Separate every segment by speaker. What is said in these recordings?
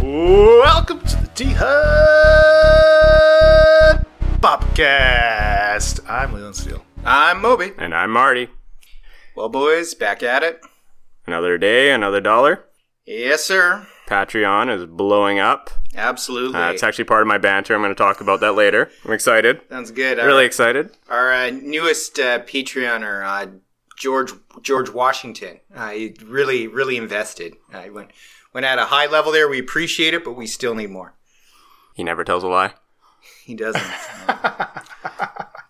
Speaker 1: Welcome to the T Hut Bobcast. I'm Leland Steele.
Speaker 2: I'm Moby.
Speaker 3: And I'm Marty.
Speaker 2: Well, boys, back at it.
Speaker 3: Another day, another dollar.
Speaker 2: Yes, sir.
Speaker 3: Patreon is blowing up.
Speaker 2: Absolutely.
Speaker 3: Uh, it's actually part of my banter. I'm going to talk about that later. I'm excited.
Speaker 2: Sounds good.
Speaker 3: Really excited.
Speaker 2: Our, our uh, newest uh, Patreoner, uh, George George Washington, uh, he really really invested. Uh, he went went at a high level there. We appreciate it, but we still need more.
Speaker 3: He never tells a lie.
Speaker 2: He doesn't.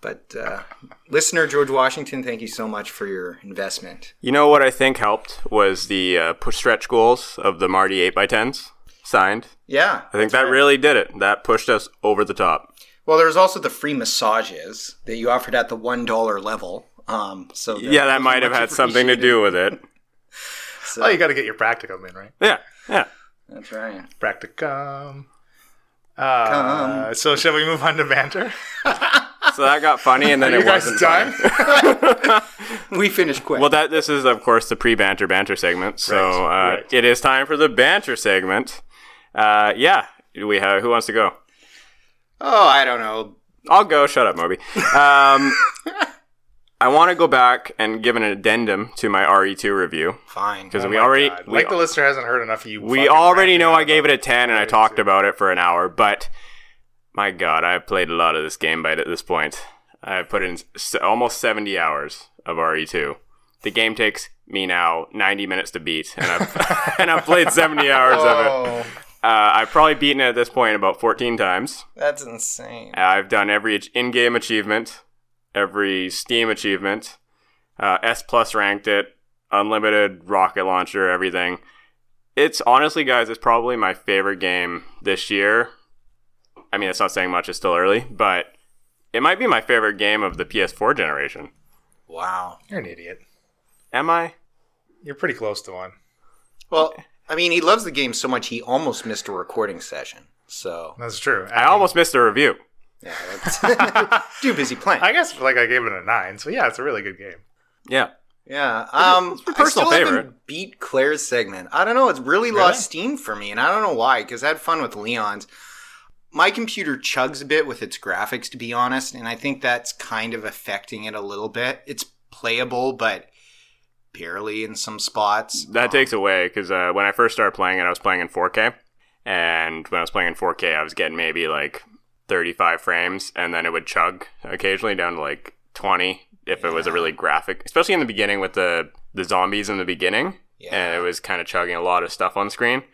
Speaker 2: but uh, listener George Washington, thank you so much for your investment.
Speaker 3: You know what I think helped was the uh, push stretch goals of the Marty 8x10s signed.
Speaker 2: Yeah.
Speaker 3: I think that really did it. That pushed us over the top.
Speaker 2: Well, there's also the free massages that you offered at the one dollar level. Um, so
Speaker 3: yeah, that might have had something to do with it.
Speaker 2: so-
Speaker 1: Oh, you got to get your practicum in, right?
Speaker 3: Yeah, yeah.
Speaker 2: that's right.
Speaker 1: Practicum. Uh, So, shall we move on to banter?
Speaker 3: So that got funny, and then
Speaker 1: Are
Speaker 3: it
Speaker 1: you guys
Speaker 3: wasn't
Speaker 1: done?
Speaker 3: funny.
Speaker 2: We finished quick.
Speaker 3: Well, that this is of course the pre-banter banter segment, so
Speaker 1: Right,
Speaker 3: uh,
Speaker 1: right.
Speaker 3: it is time for the banter segment. Uh, yeah, we have. Who wants to go?
Speaker 2: oh, I don't know.
Speaker 3: I'll go. Shut up, Moby. Um, I want to go back and give an addendum to my RE2 review
Speaker 2: Fine.
Speaker 3: because
Speaker 1: Oh
Speaker 3: we
Speaker 1: my
Speaker 3: already
Speaker 1: God.
Speaker 3: we,
Speaker 1: like the listener hasn't heard enough of you.
Speaker 3: we
Speaker 1: fucking
Speaker 3: already
Speaker 1: ranting
Speaker 3: know
Speaker 1: on
Speaker 3: I gave it a ten and I talked
Speaker 1: RE2.
Speaker 3: about it for an hour, but my God, I've played a lot of this game by at this point. I put in s- almost seventy hours of RE2. The game takes me now ninety minutes to beat, and I've and I've played seventy hours of it.
Speaker 2: Oh,
Speaker 3: Uh, I've probably beaten it at this point about 14 times.
Speaker 2: that's insane.
Speaker 3: Uh, I've done every ach- in-game achievement, every Steam achievement, uh, S plus ranked it, unlimited rocket launcher, everything. It's honestly, guys, it's probably my favorite game this year. I mean, that's not saying much; it's still early, but it might be my favorite game of the PS4 generation.
Speaker 2: Wow.
Speaker 1: You're an idiot.
Speaker 3: Am I?
Speaker 1: You're pretty close to one.
Speaker 2: Well, I mean, he loves the game so much he almost missed a recording session. So
Speaker 1: That's true.
Speaker 3: I almost missed a review.
Speaker 2: yeah, that's too busy playing.
Speaker 1: I guess like I gave it a nine. So yeah, it's a really good game.
Speaker 3: Yeah,
Speaker 2: yeah. Um,
Speaker 3: my personal
Speaker 2: I still haven't
Speaker 3: favorite.
Speaker 2: beat Claire's segment. I don't know. It's really, lost steam for me, and I don't know why. Because I had fun with Leon's. My computer chugs a bit with its graphics, to be honest, and I think that's kind of affecting it a little bit. It's playable, but barely in some spots.
Speaker 3: That
Speaker 2: Um,
Speaker 3: takes away because uh, when I first started playing it, I was playing in 4K, and when I was playing in 4K, I was getting maybe like 35 frames, and then it would chug occasionally down to like 20 if it was a really graphic, especially in the beginning with the the zombies in the beginning, and
Speaker 2: Um, Yeah.
Speaker 3: it was kind of chugging a lot of stuff on screen.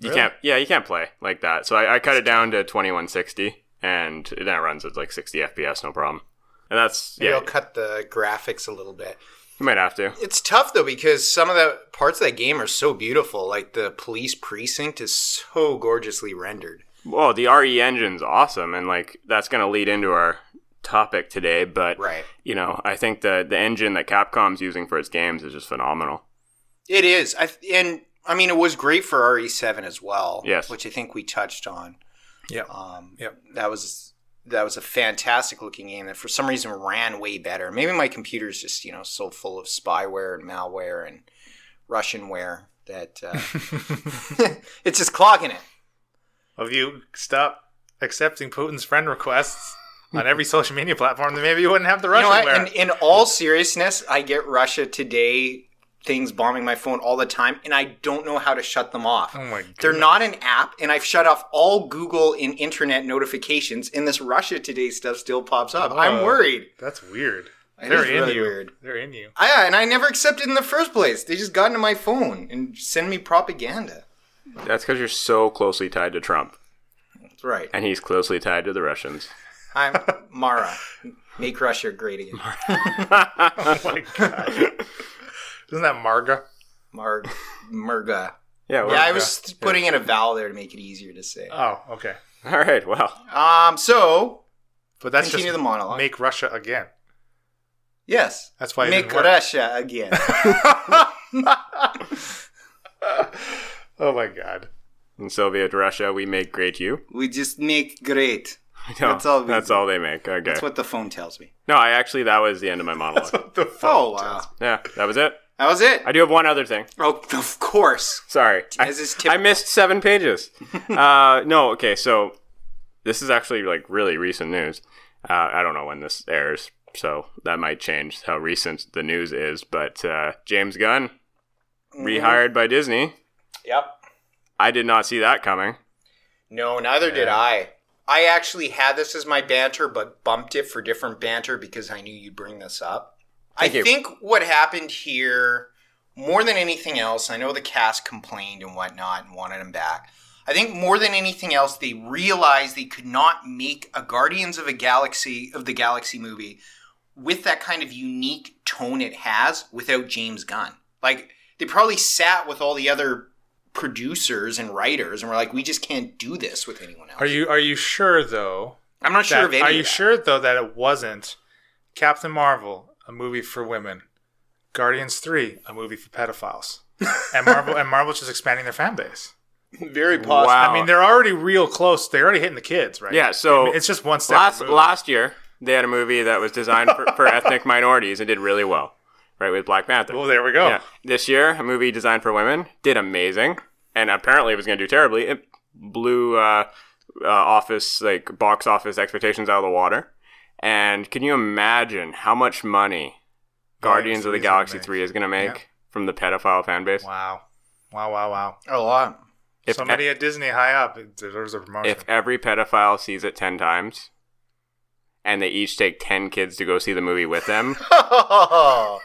Speaker 3: You
Speaker 1: Really?
Speaker 3: can't, yeah, you can't play like that. So I, I cut it down to 2160, and it now runs at like 60 FPS, no problem. And that's
Speaker 2: Maybe
Speaker 3: yeah,
Speaker 2: I'll cut the graphics a little bit.
Speaker 3: you might have to.
Speaker 2: It's tough though because some of the parts of that game are so beautiful. Like the police precinct is so gorgeously rendered.
Speaker 3: Well, the RE engine's awesome, and like that's going to lead into our topic today. But
Speaker 2: Right.
Speaker 3: you know, I think the the engine that Capcom's using for its games is just phenomenal.
Speaker 2: It is. I and I mean it was great for RE7 as well.
Speaker 3: Yes.
Speaker 2: Which I think we touched on.
Speaker 1: Yeah.
Speaker 2: Um,
Speaker 1: Yep.
Speaker 2: That was that was a fantastic looking game that for some reason ran way better. Maybe my computer's just you know so full of spyware and malware and Russianware that uh, it's just clogging it.
Speaker 1: Of you stop accepting Putin's friend requests on every social media platform, then maybe you wouldn't have the
Speaker 2: You know
Speaker 1: Russian
Speaker 2: what?
Speaker 1: wear.
Speaker 2: In, in all seriousness, I get Russia Today things bombing my phone all the time, and I don't know how to shut them off.
Speaker 1: Oh my
Speaker 2: They're
Speaker 1: goodness.
Speaker 2: not an app, and I've shut off all Google and internet notifications, and this Russia Today stuff still pops up. I'm
Speaker 1: Oh.
Speaker 2: worried.
Speaker 1: That's weird.
Speaker 2: It
Speaker 1: They're
Speaker 2: is
Speaker 1: in
Speaker 2: really
Speaker 1: you.
Speaker 2: weird.
Speaker 1: They're in you.
Speaker 2: Ah, Yeah, and I never accepted in the first place. They just got into my phone and send me propaganda.
Speaker 3: That's because you're so closely tied to Trump,
Speaker 2: That's right.
Speaker 3: and he's closely tied to the Russians.
Speaker 2: I'm Mara. Make Russia great again.
Speaker 1: Oh my god. Isn't that Marga?
Speaker 2: Mar- Murga.
Speaker 3: Yeah. Well,
Speaker 2: Yeah, I was putting in a vowel there to make it easier to say.
Speaker 1: Oh, okay.
Speaker 3: All right. Well,
Speaker 2: Um, so
Speaker 1: But that's
Speaker 2: Continue
Speaker 1: just
Speaker 2: the monologue.
Speaker 1: Make Russia again.
Speaker 2: Yes.
Speaker 1: That's why it
Speaker 2: Make
Speaker 1: didn't work.
Speaker 2: Russia again.
Speaker 1: Oh my god.
Speaker 3: in Soviet Russia, we make great you.
Speaker 2: we just make great.
Speaker 3: No,
Speaker 2: That's all we
Speaker 3: that's
Speaker 2: do.
Speaker 3: all they make. Okay.
Speaker 2: That's what the phone tells me.
Speaker 3: no, I actually that was the end of my monologue.
Speaker 1: What the fuck?
Speaker 2: Oh wow.
Speaker 3: yeah, that was it.
Speaker 2: That was it.
Speaker 3: I do have one other thing.
Speaker 2: Oh, of course.
Speaker 3: Sorry. I,
Speaker 2: As is
Speaker 3: I
Speaker 2: typical.
Speaker 3: missed seven pages. uh, no, okay, so this is actually like really recent news. Uh, I don't know when this airs, so that might change how recent the news is. But uh, James Gunn, rehired by Disney.
Speaker 2: Yep.
Speaker 3: I did not see that coming.
Speaker 2: No, neither did I. I actually had this as my banter, but bumped it for different banter because I knew you'd bring this up.
Speaker 3: Thank
Speaker 2: I
Speaker 3: you.
Speaker 2: think what happened here, more than anything else, I know the cast complained and whatnot and wanted him back. I think more than anything else, they realized they could not make a Guardians of a Galaxy of the Galaxy movie with that kind of unique tone it has without James Gunn. Like they probably sat with all the other producers and writers and were like, we just can't do this with anyone else.
Speaker 1: Are you are you sure though?
Speaker 2: I'm not sure
Speaker 1: that-
Speaker 2: of any.
Speaker 1: are
Speaker 2: of
Speaker 1: you
Speaker 2: that.
Speaker 1: sure though that it wasn't Captain Marvel, a movie for women, Guardians Three, a movie for pedophiles, and Marvel and Marvel's just expanding their fan base.
Speaker 2: Very
Speaker 3: Wow.
Speaker 1: I mean, they're already real close. They're already hitting the kids, right?
Speaker 3: Yeah, so
Speaker 1: it's just one step.
Speaker 3: last
Speaker 1: removed.
Speaker 3: last year they had a movie that was designed for, for ethnic minorities and did really well, right with Black Panther.
Speaker 1: well, Oh, there we go.
Speaker 3: Yeah. This year, a movie designed for women did amazing, and apparently it was going to do terribly. It blew uh, uh, office like box office expectations out of the water. And can you imagine how much money
Speaker 1: Oh,
Speaker 3: Guardians of the Galaxy Three is going to make
Speaker 1: Yeah.
Speaker 3: from the pedophile fan base?
Speaker 1: Wow, wow, wow, wow.
Speaker 2: A lot.
Speaker 3: If-
Speaker 1: Somebody at Disney high up it deserves a promotion.
Speaker 3: If every pedophile sees it ten times, and they each take ten kids to go see the movie with them, so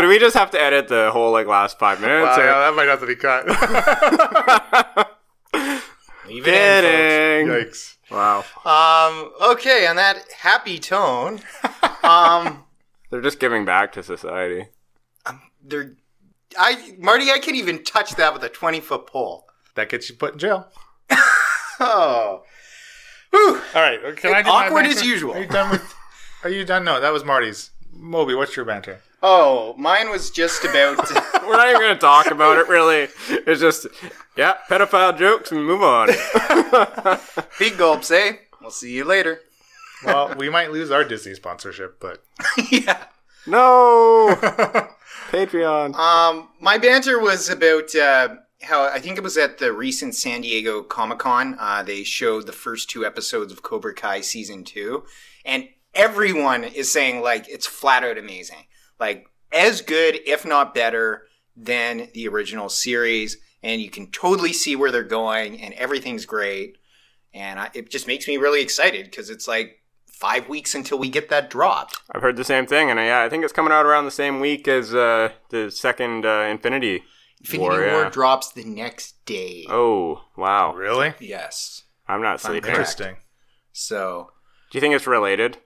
Speaker 3: do we just have to edit the whole like last five minutes?
Speaker 1: Wow,
Speaker 3: or-
Speaker 1: yeah, that might have to be cut.
Speaker 2: Leave it in,
Speaker 3: Kidding.
Speaker 1: Yikes.
Speaker 3: Wow,
Speaker 2: folks. Um, okay, on that happy tone, um,
Speaker 3: they're just giving back to society.
Speaker 2: there, I Marty, I could even touch that with a twenty foot pole.
Speaker 1: That gets you put in jail.
Speaker 2: Oh, Whew.
Speaker 1: All right. Can I do my
Speaker 2: Awkward
Speaker 1: banter?
Speaker 2: as usual.
Speaker 1: Are you done with? Are you done? No, that was Marty's. Moby, what's your banter?
Speaker 2: oh, mine was just about.
Speaker 3: We're not even going to talk about it, really. It's just, yeah, pedophile jokes and move on.
Speaker 2: Big gulps, eh? We'll see you later.
Speaker 1: Well, we might lose our Disney sponsorship, but
Speaker 2: yeah.
Speaker 3: no! Patreon.
Speaker 2: Um, my banter was about uh, how I think it was at the recent San Diego Comic Con. Uh, they showed the first two episodes of Cobra Kai season two, and everyone is saying like it's flat out amazing, like as good if not better than the original series. And you can totally see where they're going, and everything's great. And I, it just makes me really excited because it's like five weeks until we get that dropped.
Speaker 3: I've heard the same thing, and I, yeah, I think it's coming out around the same week as uh, the second uh, Infinity
Speaker 2: Infinity
Speaker 3: War,
Speaker 2: War,
Speaker 3: yeah.
Speaker 2: drops the next day.
Speaker 3: Oh, wow.
Speaker 1: really
Speaker 2: Yes.
Speaker 3: I'm not sleeping. Do
Speaker 1: interesting.
Speaker 2: So
Speaker 3: you think it's related?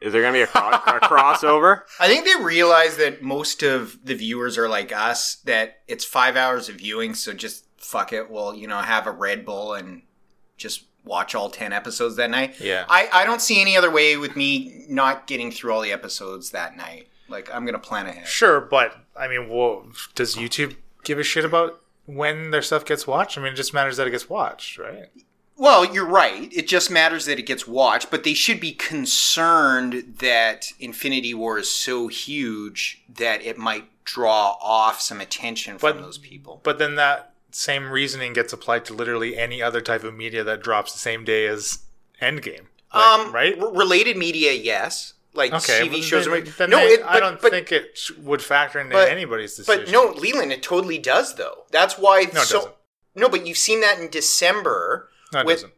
Speaker 3: Is there going to be a, cro- a crossover?
Speaker 2: I think they realize that most of the viewers are like us, that it's five hours of viewing, so just fuck it. We'll, you know, have a Red Bull and just watch all 10 episodes that night.
Speaker 1: Yeah.
Speaker 2: I, I don't see any other way with me not getting through all the episodes that night. Like, I'm going to plan ahead.
Speaker 1: Sure, but I mean, well, does YouTube give a shit about when their stuff gets watched? I mean, it just matters that it gets watched, right?
Speaker 2: Well, you're right. It just matters that it gets watched, but they should be concerned that Infinity War is so huge that it might draw off some attention from
Speaker 1: But-
Speaker 2: those people.
Speaker 1: But then that same reasoning gets applied to literally any other type of media that drops the same day as Endgame. Like,
Speaker 2: um,
Speaker 1: right?
Speaker 2: r- related media, yes. Like
Speaker 1: Okay.
Speaker 2: TV
Speaker 1: well,
Speaker 2: shows.
Speaker 1: then,
Speaker 2: and radio-
Speaker 1: then
Speaker 2: no,
Speaker 1: they-
Speaker 2: it, but,
Speaker 1: I don't
Speaker 2: but,
Speaker 1: think it sh- would factor into
Speaker 2: but-
Speaker 1: anybody's decision.
Speaker 2: But no, Leland, it totally does though. That's why.
Speaker 1: No, it
Speaker 2: so,
Speaker 1: doesn't.
Speaker 2: No, but you've seen that in December.
Speaker 1: no, it
Speaker 2: with-
Speaker 1: doesn't.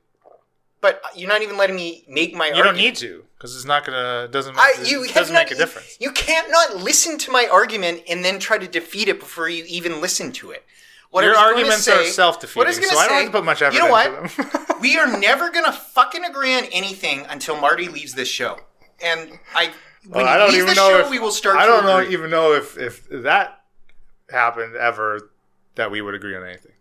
Speaker 2: But you're not even letting me make my.
Speaker 1: You don't
Speaker 2: argument.
Speaker 1: need to because it's not gonna doesn't make,
Speaker 2: I,
Speaker 1: it
Speaker 2: you have
Speaker 1: doesn't
Speaker 2: not, e-
Speaker 1: make a difference.
Speaker 2: You can't not listen to my argument and then try to defeat it before you even listen to it. What I
Speaker 1: Your
Speaker 2: was gonna
Speaker 1: arguments
Speaker 2: say-
Speaker 1: are self-defeating,
Speaker 2: what was gonna
Speaker 1: so I don't
Speaker 2: say-
Speaker 1: have to put much effort
Speaker 2: You know what?
Speaker 1: into them.
Speaker 2: we are never gonna fucking agree on anything until Marty leaves this show, and I. When
Speaker 1: Well, I
Speaker 2: he
Speaker 1: don't
Speaker 2: leaves
Speaker 1: even
Speaker 2: the
Speaker 1: know.
Speaker 2: show,
Speaker 1: If,
Speaker 2: we will start.
Speaker 1: I
Speaker 2: to
Speaker 1: don't know
Speaker 2: agree.
Speaker 1: even know if if that happened ever that we would agree on anything.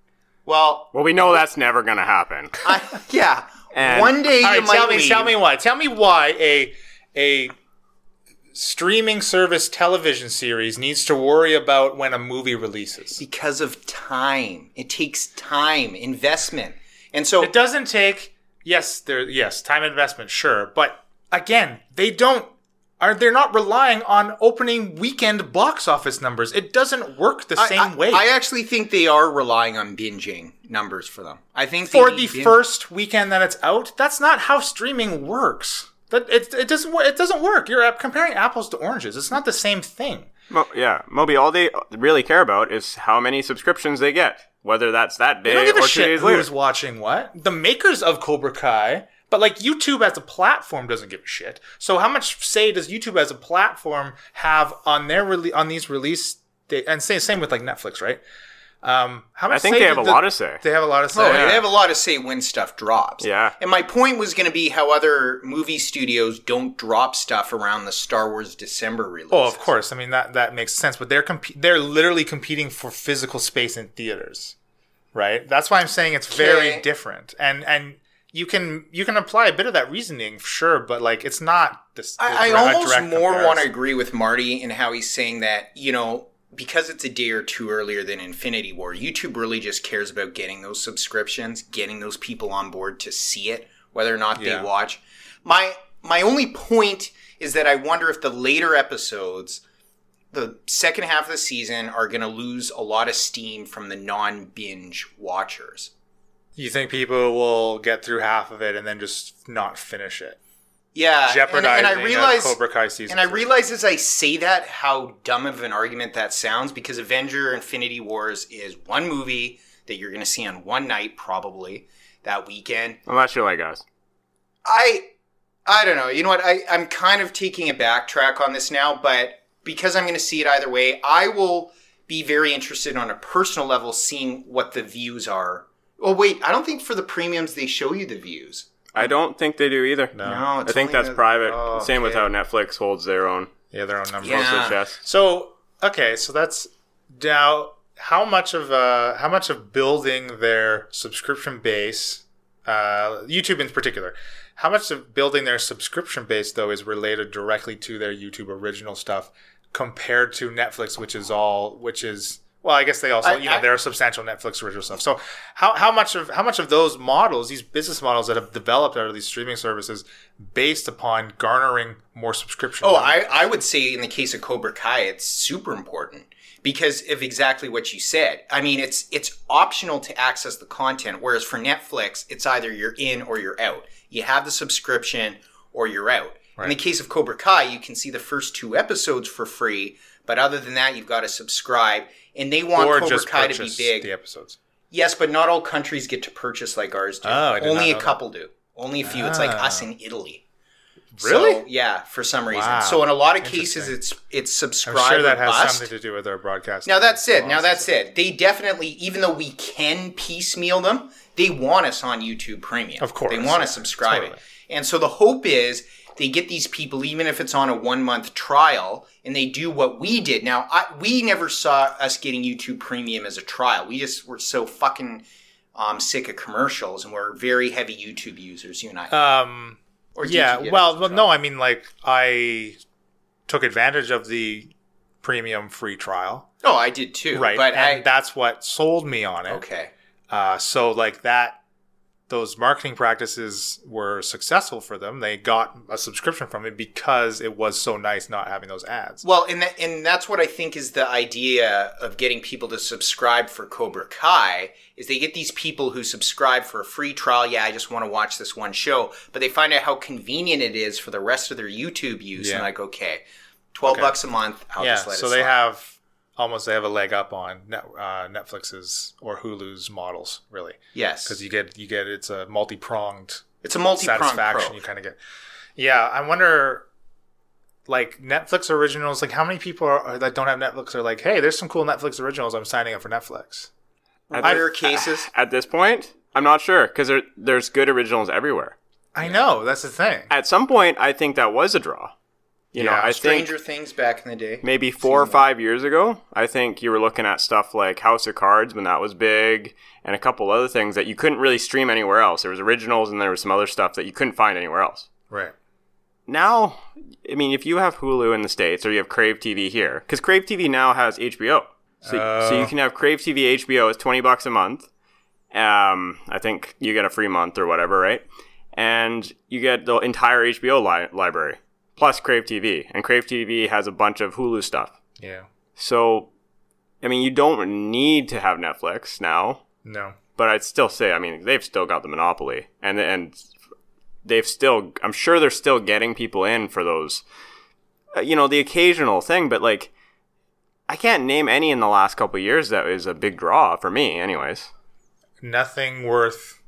Speaker 2: Well,
Speaker 3: Well, we know that's never going to happen.
Speaker 1: Uh,
Speaker 2: I, yeah.
Speaker 3: And-
Speaker 2: One day you might leave.
Speaker 1: why. Tell me why a a streaming service television series needs to worry about when a movie releases.
Speaker 2: because of time. It takes time, investment, and so
Speaker 1: It doesn't take yes, there yes, time investment, sure, but again, they don't are they're not relying on opening weekend box office numbers. It doesn't work the
Speaker 2: I-
Speaker 1: same
Speaker 2: I,
Speaker 1: way.
Speaker 2: I actually think they are relying on binging numbers for them. I think they
Speaker 1: for
Speaker 2: need
Speaker 1: the
Speaker 2: binge-
Speaker 1: first weekend that it's out, that's not how streaming works. That it, it doesn't wo- it doesn't work. You're uh, comparing apples to oranges. It's not the same thing.
Speaker 3: Mo- yeah, Moby. All they really care about is how many subscriptions they get, whether that's that
Speaker 1: They don't
Speaker 3: day
Speaker 1: give
Speaker 3: or
Speaker 1: a
Speaker 3: two
Speaker 1: shit
Speaker 3: days
Speaker 1: who's
Speaker 3: later.
Speaker 1: watching what. The makers of Cobra Kai, but like YouTube as a platform doesn't give a shit. So how much say does YouTube as a platform have on their rele- on these release day- and same same with like Netflix, right? Um, how much
Speaker 3: I think
Speaker 1: say
Speaker 3: they have
Speaker 1: did
Speaker 3: a
Speaker 1: the-
Speaker 3: lot of say.
Speaker 1: They have a lot of say.
Speaker 2: Oh,
Speaker 1: yeah.
Speaker 2: They have a lot of say when stuff drops.
Speaker 3: Yeah.
Speaker 2: And my point was going to be how other movie studios don't drop stuff around the Star Wars December release.
Speaker 1: Oh, of course. I mean that that makes sense. But they're comp- they're literally competing for physical space in theaters, right? That's why I'm saying it's very
Speaker 2: Okay.
Speaker 1: different. And and you can you can apply a bit of that reasoning, sure, but like it's not this.
Speaker 2: I, I
Speaker 1: a direct
Speaker 2: almost more
Speaker 1: comparison.
Speaker 2: want to agree with Marty in how he's saying that, you know, because it's a day or two earlier than Infinity War, YouTube really just cares about getting those subscriptions, getting those people on board to see it, whether or not
Speaker 1: Yeah.
Speaker 2: they watch. My my only point is that I wonder if the later episodes, the second half of the season, are going to lose a lot of steam from the non binge watchers.
Speaker 1: You think people will get through half of it and then just not finish it,
Speaker 2: Yeah, and-
Speaker 1: jeopardizing
Speaker 2: and, I realize
Speaker 1: a Cobra Kai season?
Speaker 2: And I
Speaker 1: three.
Speaker 2: realize as I say that how dumb of an argument that sounds because Avenger Infinity Wars is one movie that you're going to see on one night probably that weekend.
Speaker 3: Unless you're like us.
Speaker 2: I I don't know. You know what? I I'm kind of taking a backtrack on this now, but because I'm going to see it either way, I will be very interested on a personal level seeing what the views are. Oh wait, I don't think for the premiums they show you the views.
Speaker 3: I don't think they do either.
Speaker 1: No.
Speaker 2: No, it's
Speaker 3: I think
Speaker 2: only
Speaker 3: that's
Speaker 2: the-
Speaker 3: private.
Speaker 2: Oh,
Speaker 3: Same with
Speaker 2: okay.
Speaker 3: how Netflix holds their own
Speaker 1: yeah, their own numbers.
Speaker 2: Yeah.
Speaker 3: close to the chest.
Speaker 1: So okay, so that's now how much of uh, how much of building their subscription base, uh, YouTube in particular, how much of building their subscription base though is related directly to their YouTube original stuff compared to Netflix, which is all which is well, I guess they also
Speaker 2: I-
Speaker 1: you know
Speaker 2: I-
Speaker 1: there are substantial Netflix original stuff. So how how much of how much of those models, these business models that have developed out of these streaming services, based upon garnering more subscription?
Speaker 2: Oh,
Speaker 1: revenue?
Speaker 2: I, I would say in the case of Cobra Kai, it's super important because of exactly what you said. I mean, it's it's optional to access the content, whereas for Netflix, it's either you're in or you're out. You have the subscription or you're out. In the case of Cobra Kai, you can see the first two episodes for free, but other than that, you've got to subscribe. And they want
Speaker 1: or
Speaker 2: Cobra
Speaker 1: just
Speaker 2: Kai to be
Speaker 1: purchase
Speaker 2: big.
Speaker 1: the episodes.
Speaker 2: Yes, but not all countries get to purchase like ours do.
Speaker 1: Oh, I did not
Speaker 2: Only
Speaker 1: know
Speaker 2: a
Speaker 1: that.
Speaker 2: couple do. Only a few. It's like
Speaker 1: Ah.
Speaker 2: us in Italy.
Speaker 1: Really?
Speaker 2: So, yeah, for some reason.
Speaker 1: Wow.
Speaker 2: So in a lot of
Speaker 1: Interesting.
Speaker 2: cases, it's it's
Speaker 1: I'm
Speaker 2: subscribe
Speaker 1: sure that
Speaker 2: or
Speaker 1: has
Speaker 2: bust.
Speaker 1: something to do with our broadcast.
Speaker 2: now that's it. Now that's it. They definitely, even though we can piecemeal them, they want us on YouTube Premium.
Speaker 1: Of course.
Speaker 2: they want
Speaker 1: Yeah,
Speaker 2: us subscribing.
Speaker 1: totally.
Speaker 2: And so the hope is they get these people, even if it's on a one month trial, and they do what we did. Now I, we never saw us getting YouTube Premium as a trial. We just were so fucking um, sick of commercials, and we're very heavy YouTube users. You and I.
Speaker 1: Um,
Speaker 2: or did you get
Speaker 1: yeah.
Speaker 2: it as
Speaker 1: Well,
Speaker 2: a
Speaker 1: well,
Speaker 2: trial?
Speaker 1: no. I mean, like I took advantage of the premium free trial,
Speaker 2: No, Oh, I did too.
Speaker 1: right?
Speaker 2: but
Speaker 1: and
Speaker 2: I
Speaker 1: that's what sold me on it.
Speaker 2: okay.
Speaker 1: Uh, so like that, those marketing practices were successful for them. They got a subscription from it because it was so nice not having those ads.
Speaker 2: Well, and that, and that's what I think is the idea of getting people to subscribe for Cobra Kai is they get these people who subscribe for a free trial. Yeah, I just want to watch this one show, but they find out how convenient it is for the rest of their YouTube use,
Speaker 1: Yeah.
Speaker 2: and like, okay, twelve
Speaker 1: Okay.
Speaker 2: bucks a month. I'll
Speaker 1: yeah.
Speaker 2: just let
Speaker 1: So
Speaker 2: it
Speaker 1: they
Speaker 2: slide.
Speaker 1: have almost they have a leg up on Net, uh, Netflix's or Hulu's models, really. because
Speaker 2: yes,
Speaker 1: you get you get it's a multi pronged
Speaker 2: it's a multi-pronged
Speaker 1: satisfaction
Speaker 2: pro.
Speaker 1: you kind of get. Yeah, I wonder, like Netflix originals, like how many people are, are- that don't have Netflix are like, hey, there's some cool Netflix originals. I'm signing up for Netflix.
Speaker 2: Rare cases.
Speaker 3: At this point, I'm not sure because there, there's good originals everywhere.
Speaker 1: I know that's the thing.
Speaker 3: At some point, I think that was a draw. You know,
Speaker 1: Yeah,
Speaker 3: I think
Speaker 2: Stranger Things back in the day.
Speaker 3: maybe four or five years ago, I think you were looking at stuff like House of Cards when that was big, and a couple other things that you couldn't really stream anywhere else. There was originals, and there was some other stuff that you couldn't find anywhere else.
Speaker 1: Right.
Speaker 3: Now, I mean, if you have Hulu in the states or you have Crave TV here, because Crave TV now has HBO, so, so you can have Crave TV HBO is twenty bucks a month. Um, I think you get a free month or whatever, right? And you get the entire HBO li- library plus Crave TV, and Crave TV has a bunch of Hulu stuff.
Speaker 1: Yeah.
Speaker 3: So, I mean, you don't need to have Netflix now,
Speaker 1: No.
Speaker 3: but I'd still say, I mean, they've still got the monopoly, and and they've still, I'm sure they're still getting people in for those, uh, you know, the occasional thing. But like, I can't name any in the last couple of years that is a big draw for me, anyways.
Speaker 1: Nothing worth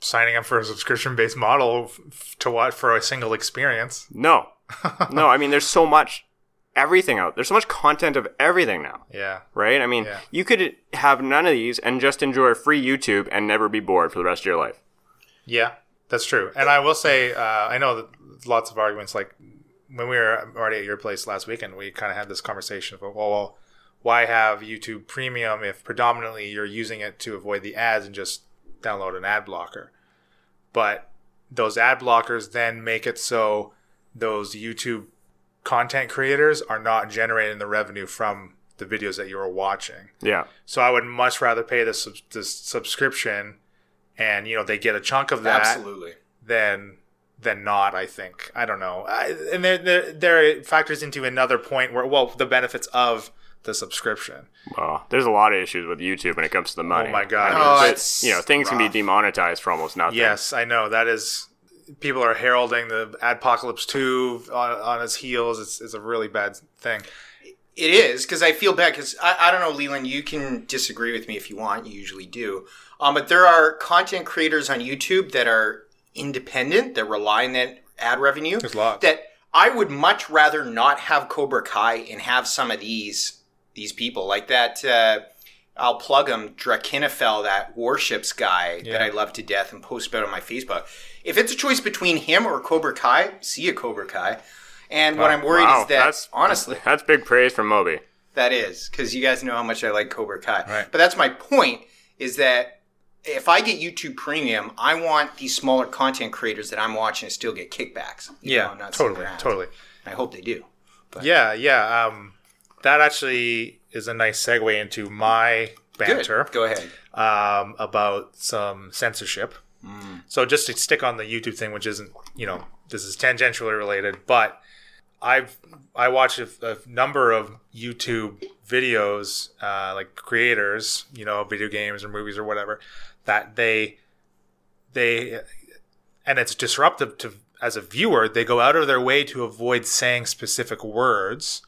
Speaker 1: signing up for a subscription based model f- f- to watch for a single experience.
Speaker 3: No, no, I mean, there's so much, everything out. There's so much content of everything now.
Speaker 1: Yeah.
Speaker 3: right? I mean,
Speaker 1: Yeah.
Speaker 3: you could have none of these and just enjoy free YouTube and never be bored for the rest of your life.
Speaker 1: Yeah, that's true. And I will say, uh, I know that lots of arguments. Like when we were already at your place last weekend, we kind of had this conversation about, well, well, why have YouTube Premium if predominantly you're using it to avoid the ads and just download an ad blocker? But those ad blockers then make it so those YouTube content creators are not generating the revenue from the videos that you are watching.
Speaker 3: Yeah.
Speaker 1: So I would much rather pay the, sub- the subscription, and you know they get a chunk of that
Speaker 2: Absolutely.
Speaker 1: than than not. I think I don't know, I, and there, there there it factors into another point where well the benefits of the subscription.
Speaker 3: Well, uh, there's a lot of issues with YouTube when it comes to the money.
Speaker 1: Oh my god!
Speaker 2: Oh,
Speaker 1: But-
Speaker 2: it's
Speaker 3: You know, things can be
Speaker 2: rough.
Speaker 3: demonetized for almost nothing.
Speaker 1: yes, I know that is. People are heralding the Adpocalypse two on, on its heels. It's it's a really bad thing.
Speaker 2: It is because I feel bad because I, I don't know, Leland. You can disagree with me if you want. You usually do, um, but there are content creators on YouTube that are independent that rely on that ad revenue.
Speaker 1: There's lots.
Speaker 2: that I would much rather not have Cobra Kai and have some of these these people like that. Uh, I'll plug him, Drakinifel, that warships guy that
Speaker 1: Yeah.
Speaker 2: I love to death and post about on my Facebook. If it's a choice between him or Cobra Kai, see a Cobra Kai. And what I'm worried
Speaker 3: Wow,
Speaker 2: is that,
Speaker 3: that's-
Speaker 2: honestly,
Speaker 3: That's big praise from Moby.
Speaker 2: that is, because you guys know how much I like Cobra Kai.
Speaker 1: Right.
Speaker 2: But that's my point is that if I get YouTube Premium, I want these smaller content creators that I'm watching to still get kickbacks. even though I'm not seeing
Speaker 1: totally,
Speaker 2: their ads.
Speaker 1: totally.
Speaker 2: I hope they do.
Speaker 1: Yeah, yeah. Um, that actually is a nice segue into my banter.
Speaker 2: Go ahead.
Speaker 1: um, about some censorship. So just to stick on the YouTube thing, which isn't you know this is tangentially related, but I've I watch a, a number of YouTube videos, uh, like creators, you know, video games or movies or whatever, that they they and it's disruptive to as a viewer. They go out of their way to avoid saying specific words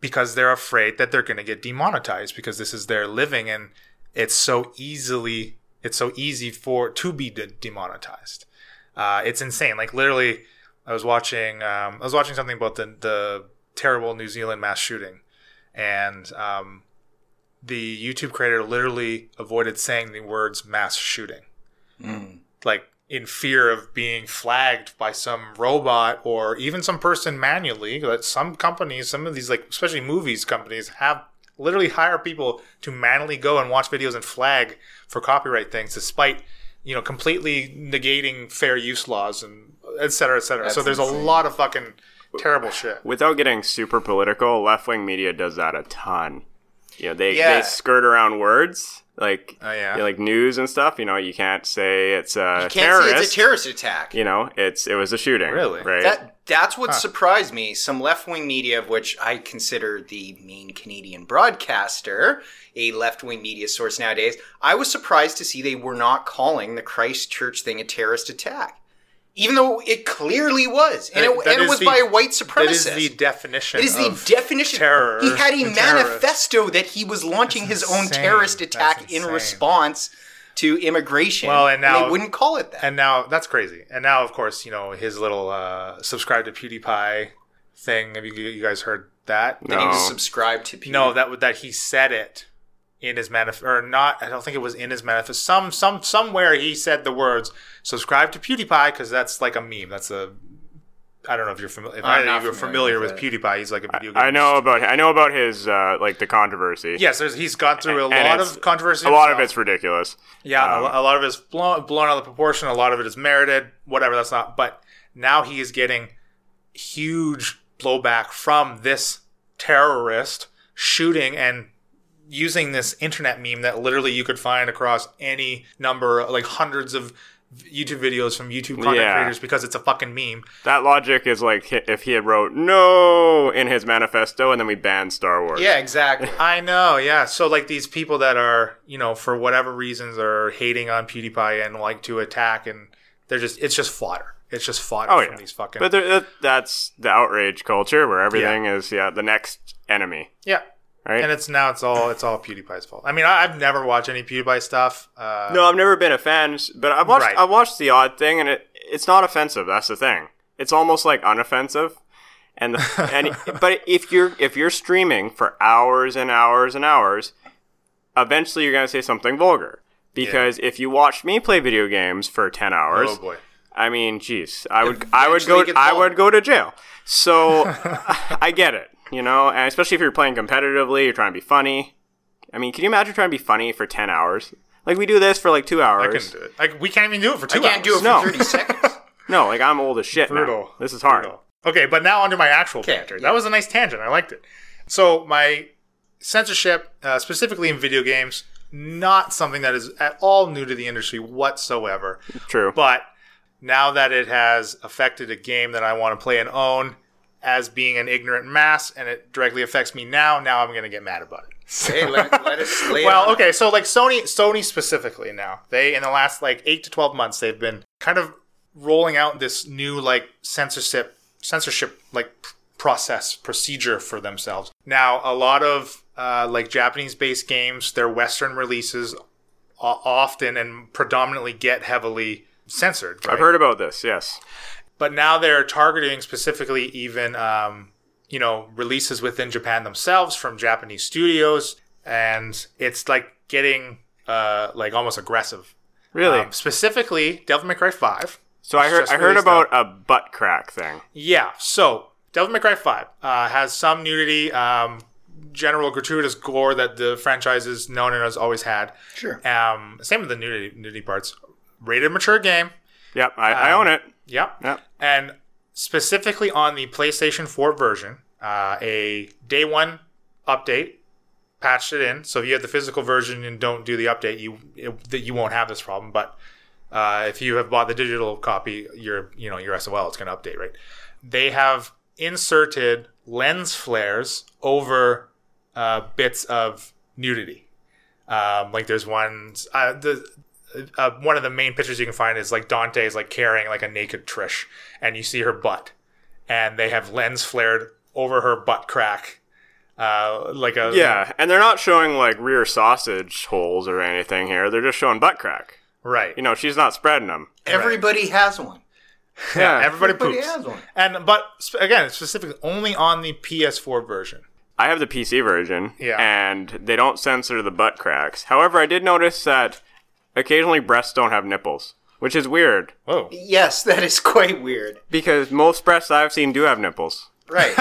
Speaker 1: because they're afraid that they're going to get demonetized because this is their living and it's so easily it's so easy for to be de- demonetized uh, it's insane like literally i was watching um, i was watching something about the, the terrible new zealand mass shooting and um, the youtube creator literally avoided saying the words mass shooting
Speaker 2: Mm.
Speaker 1: like in fear of being flagged by some robot or even some person manually that some companies some of these like especially movies companies have literally hire people to manually go and watch videos and flag for copyright things despite you know completely negating fair use laws and et cetera et cetera so
Speaker 2: That's
Speaker 1: there's a
Speaker 2: insane.
Speaker 1: lot of fucking terrible shit
Speaker 3: Without getting super political, left wing media does that a ton. You know, they,
Speaker 2: Yeah.
Speaker 3: they skirt around words like
Speaker 1: Oh, yeah.
Speaker 3: you know, like news and stuff. You know, you can't say it's
Speaker 2: Can't
Speaker 3: a Uh, terrorist.
Speaker 2: say it's a terrorist attack.
Speaker 3: you know, it's it was a shooting.
Speaker 1: Really?
Speaker 3: Right.
Speaker 2: That that's what surprised me. Some left wing media, of which I consider the main Canadian broadcaster a left wing media source nowadays, I was surprised to see they were not calling the Christchurch thing a terrorist attack, even though it clearly was, and it,
Speaker 1: That- that
Speaker 2: and it
Speaker 1: is
Speaker 2: was
Speaker 1: the-
Speaker 2: by a white
Speaker 1: that is
Speaker 2: supremacist.
Speaker 1: the definition
Speaker 2: It is
Speaker 1: of-
Speaker 2: the definition.
Speaker 1: terror
Speaker 2: He had a
Speaker 1: and terrorists.
Speaker 2: manifesto that he was launching his own
Speaker 1: insane.
Speaker 2: terrorist
Speaker 1: That's
Speaker 2: attack in
Speaker 1: insane.
Speaker 2: response to immigration.
Speaker 1: Well, and now-
Speaker 2: they wouldn't call it that.
Speaker 1: and now that's crazy. And now, of course, you know his little uh, subscribe to PewDiePie thing. Have you, you guys heard that?
Speaker 2: that he was
Speaker 3: No.
Speaker 2: subscribed to. Pew.
Speaker 1: No, that that he said it in his manifest, or not. I don't think it was in his manifest. Some some somewhere he said the words "subscribe to PewDiePie" because that's like a meme. That's a I don't know if you're familiar. If
Speaker 2: I'm
Speaker 1: either
Speaker 2: not
Speaker 1: of you are
Speaker 2: familiar
Speaker 1: familiar
Speaker 2: with
Speaker 1: with PewDiePie, he's like a video game.
Speaker 3: I know about I know about his uh, like the controversy.
Speaker 1: Yes, there's, he's gone through a
Speaker 3: And
Speaker 1: lot
Speaker 3: it's-
Speaker 1: of controversy.
Speaker 3: a lot of
Speaker 1: himself.
Speaker 3: it's ridiculous.
Speaker 1: Yeah,
Speaker 3: Um,
Speaker 1: a lo- a, lot of it's blown, blown out of proportion. A lot of it is merited. Whatever, that's not. But now he is getting huge blowback from this terrorist shooting and using this internet meme that literally you could find across any number, like hundreds of YouTube videos from YouTube content
Speaker 3: Yeah.
Speaker 1: creators because it's a fucking meme.
Speaker 3: That logic is like hi- if he had wrote no in his manifesto and then we banned Star Wars.
Speaker 2: Yeah, exactly.
Speaker 1: I know, yeah. So like these people that are, you know, for whatever reasons are hating on PewDiePie and like to attack and they're just it's just fodder. It's just fodder
Speaker 3: Oh,
Speaker 1: from
Speaker 3: yeah.
Speaker 1: these fucking
Speaker 3: But there, that, that's the outrage culture where everything is yeah the next enemy,
Speaker 1: Yeah.
Speaker 3: right?
Speaker 1: And it's now it's all it's all PewDiePie's fault. I mean, I, I've never watched any PewDiePie stuff. Uh,
Speaker 3: no, I've never been a fan, s- but I watched
Speaker 1: Right.
Speaker 3: I watched the odd thing and it it's not offensive. That's the thing. It's almost like unoffensive. And the, and but if you're if you're streaming for hours and hours and hours, eventually you're gonna say something vulgar. Because if you watched me play video games for ten hours,
Speaker 1: oh boy.
Speaker 3: I mean, jeez, I would, I would go,
Speaker 2: it gets
Speaker 3: I
Speaker 2: old.
Speaker 3: would go to jail. So I get it, you know, and especially if you're playing competitively, you're trying to be funny. I mean, can you imagine trying to be funny for ten hours? Like we do this for like two
Speaker 1: I
Speaker 3: hours.
Speaker 1: couldn't do it. Like we can't even do it for
Speaker 2: I
Speaker 1: two
Speaker 2: can't do it
Speaker 1: hours.
Speaker 2: for
Speaker 3: No.
Speaker 2: 30 seconds.
Speaker 3: No, like I'm old as shit. now.
Speaker 1: Brutal.
Speaker 3: This is hard.
Speaker 1: Brutal. Okay, but now onto my actual
Speaker 2: Okay,
Speaker 1: tangent.
Speaker 2: yeah.
Speaker 1: That was a nice tangent. I liked it. So my censorship, uh, specifically in video games, not something that is at all new to the industry whatsoever.
Speaker 3: True.
Speaker 1: But now that it has affected a game that I want to play and own as being an ignorant mass, and it directly affects me now, now I'm going to get mad about it.
Speaker 2: hey, let, let us lay it
Speaker 1: well,
Speaker 2: on.
Speaker 1: okay, so like Sony, Sony specifically now, they in the last like eight to twelve months, they've been kind of rolling out this new like censorship, censorship like p- process procedure for themselves. Now, a lot of uh, like Japanese-based games, their Western releases, o- often and predominantly get heavily censored. Right?
Speaker 3: I've heard about this. Yes.
Speaker 1: but now they're targeting specifically even um, you know releases within Japan themselves from Japanese studios, and it's like getting uh, like almost aggressive.
Speaker 3: Really.
Speaker 1: Um, specifically, Devil May Cry Five.
Speaker 3: so I heard,
Speaker 1: just
Speaker 3: I heard
Speaker 1: released
Speaker 3: about a butt crack thing.
Speaker 1: Yeah. So Devil May Cry Five uh, has some nudity, um, general gratuitous gore that the franchise is known and has always had.
Speaker 2: Sure.
Speaker 1: Um, same with the nudity, nudity parts. Rated mature game.
Speaker 3: Yep, I, I
Speaker 1: Um,
Speaker 3: own it.
Speaker 1: Yep.
Speaker 3: Yep.
Speaker 1: And specifically on the PlayStation 4 version, uh, a day one update patched it in. So if you have the physical version and don't do the update, you it, that you won't have this problem. But uh, if you have bought the digital copy, your you know your SOL it's going to update, right? They have inserted lens flares over uh, bits of nudity. Um, like there's one uh, the uh, one of the main pictures you can find is like Dante is like carrying like a naked Trish, and you see her butt, and they have lens flared over her butt crack, uh, like a
Speaker 3: Yeah, and they're not showing like rear sausage holes or anything here. They're just showing butt crack.
Speaker 1: right.
Speaker 3: You know, she's not spreading them.
Speaker 2: Everybody has one.
Speaker 1: yeah, everybody
Speaker 2: Everybody
Speaker 1: poops.
Speaker 2: has one.
Speaker 1: And but sp- again, specifically only on the PS4 version.
Speaker 3: I have the PC version,
Speaker 1: Yeah.
Speaker 3: and they don't censor the butt cracks. However, I did notice that occasionally breasts don't have nipples, which is weird
Speaker 1: Whoa.
Speaker 2: Yes, that is quite weird.
Speaker 3: because most breasts I've seen do have nipples.
Speaker 2: Right.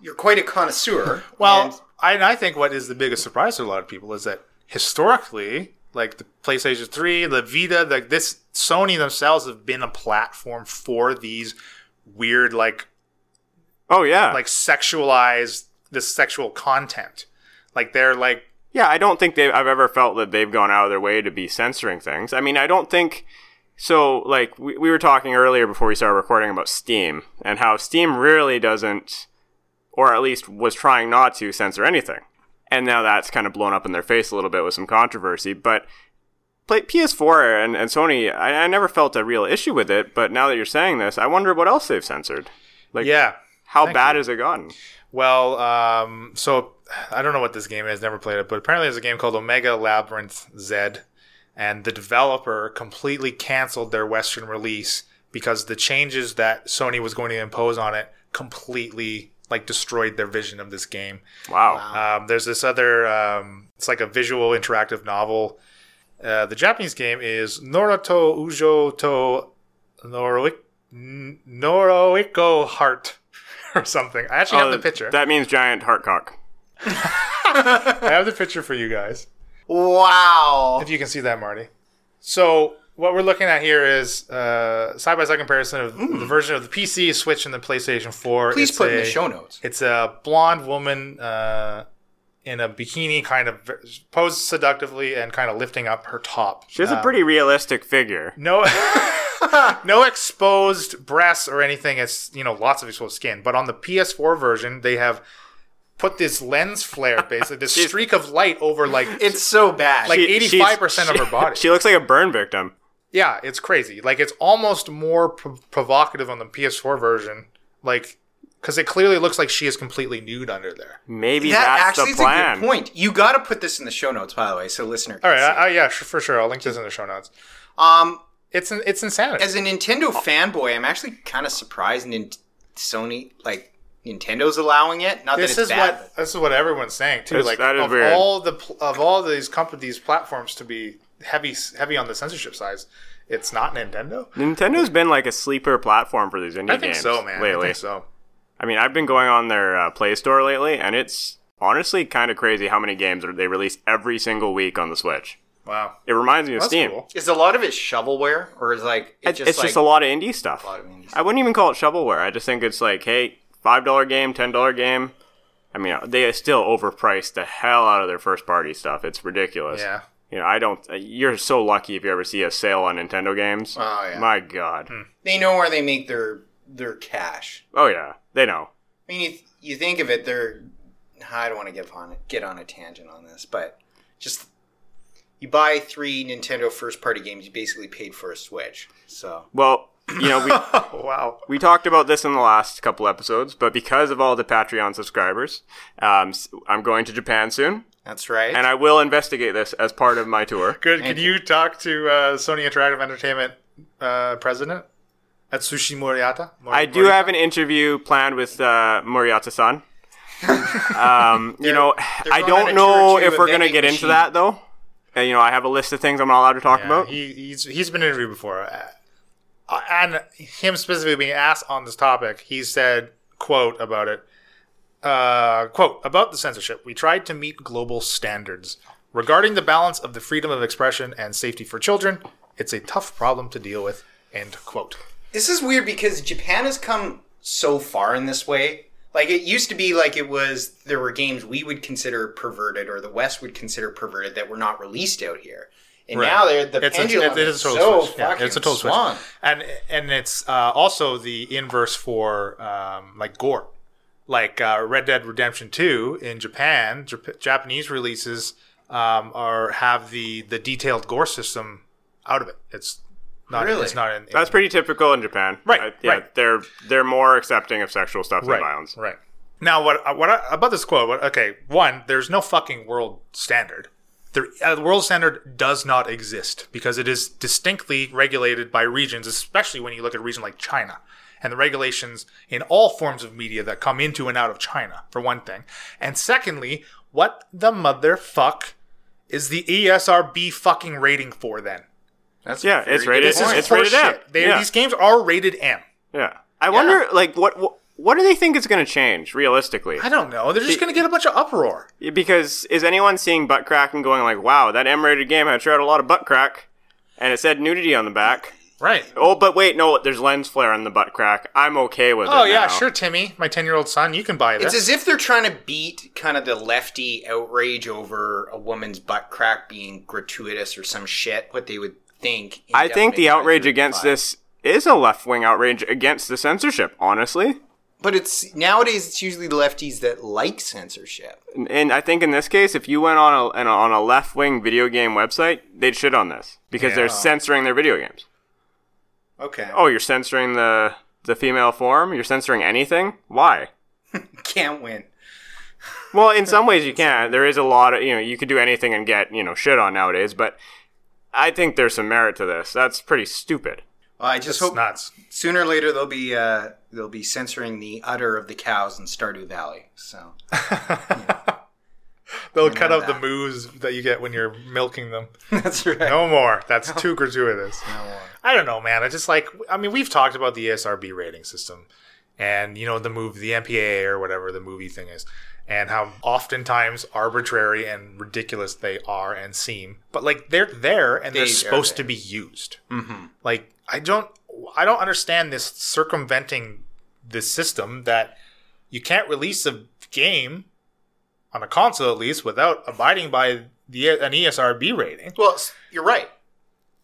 Speaker 2: You're quite a connoisseur. and-
Speaker 1: Well, I, and I think what is the biggest surprise to a lot of people is that historically, like the PlayStation 3, the Vita, like this Sony themselves have been a platform for these weird, like
Speaker 3: Oh yeah,
Speaker 1: like sexualized this sexual content. Like they're like
Speaker 3: yeah. I don't think they I've ever felt that they've gone out of their way to be censoring things. I mean, I don't think so. Like we, we were talking earlier before we started recording about Steam and how Steam really doesn't, or at least was trying not to censor anything. And now that's kind of blown up in their face a little bit with some controversy, but play PS4 and, and Sony, I, I never felt a real issue with it. But now that you're saying this, I wonder what else they've censored. Like,
Speaker 1: yeah.
Speaker 3: how bad has it gotten?
Speaker 1: Well, um, so I don't know what this game is. Never played it, but apparently there's a game called Omega Labyrinth Z, and the developer completely canceled their Western release because the changes that Sony was going to impose on it completely like destroyed their vision of this game.
Speaker 3: Wow.
Speaker 1: Um, there's this other. Um, it's like a visual interactive novel. Uh, the Japanese game is Norato Ujo to Noroik N- Noroiko Heart or something. I actually have
Speaker 3: Oh,
Speaker 1: the picture.
Speaker 3: That means giant heart cock.
Speaker 1: I have the picture for you guys.
Speaker 2: wow.
Speaker 1: If you can see that, Marty. So what we're looking at here is uh, side-by-side comparison of the version of the PC, Switch, and the PlayStation 4.
Speaker 2: Please
Speaker 1: It's
Speaker 2: put in
Speaker 1: a-
Speaker 2: the show notes.
Speaker 1: It's a blonde woman uh, in a bikini, kind of posed seductively and kind of lifting up her top.
Speaker 3: She has
Speaker 1: Um,
Speaker 3: a pretty realistic figure.
Speaker 1: no no exposed breasts or anything it's you know lots of exposed skin but on the ps4 version they have put this lens flare basically this streak of light over like
Speaker 2: It's so bad.
Speaker 1: Like-
Speaker 2: Like,
Speaker 1: 85% of her body.
Speaker 3: She looks like a burn victim.
Speaker 1: yeah it's crazy like it's almost more pro- provocative on the ps4 version like because it clearly looks like she is completely nude under there
Speaker 3: Maybe
Speaker 2: that
Speaker 3: that's
Speaker 2: actually is
Speaker 3: the plan.
Speaker 2: a good point. You got to put this in the show notes, by the way, so listener. Can
Speaker 1: all right
Speaker 2: see.
Speaker 1: I, I, yeah sure, for sure i'll link this in the show notes
Speaker 2: Um,
Speaker 1: it's in- it's insanity
Speaker 2: as a Nintendo fanboy, I'm actually kind of surprised Nin- Sony, like Nintendo's allowing it. Not
Speaker 1: this
Speaker 2: that
Speaker 1: is
Speaker 2: it's bad.
Speaker 1: what this is what everyone's saying too.
Speaker 3: It's-
Speaker 1: like
Speaker 3: that is
Speaker 1: of
Speaker 3: weird.
Speaker 1: all the pl- of all these companies these platforms to be heavy heavy on the censorship size, it's not Nintendo.
Speaker 3: Nintendo's been like a sleeper platform for these indie
Speaker 1: I think
Speaker 3: games
Speaker 1: so, man.
Speaker 3: lately.
Speaker 1: I think so.
Speaker 3: I mean, I've been going on their uh, Play Store lately, and it's honestly kind of crazy how many games are- they release every single week on the Switch.
Speaker 1: Wow,
Speaker 3: It reminds me of
Speaker 1: that's
Speaker 3: Steam.
Speaker 1: cool.
Speaker 2: Is a lot of it shovelware, or is like it
Speaker 3: It's,
Speaker 2: just
Speaker 3: it's
Speaker 2: like
Speaker 3: just a lot of indie stuff.
Speaker 2: lot of indie stuff.
Speaker 3: I wouldn't even call it shovelware. I just think it's like, hey, five dollar game, ten dollar game. I mean, they still overpriced the hell out of their first party stuff. It's ridiculous.
Speaker 1: Yeah,
Speaker 3: You know, I don't. uh, You're so lucky if you ever see a sale on Nintendo games.
Speaker 2: Oh, yeah.
Speaker 3: My God.
Speaker 2: they know where they make their their cash?
Speaker 3: Oh yeah, they know.
Speaker 2: I mean, you, you think of it, they're. I don't want to give on get on a tangent on this, but just you buy three Nintendo first party games, you basically paid for a Switch. So
Speaker 3: Well, you know, we
Speaker 1: wow.
Speaker 3: we talked about this in the last couple episodes, but because of all the Patreon subscribers, um, s- I'm going to Japan soon,
Speaker 2: that's right.
Speaker 3: and I will investigate this as part of my tour.
Speaker 1: Good. Can you talk to uh, Sony Interactive Entertainment uh, president Atsushi Moriata? Mor-
Speaker 3: I do
Speaker 1: Mori-
Speaker 3: have an interview planned with uh, Moriata-san. um, you know,
Speaker 2: going
Speaker 3: I
Speaker 2: on a
Speaker 3: don't
Speaker 2: tour
Speaker 3: know
Speaker 2: to
Speaker 3: if
Speaker 2: a
Speaker 3: we're gonna
Speaker 2: vending
Speaker 3: get into
Speaker 2: machine.
Speaker 3: that though. And, you know, I have a list of things I'm not allowed to talk
Speaker 1: Yeah,
Speaker 3: about.
Speaker 1: he, he's he's been interviewed before, uh, and him specifically being asked on this topic, he said, "quote about it, uh, quote about the censorship. We tried to meet global standards regarding the balance of the freedom of expression and safety for children. It's a tough problem to deal with." End quote.
Speaker 2: This is weird because Japan has come so far in this way. Like it used to be like it was there were games we would consider perverted or the West would consider perverted that were not released out here. And now they're the
Speaker 1: It's a-
Speaker 2: pendulum
Speaker 1: it- it
Speaker 2: is
Speaker 1: is a total
Speaker 2: so
Speaker 1: switch. Yeah,
Speaker 2: fucking
Speaker 1: it's a total switch.
Speaker 2: swung.
Speaker 1: and and it's uh, also the inverse for um, like gore, like uh, Red Dead Redemption Two in Japan. Jap- Japanese releases um, are have the the detailed gore system out of it. It's not.
Speaker 2: Really?
Speaker 1: It's not in. in
Speaker 3: That's pretty typical in Japan,
Speaker 1: Right,
Speaker 3: Uh, yeah,
Speaker 1: right.
Speaker 3: they're they're more accepting of sexual stuff
Speaker 1: right.
Speaker 3: than violence.
Speaker 1: Right. Now, what what I, about this quote? What, okay, one, there's no fucking world standard. There, uh, the world standard does not exist because it is distinctly regulated by regions, especially when you look at a region like China and the regulations in all forms of media that come into and out of China, for one thing. And secondly, what the motherfuck is the E ESRB fucking rating for then?
Speaker 2: That's
Speaker 3: Yeah, it's
Speaker 2: very
Speaker 3: rated.
Speaker 2: good point.
Speaker 3: It's, it's rated M.
Speaker 1: horseshit. They-
Speaker 3: yeah.
Speaker 1: These games are rated M.
Speaker 3: yeah. I wonder, like, what, what what do they think is going to change realistically?
Speaker 1: I don't know. They're just going to get a bunch of uproar.
Speaker 3: Because is anyone seeing butt crack and going like, "Wow, that M-rated game had sure had a lot of butt crack," and it said nudity on the back.
Speaker 1: Right.
Speaker 3: Oh, but wait, no, there's lens flare on the butt crack. I'm okay with it.
Speaker 1: Oh yeah,
Speaker 3: now.
Speaker 1: sure, Timmy, my ten-year-old son, you can buy
Speaker 2: It's
Speaker 1: this.
Speaker 2: as if they're trying to beat kind of the lefty outrage over a woman's butt crack being gratuitous or some shit. What they would think. in
Speaker 3: I think the
Speaker 2: definition of
Speaker 3: outrage against
Speaker 2: 35.
Speaker 3: this is a left-wing outrage against the censorship, honestly.
Speaker 2: but it's nowadays it's usually the lefties that like censorship.
Speaker 3: And- And I think in this case, if you went on a an- on a left-wing video game website, they'd shit on this because
Speaker 1: Yeah.
Speaker 3: they're censoring their video games.
Speaker 2: Okay.
Speaker 3: Oh, you're censoring the the female form. You're censoring anything. Why?
Speaker 2: can't win.
Speaker 3: Well, in some ways you can. There is a lot of you know you could do anything and get you know shit on nowadays. But I think there's some merit to this. That's pretty stupid.
Speaker 2: Well, I just
Speaker 1: It's
Speaker 2: hope
Speaker 1: nuts.
Speaker 2: sooner or later they'll be uh, they'll be censoring the udder of the cows in Stardew Valley. So
Speaker 1: They'll cut
Speaker 2: know
Speaker 1: out the
Speaker 2: that.
Speaker 1: moves that you get when you're milking them.
Speaker 2: that's right.
Speaker 1: No more. That's too gratuitous. I don't know, man. I just like. I mean, we've talked about the ESRB rating system, and you know the move, the MPAA or whatever the movie thing is, and how oftentimes arbitrary and ridiculous they are and seem. But like they're there Mm-hmm. and they are
Speaker 2: They are
Speaker 1: supposed to be used. Like I don't, I don't understand this circumventing the system that you can't release a game on a console at least without abiding by the an E ESRB rating.
Speaker 2: Well, s- you're right.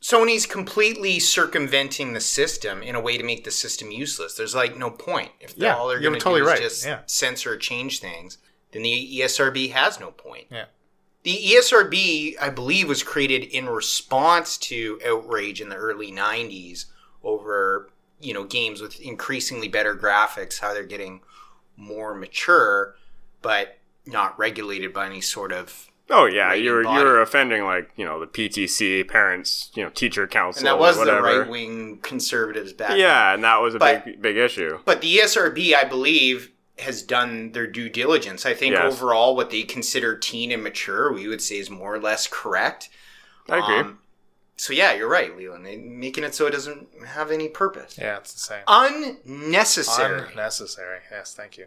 Speaker 2: Sony's completely circumventing the system in a way to make the system useless. There's like no point if the-
Speaker 1: Yeah,
Speaker 2: all they're
Speaker 1: you're
Speaker 2: going to
Speaker 1: totally
Speaker 2: do is
Speaker 1: right,
Speaker 2: just
Speaker 1: yeah.
Speaker 2: censor or change things. Then the E ESRB has no point.
Speaker 1: Yeah.
Speaker 2: The E ESRB, I believe, was created in response to outrage in the early '90s over you know games with increasingly better graphics, how they're getting more mature, but not regulated by any sort of
Speaker 3: Oh yeah,
Speaker 2: Rated
Speaker 3: you're
Speaker 2: body.
Speaker 3: you're offending like you know the PTC, parents, you know, teacher council,
Speaker 2: and that was the
Speaker 3: whatever.
Speaker 2: right wing conservatives back.
Speaker 3: yeah, and that was a
Speaker 2: But-
Speaker 3: big big issue.
Speaker 2: But the E ESRB, I believe, has done their due diligence. I think
Speaker 3: Yes.
Speaker 2: overall, what they consider teen and mature, we would say, is more or less correct.
Speaker 3: I agree.
Speaker 2: Um, so yeah, you're right, Leland. They- Making it so it doesn't have any purpose.
Speaker 1: Yeah, it's the same.
Speaker 2: Unnecessary.
Speaker 1: Unnecessary. Yes, thank you.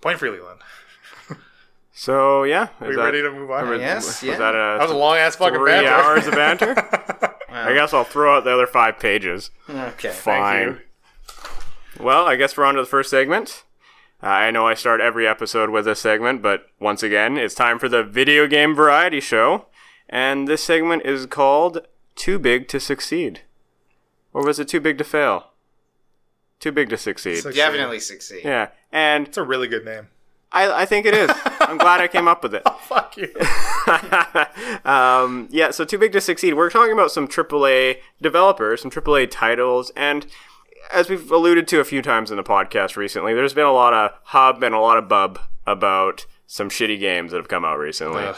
Speaker 1: Point for Leland.
Speaker 3: so yeah,
Speaker 1: Are we
Speaker 3: that,
Speaker 1: ready to move on?
Speaker 3: was,
Speaker 2: Yes,
Speaker 3: was
Speaker 2: yeah.
Speaker 3: that
Speaker 1: That was a
Speaker 3: a
Speaker 1: long ass fucking
Speaker 3: three
Speaker 1: banter.
Speaker 3: hours of banter? I guess I'll throw out the other five pages.
Speaker 2: okay.
Speaker 3: Fine. Well, I guess we're on to the first segment. Uh, I know I start every episode with this segment, but once again, it's time for the video game variety show, and this segment is called "Too Big to Succeed," or was it "Too Big to Fail"? Too big to succeed.
Speaker 1: Succeed.
Speaker 2: Definitely succeed.
Speaker 3: yeah, and
Speaker 1: It's a really good name.
Speaker 3: I, I think it is. I'm glad I came up with it.
Speaker 1: Fuck you.
Speaker 3: um, yeah, so Too Big to Succeed. We're talking about some AAA developers, some AAA titles, and as we've alluded to a few times in the podcast recently, there's been a lot of hub and a lot of bub about some shitty games that have come out recently.
Speaker 1: Ugh.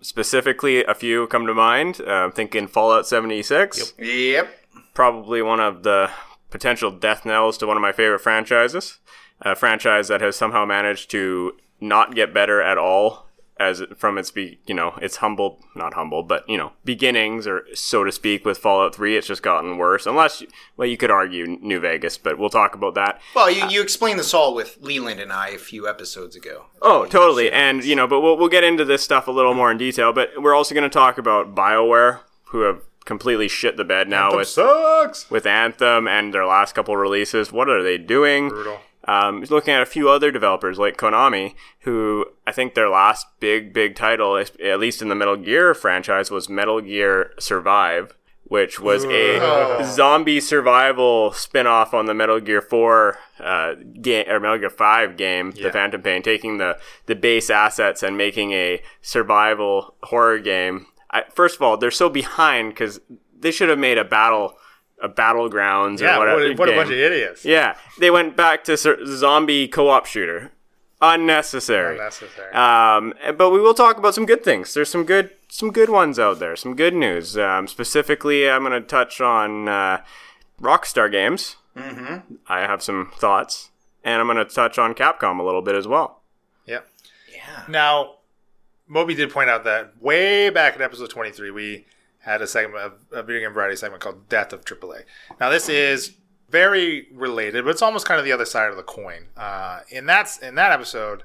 Speaker 3: Specifically, a few come to mind. Uh, I'm thinking Fallout 76,
Speaker 2: Yep.
Speaker 3: probably one of the potential death knells to one of my favorite franchises. A franchise that has somehow managed to not get better at all as from its be you know its humble not humble but you know beginnings or so to speak with Fallout 3 it's just gotten worse unless well you could argue New Vegas but we'll talk about that
Speaker 2: Well, you, you explained this all with Leland and I a few episodes ago.
Speaker 3: Oh, totally. And, you know, but we'll, we'll get into this stuff a little more in detail. But we're also going to talk about BioWare, who have completely shit the bed now
Speaker 1: Anthem
Speaker 3: with,
Speaker 1: sucks.
Speaker 3: with Anthem and their last couple releases. What are they doing?
Speaker 1: Brutal.
Speaker 3: Um, he's looking at a few other developers like Konami, who I think their last big, big title, is- at least in the Metal Gear franchise, was Metal Gear Survive, which was
Speaker 1: Ugh.
Speaker 3: a zombie survival spin off on the Metal Gear 4 uh, game, or Metal Gear 5 game, The Phantom Pain, taking the, the base assets and making a survival horror game. I, first of all, they're so behind because they should have made a battle. A battlegrounds
Speaker 1: Yeah,
Speaker 3: or whatever.
Speaker 1: what, a- what a
Speaker 3: game.
Speaker 1: bunch of idiots.
Speaker 3: Yeah, they went back to sur- zombie co-op shooter. Unnecessary.
Speaker 1: Unnecessary.
Speaker 3: Um, but we will talk about some good things. There's some good some good ones out there. Some good news. Um, specifically, I'm going to touch on uh, Rockstar Games. Mm-hmm. I have some thoughts, and I'm going to touch on Capcom a little bit as well.
Speaker 1: Yep.
Speaker 2: Yeah.
Speaker 1: Now, Moby did point out that way back in episode 23, we had a segment of a video game variety segment called Death of AAA. Now, this is very related, but it's almost kind of the other side of the coin. Uh, in, that, in that episode,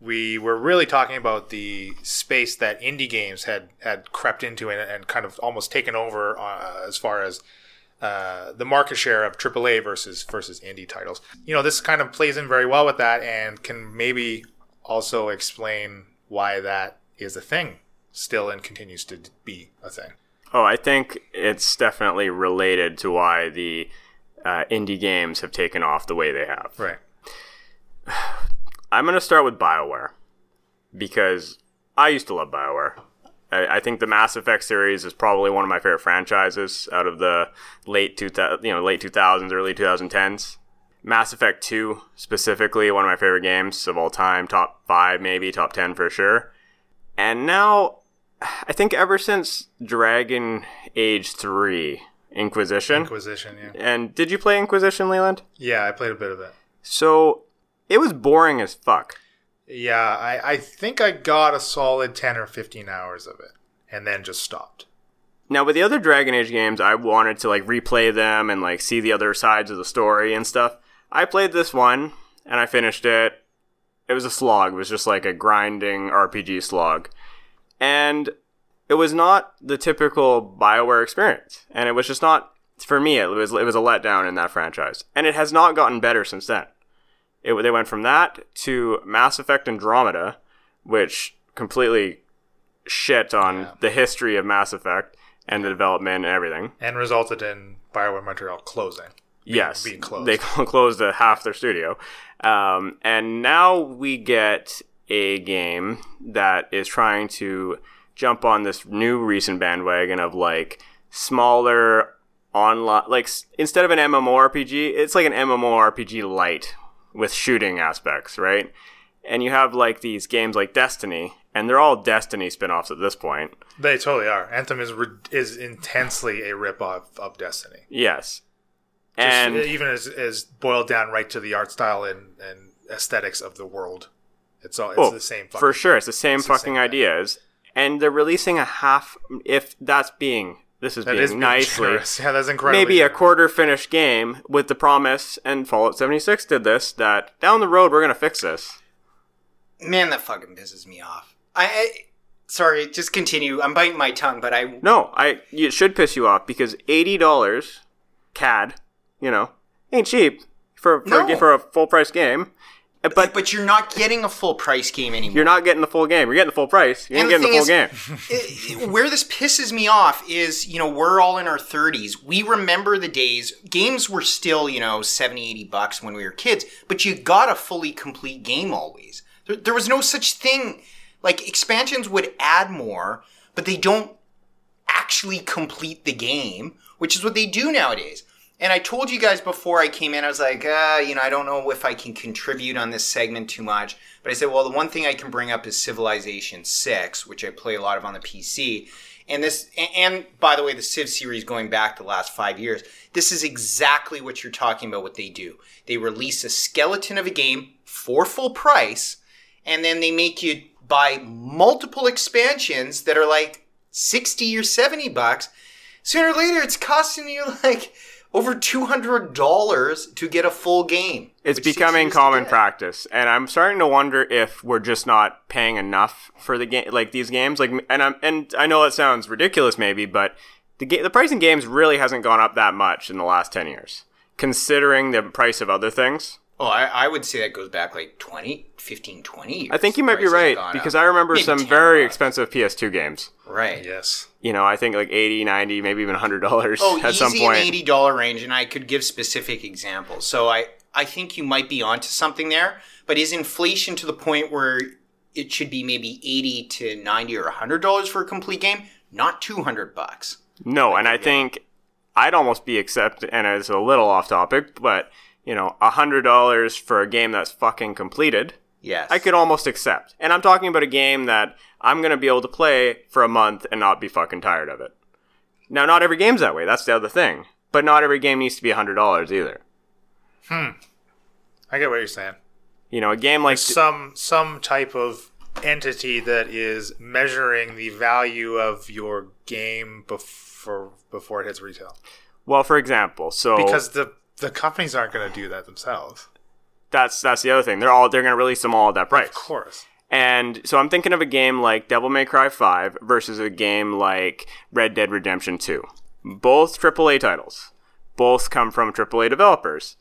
Speaker 1: we were really talking about the space that indie games had, had crept into and, and kind of almost taken over uh, as far as uh, the market share of AAA versus versus indie titles. You know, this kind of plays in very well with that, and can maybe also explain why that is a thing still and continues to d- be a thing.
Speaker 3: Oh, I think it's definitely related to why the uh, indie games have taken off the way they have.
Speaker 1: Right.
Speaker 3: I'm gonna start with Bioware because I used to love Bioware. I, I think the Mass Effect series is probably one of my favorite franchises out of the late two thousand, you know, late two thousands, early two thousand tens. Mass Effect Two specifically, one of my favorite games of all time, top five maybe, top ten for sure. And now, I think ever since Dragon Age Three Inquisition,
Speaker 1: Inquisition, yeah.
Speaker 3: and did you play Inquisition, Leland?
Speaker 1: Yeah, I played a bit of it.
Speaker 3: So it was boring as fuck.
Speaker 1: Yeah, I, I think I got a solid 10 or 15 hours of it and then just stopped.
Speaker 3: Now with the other Dragon Age games, I wanted to like replay them and like see the other sides of the story and stuff. I played this one and I finished it. It was a slog. It was just like a grinding RPG slog. And it was not the typical BioWare experience. And it was just not for me, it was it was a letdown in that franchise. And it has not gotten better since then. It, they went from that to Mass Effect Andromeda, which completely shit on
Speaker 1: Yeah.
Speaker 3: the history of Mass Effect and the development and everything.
Speaker 1: and resulted in Bioware Montreal closing.
Speaker 3: yes,
Speaker 1: being closed.
Speaker 3: they closed uh, half their studio, um, and now we get a game that is trying to jump on this new recent bandwagon of like smaller online, like s- instead of an MMORPG, it's like an MMORPG light with shooting aspects, right? And you have like these games like Destiny, and they're all Destiny spin-offs at this point.
Speaker 1: They totally are. Anthem is re- is intensely a ripoff of Destiny.
Speaker 3: Yes.
Speaker 1: Just uh,
Speaker 3: And
Speaker 1: even as, as boiled down right to the art style and, and aesthetics of the world, it's all it's
Speaker 3: Oh,
Speaker 1: the same.
Speaker 3: for sure. It's the same
Speaker 1: it's the
Speaker 3: fucking
Speaker 1: same
Speaker 3: ideas, and they're releasing a half. If that's being this is
Speaker 1: That
Speaker 3: being
Speaker 1: is being
Speaker 3: nicely,
Speaker 1: generous. Yeah, that's incredible.
Speaker 3: maybe a quarter finished game with the promise, and Fallout seventy six did this. That down the road we're gonna fix this.
Speaker 2: Man, that fucking pisses me off. I, I sorry, just continue. I'm biting my tongue, but I
Speaker 3: No, I it should piss you off because eighty dollars CAD, you know, ain't cheap for for, a,
Speaker 2: No.
Speaker 3: ga- for a full price game. Uh, But
Speaker 2: but you're not getting a full price game anymore.
Speaker 3: you're not getting the full game. You're getting the full price. You ain't
Speaker 2: And
Speaker 3: getting
Speaker 2: the
Speaker 3: the full
Speaker 2: thing
Speaker 3: game.
Speaker 2: it- it- where this pisses me off is, you know, we're all in our 30s. We remember the days games were still, you know, 70, 80 bucks when we were kids, but you got a fully complete game always. There, there was no such thing. Like expansions would add more, but they don't actually complete the game, which is what they do nowadays. And I told you guys before I came in, I was like, uh, you know, I don't know if I can contribute on this segment too much. But I said, well, the one thing I can bring up is Civilization 6, which I play a lot of on the PC. And this, and, and by the way, the Civ series going back the last five years, this is exactly what you're talking about, what they do. They release a skeleton of a game for full price, and then they make you buy multiple expansions that are like 60 or 70 bucks sooner or later it's costing you like over $200 to get a full game
Speaker 3: It's
Speaker 2: which takes
Speaker 3: becoming
Speaker 2: years to
Speaker 3: common
Speaker 2: get.
Speaker 3: practice, and I'm starting to wonder if we're just not paying enough for the game, like these games. Like, and I'm and I know that sounds ridiculous, maybe, but the ga- the price in games really hasn't gone up that much in the last ten years, considering the price of other things.
Speaker 2: oh I, I would say that goes back like 20 15 20 years
Speaker 3: I think you might be
Speaker 2: Prices have
Speaker 3: right
Speaker 2: gone up.
Speaker 3: because I remember
Speaker 2: Maybe
Speaker 3: some
Speaker 2: 10
Speaker 3: very
Speaker 2: bucks.
Speaker 3: expensive PS2 games.
Speaker 2: right
Speaker 1: Yes,
Speaker 3: You know, I think like 80, 90, maybe even hundred dollars
Speaker 2: oh
Speaker 3: at
Speaker 2: easy
Speaker 3: some point.
Speaker 2: in the $80 range and i could give specific examples so i i think you might be onto something there but is inflation to the point where it should be maybe 80 to 90 or $100 for a complete game not 200 bucks
Speaker 3: No, and I think I'd almost be accept, and it's a little off topic, but you know, a hundred dollars for a game that's fucking completed,
Speaker 2: yes
Speaker 3: I could almost accept. And I'm talking about a game that I'm gonna be able to play for a month and not be fucking tired of it. Now, not every game's that way. That's the other thing. But not every game needs to be a hundred dollars either.
Speaker 1: I get what you're saying.
Speaker 3: You know, a game like
Speaker 1: Some some type of entity that is measuring the value of your game before before it hits retail,
Speaker 3: well, for example, so
Speaker 1: because the the companies aren't going to do that themselves.
Speaker 3: that's that's the other thing. They're all they're gonna release them all at that price.
Speaker 1: Of course,
Speaker 3: And so I'm thinking of a game like Devil May Cry 5 versus a game like Red Dead Redemption 2. Both AAA titles. Both come from AAA developers.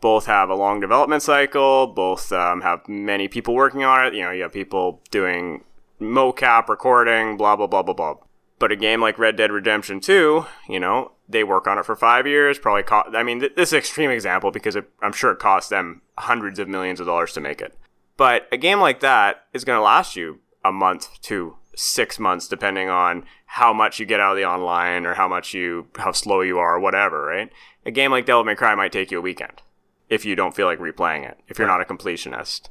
Speaker 3: Both have a long development cycle. Both um, have many people working on it. You know, you have people doing mocap, recording, blah, blah, blah, blah, blah. But a game like Red Dead Redemption 2, you know, they work on it for five years. Probably cost, I mean, th- this is an extreme example because it, I'm sure it cost them hundreds of millions of dollars to make it. But a game like that is going to last you a month to six months, depending on how much you get out of the online or how much you, how slow you are, or whatever, right? A game like Devil May Cry might take you a weekend if you don't feel like replaying it, if you're not a completionist.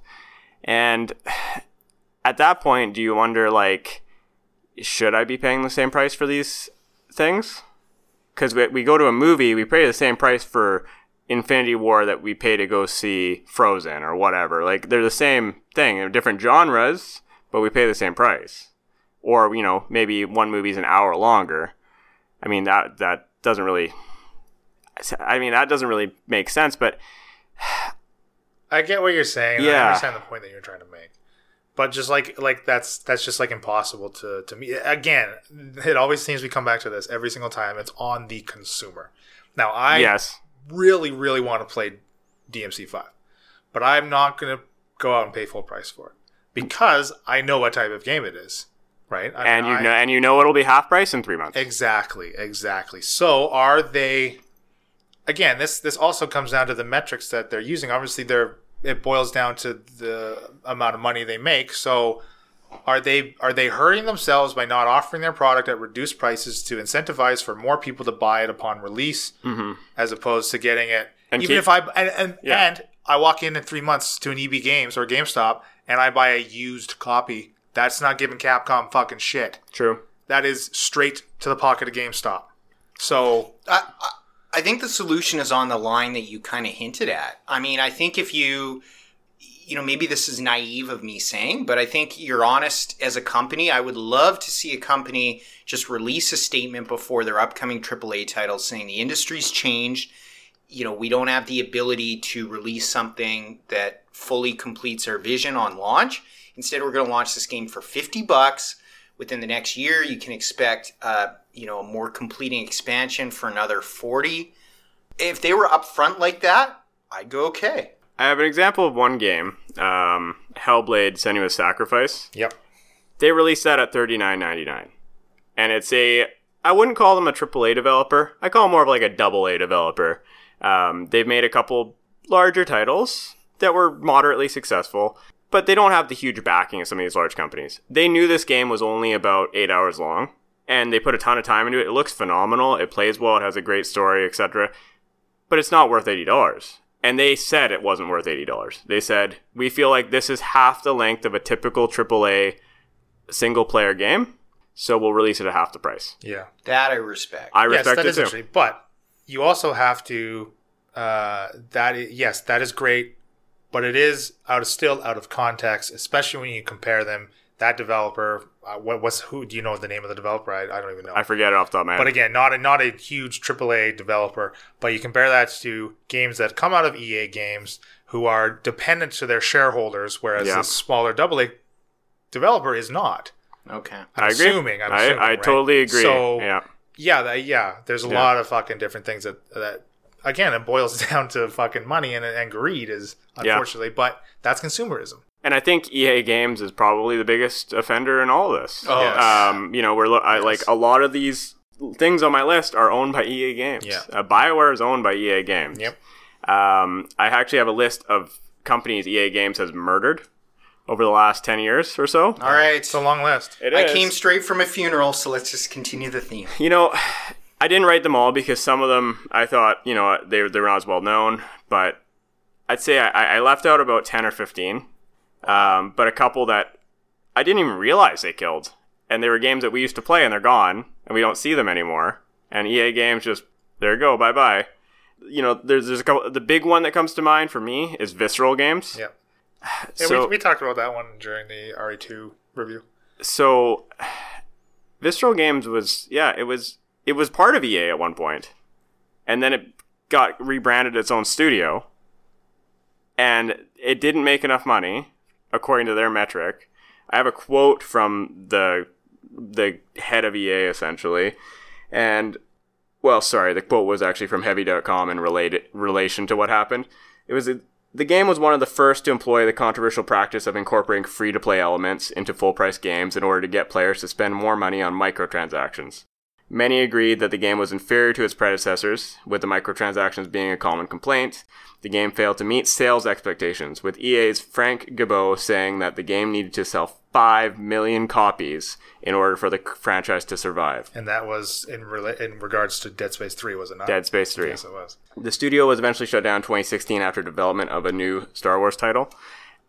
Speaker 3: And at that point, do you wonder, like, should I be paying the same price for these things? Because we, we go to a movie, we pay the same price for Infinity War that we pay to go see Frozen or whatever. Like they're the same thing. They're different genres, but we pay the same price. Or you know, maybe one movie's an hour longer. I mean that that doesn't really. I mean that doesn't really make sense. But
Speaker 1: I get what you're saying. Yeah. I
Speaker 3: Yeah.
Speaker 1: understand the point that you're trying to make. But just like like that's that's just like impossible to to me. Again, it always seems we come back to this every single time. It's on the consumer. Now I
Speaker 3: yes,
Speaker 1: really really want to play DMC5, but I'm not going to go out and pay full price for it. because I know what type of game it is, right? I mean,
Speaker 3: and you
Speaker 1: I-
Speaker 3: know, and you know it'll be half price in three months.
Speaker 1: Exactly, exactly. So are they again, this this also comes down to the metrics that they're using. Obviously they're it boils down to the amount of money they make. So are they are they hurting themselves by not offering their product at reduced prices to incentivize for more people to buy it upon release as opposed to getting it
Speaker 3: Mm-hmm. And
Speaker 1: even
Speaker 3: keep-
Speaker 1: if I and and,
Speaker 3: Yeah.
Speaker 1: and I walk in in 3 months to an EB Games or GameStop and I buy a used copy. That's not giving Capcom fucking shit
Speaker 3: True.
Speaker 1: that is straight to the pocket of GameStop. So
Speaker 2: I, I- I think the solution is on the line that you kind of hinted at. I mean, I think if you, you know, maybe this is naive of me saying, but I think you're honest as a company. I would love to see a company just release a statement before their upcoming AAA titles saying the industry's changed. You know, we don't have the ability to release something that fully completes our vision on launch. Instead, we're going to launch this game for 50 bucks within the next year you can expect uh, you know a more completing expansion for another 40 if they were upfront like that i'd go okay
Speaker 3: I have an example of one game, um, Hellblade: Senua's Sacrifice.
Speaker 1: yep,
Speaker 3: They released that at thirty nine ninety nine, and it's a I wouldn't call them a AAA developer. I call them more of like a double A developer. Um, they've made a couple larger titles that were moderately successful, but they don't have the huge backing of some of these large companies. They knew this game was only about eight hours long, and they put a ton of time into it. It looks phenomenal. It plays well. It has a great story, etc. But it's not worth eighty dollars. And they said it wasn't worth eighty dollars. They said we feel like this is half the length of a typical AAA single player game, so we'll release it at half the price.
Speaker 1: yeah,
Speaker 2: that i respect
Speaker 3: I
Speaker 1: yes,
Speaker 3: respect
Speaker 1: that
Speaker 3: it
Speaker 1: is
Speaker 3: too.
Speaker 1: interesting. But you also have to uh, that is, yes, that is great, but it is out of still out of context, especially when you compare them. That developer, uh, what, what's who? Do you know the name of the developer? I, I don't even know.
Speaker 3: I forget it off the top of my head.
Speaker 1: but again, not a not a huge AAA developer. But you compare that to games that come out of EA games, who are dependent to their shareholders, whereas
Speaker 3: Yeah.
Speaker 1: this smaller AA developer is not.
Speaker 2: okay
Speaker 1: I'm
Speaker 3: I agree.
Speaker 1: assuming. I'm
Speaker 3: I,
Speaker 1: assuming,
Speaker 3: I
Speaker 1: right?
Speaker 3: totally agree.
Speaker 1: So yeah,
Speaker 3: yeah.
Speaker 1: that, yeah. There's a
Speaker 3: Yeah.
Speaker 1: lot of fucking different things that that again it boils down to fucking money and and greed is
Speaker 3: Yeah.
Speaker 1: unfortunately, but that's consumerism.
Speaker 3: And I think EA Games is probably the biggest offender in all of this.
Speaker 2: Oh,
Speaker 1: Yes.
Speaker 3: um, you know, we're lo- I,
Speaker 1: Yes.
Speaker 3: like a lot of these things on my list are owned by EA Games.
Speaker 1: Yeah.
Speaker 3: Uh, Bioware is owned by EA Games.
Speaker 1: Yep.
Speaker 3: Um, I actually have a list of companies EA Games has murdered over the last ten years or so.
Speaker 2: all right
Speaker 1: It's a long list.
Speaker 3: It
Speaker 2: i
Speaker 3: is.
Speaker 2: came straight from a funeral so let's just continue the theme
Speaker 3: You know, I didn't write them all because some of them I thought you know they they were not as well known, but I'd say I, I left out about ten or fifteen, um, but a couple that I didn't even realize they killed, and they were games that we used to play and they're gone and we don't see them anymore. And EA Games just there you go bye bye. You know, there's there's a couple. The big one that comes to mind for me is Visceral Games.
Speaker 1: Yeah. Yeah,
Speaker 3: So,
Speaker 1: we, we talked about that one during the RE2 review.
Speaker 3: so Visceral Games was yeah, it was it was part of EA at one point, and then it got rebranded its own studio, and it didn't make enough money according to their metric. I have a quote from the the head of EA essentially, and well, sorry, the quote was actually from Heavy.com in related relation to what happened. It was the game was one of the first to employ the controversial practice of incorporating free-to-play elements into full-price games in order to get players to spend more money on microtransactions. Many agreed that the game was inferior to its predecessors, with the microtransactions being a common complaint. The game failed to meet sales expectations, with EA's Frank Gabot saying that the game needed to sell 5 million copies in order for the c- franchise to survive.
Speaker 1: And that was in rela- in regards to Dead Space 3, was it not?
Speaker 3: Dead Space 3.
Speaker 1: Yes, it was.
Speaker 3: The studio was eventually shut down in 2016 after development of a new Star Wars title,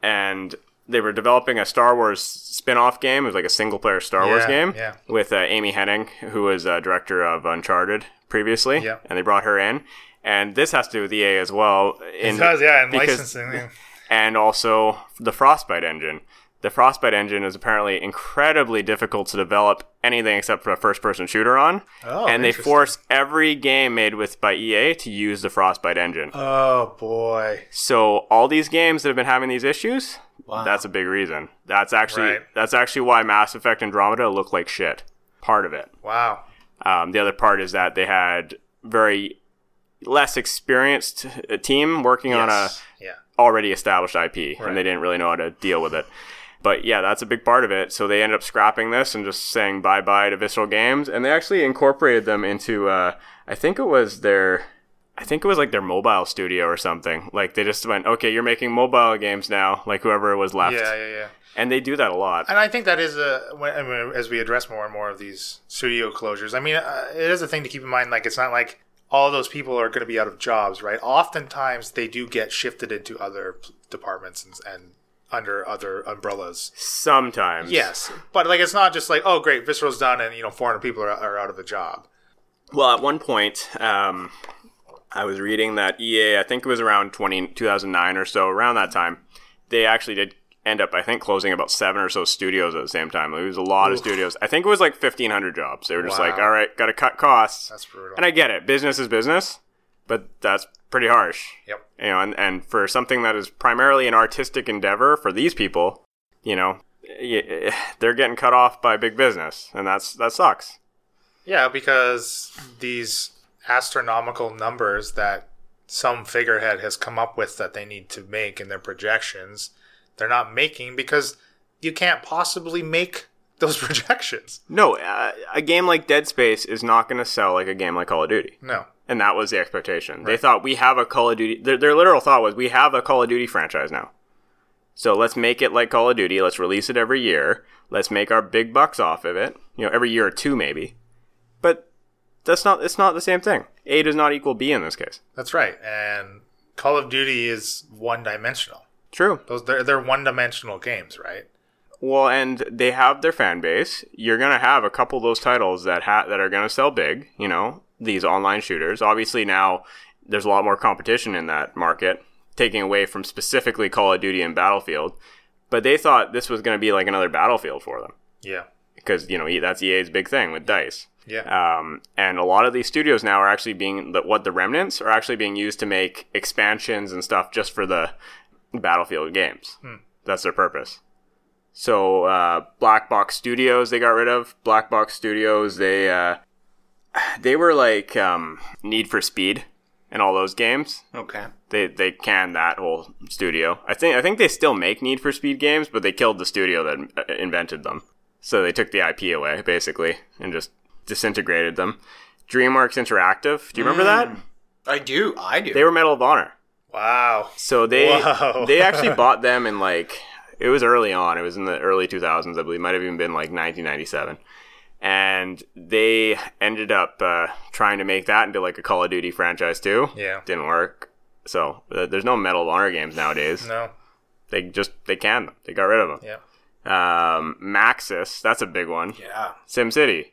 Speaker 3: and they were developing a Star Wars spin-off game. It was like a single-player Star Wars
Speaker 1: Yeah,
Speaker 3: game
Speaker 1: yeah.
Speaker 3: with uh, Amy Hennig, who was uh, director of Uncharted previously,
Speaker 1: Yeah.
Speaker 3: and they brought her in. And this has to do with EA as well. In,
Speaker 1: It does, yeah, and
Speaker 3: because-
Speaker 1: licensing. yeah.
Speaker 3: and also the Frostbite engine. The Frostbite engine is apparently incredibly difficult to develop anything except for a first-person shooter on,
Speaker 1: Oh,
Speaker 3: and they
Speaker 1: interesting.
Speaker 3: force every game made with by EA to use the Frostbite engine.
Speaker 1: Oh boy.
Speaker 3: So all these games that have been having these issues,
Speaker 2: Wow.
Speaker 3: that's a big reason. That's actually
Speaker 1: Right.
Speaker 3: that's actually why Mass Effect Andromeda looked like shit. Part of it.
Speaker 1: Wow.
Speaker 3: Um, the other part is that they had very less experienced uh, team working on a
Speaker 1: Yes. yeah.
Speaker 3: already established IP,
Speaker 1: Right.
Speaker 3: and they didn't really know how to deal with it. But yeah, that's a big part of it. So they ended up scrapping this and just saying bye bye to Visceral Games, and they actually incorporated them into uh, I think it was their I think it was like their mobile studio or something. Like they just went, okay, you're making mobile games now. Like whoever was left,
Speaker 1: Yeah, yeah, yeah.
Speaker 3: and they do that a lot.
Speaker 1: And I think that is a when, I mean, as we address more and more of these studio closures. I mean, uh, it is a thing to keep in mind. Like, it's not like all those people are going to be out of jobs, right? Oftentimes, they do get shifted into other p- departments and, and under other umbrellas.
Speaker 3: Sometimes,
Speaker 1: Yes, but like, it's not just like, oh, great, Visceral's done, and you know, 400 people are, are out of a job.
Speaker 3: Well, at one point, um, I was reading that EA, I think it was around 20, 2009 or so, around that time, they actually did end up, I think, closing about seven or so studios at the same time. It was a lot of studios. I think it was like 1,500 jobs. They were just like,
Speaker 1: Wow.
Speaker 3: all right, got to cut costs.
Speaker 1: That's brutal.
Speaker 3: and I get it. Business is business, but that's pretty harsh
Speaker 1: yep.
Speaker 3: you know, and, and for something that is primarily an artistic endeavor for these people, you know, y- eh, they're getting cut off by big business, and that's that sucks.
Speaker 1: Yeah, because these astronomical numbers that some figurehead has come up with that they need to make in their projections, they're not making because you can't possibly make those projections.
Speaker 3: No, uh, a game like Dead Space is not going to sell like a game like Call of Duty,
Speaker 1: No.
Speaker 3: and that was the expectation. They thought we have a Call of Duty. Their, their literal thought was we have a Call of Duty franchise now, so let's make it like Call of Duty. Let's release it every year. Let's make our big bucks off of it. You know, every year or two maybe, but that's not. It's not the same thing. A does not equal B in this case.
Speaker 1: That's right. And Call of Duty is one dimensional.
Speaker 3: True.
Speaker 1: Those they're, they're one dimensional games, right?
Speaker 3: Well, and they have their fan base. You're gonna have a couple of those titles that ha- that are gonna sell big. You know, these online shooters. Obviously, now there's a lot more competition in that market, taking away from specifically Call of Duty and Battlefield. But they thought this was gonna be like another Battlefield for them
Speaker 1: Yeah.
Speaker 3: because you know E- that's EA's big thing with Dice.
Speaker 1: Yeah.
Speaker 3: Um, and a lot of these studios now are actually being the, what the remnants are actually being used to make expansions and stuff just for the Battlefield games. That's their purpose. So uh, Black Box Studios they got rid of. Black Box Studios they uh, they were like um, Need for Speed and all those games.
Speaker 2: Okay.
Speaker 3: They they canned that whole studio. I think I think they still make Need for Speed games, but they killed the studio that uh, invented them. So they took the IP away basically and just disintegrated them. DreamWorks Interactive, do you remember
Speaker 2: Mm.
Speaker 3: that?
Speaker 2: I do. I do.
Speaker 3: They were Medal of Honor.
Speaker 1: Wow.
Speaker 3: So they
Speaker 1: Whoa.
Speaker 3: they actually bought them in like it was early on. It was in the early 2000s, I believe. Might have even been like 1997. And they ended up uh, trying to make that into like a Call of Duty franchise too.
Speaker 1: Yeah.
Speaker 3: didn't work. So uh, there's no Medal of Honor games nowadays.
Speaker 1: No.
Speaker 3: They just they canned them. They got rid of them.
Speaker 1: Yeah.
Speaker 3: Um, Maxis, that's a big one.
Speaker 2: yeah.
Speaker 3: SimCity.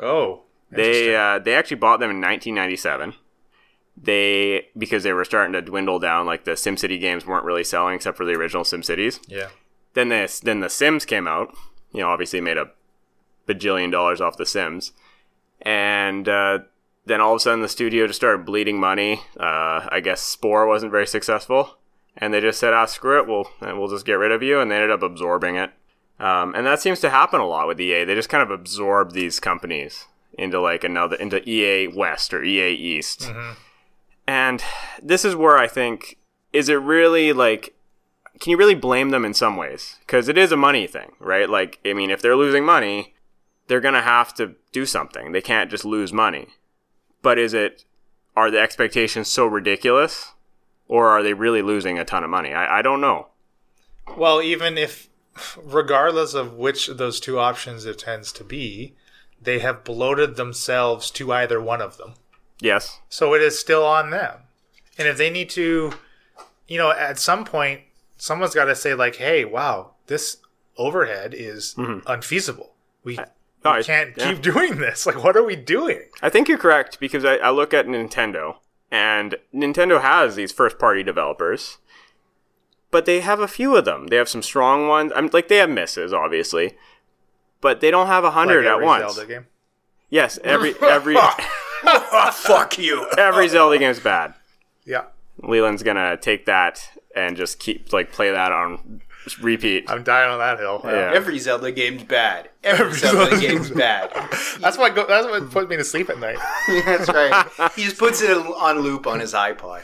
Speaker 1: Oh.
Speaker 3: They uh, they actually bought them in 1997. They because they were starting to dwindle down. Like the SimCity games weren't really selling except for the original SimCities.
Speaker 1: Yeah.
Speaker 3: Then this then the Sims came out. You know, obviously made a bajillion dollars off the Sims, and uh, then all of a sudden the studio just started bleeding money. Uh, I guess Spore wasn't very successful, and they just said, "Ah, screw it, we'll we'll just get rid of you," and they ended up absorbing it. Um, and that seems to happen a lot with EA. They just kind of absorb these companies into like another into EA West or EA East. And this is where I think is it really like can you really blame them in some ways? Cuz it is a money thing, right? Like I mean, if they're losing money, they're going to have to do something. They can't just lose money. But is it are the expectations so ridiculous or are they really losing a ton of money? I, I don't know.
Speaker 1: Well, even if, regardless of which of those two options it tends to be, they have bloated themselves to either one of them.
Speaker 3: Yes.
Speaker 1: So it is still on them. And if they need to, you know, at some point, someone's got to say, like, hey, wow, this overhead is unfeasible. We,
Speaker 3: No,
Speaker 1: we
Speaker 3: it's-
Speaker 1: can't
Speaker 3: Mm-hmm. yeah.
Speaker 1: keep doing this. Like, what are we doing?
Speaker 3: I think you're correct because I, I look at Nintendo, and Nintendo has these first party developers, but they have a few of them. They have some strong ones. I'm like they have misses, obviously, but they don't have a
Speaker 1: Like
Speaker 3: hundred at
Speaker 1: every
Speaker 3: once.
Speaker 1: Zelda game.
Speaker 3: Yes, every every Oh,
Speaker 2: Fuck you.
Speaker 3: every Zelda game's bad.
Speaker 1: Yeah.
Speaker 3: Leland's gonna take that and just keep like play that on repeat.
Speaker 1: I'm dying on that hill.
Speaker 3: Yeah.
Speaker 2: Every Zelda game's bad. Every Zelda game's bad.
Speaker 1: That's what go, that's what put me to sleep at night.
Speaker 2: That's right. He just puts it on loop on his iPod.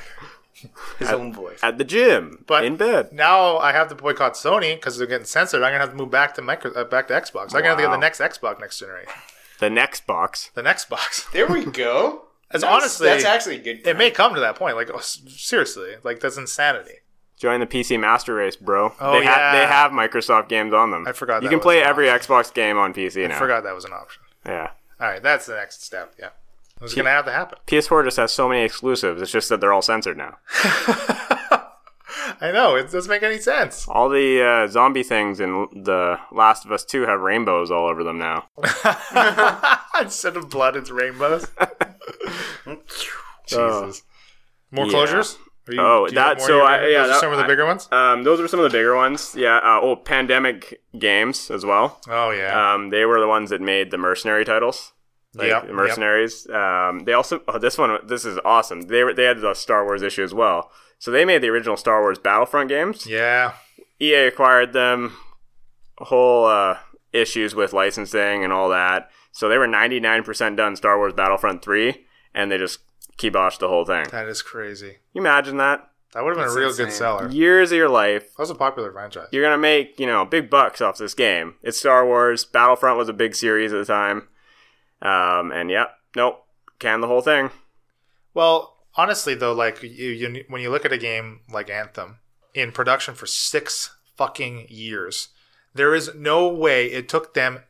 Speaker 2: His own voice.
Speaker 3: at the gym,
Speaker 1: But-
Speaker 3: in bed.
Speaker 1: Now I have to boycott Sony because they're getting censored. I'm gonna have to move back to micro, uh, back to Xbox. I'm gonna have to get
Speaker 3: Wow.
Speaker 1: the next Xbox next generation.
Speaker 3: The next box.
Speaker 1: The next box.
Speaker 2: There we go.
Speaker 1: That's honestly-
Speaker 2: that's actually good.
Speaker 1: It may come to that point. Like oh, s- seriously, like that's insanity.
Speaker 3: Join the PC Master Race, bro.
Speaker 1: Oh,
Speaker 3: they,
Speaker 1: yeah.
Speaker 3: they have Microsoft games on them.
Speaker 1: I forgot that
Speaker 3: You can
Speaker 1: was
Speaker 3: play
Speaker 1: an
Speaker 3: every Xbox game on PC now.
Speaker 1: I forgot that was an option.
Speaker 3: Yeah.
Speaker 1: All right, that's the next step. Yeah, it's gonna have to happen.
Speaker 3: PS4 just has so many exclusives. It's just that they're all censored now.
Speaker 1: I know it doesn't make any sense.
Speaker 3: All the uh, zombie things in the Last of Us 2 have rainbows all over them now.
Speaker 1: Instead of blood, it's rainbows. Jesus. More
Speaker 3: Yeah.
Speaker 1: closures. Are you-
Speaker 3: Oh,
Speaker 1: do you have
Speaker 3: that-
Speaker 1: more
Speaker 3: so
Speaker 1: you're
Speaker 3: I-
Speaker 1: doing?
Speaker 3: yeah,
Speaker 1: Those are
Speaker 3: that-
Speaker 1: some of the
Speaker 3: I-
Speaker 1: bigger ones.
Speaker 3: Um, those were some of the bigger ones. Yeah. Uh, oh, pandemic games as well.
Speaker 1: Oh yeah,
Speaker 3: Um, they were the ones that made the mercenary titles. Like
Speaker 1: Yep,
Speaker 3: the mercenaries. Um, they also oh, this one this is awesome. They were they had the Star Wars issue as well. So they made the original Star Wars Battlefront games.
Speaker 1: yeah.
Speaker 3: EA acquired them. Whole uh, issues with licensing and all that. So they were 99% done Star Wars Battlefront 3 and they just kiboshed the whole thing. Can
Speaker 1: That is crazy.
Speaker 3: you imagine that?
Speaker 1: That would have been
Speaker 2: That's
Speaker 1: a real
Speaker 2: insane.
Speaker 1: good seller. That
Speaker 3: Years of your life
Speaker 1: was a popular franchise.
Speaker 3: you're gonna make you know big bucks off this game. It's Star Wars. Battlefront was a big series at the time, um, and yeah, nope, can the whole thing.
Speaker 1: Well, honestly though, like you, you, when you look at a game like Anthem in production for six fucking years, there is no way it took them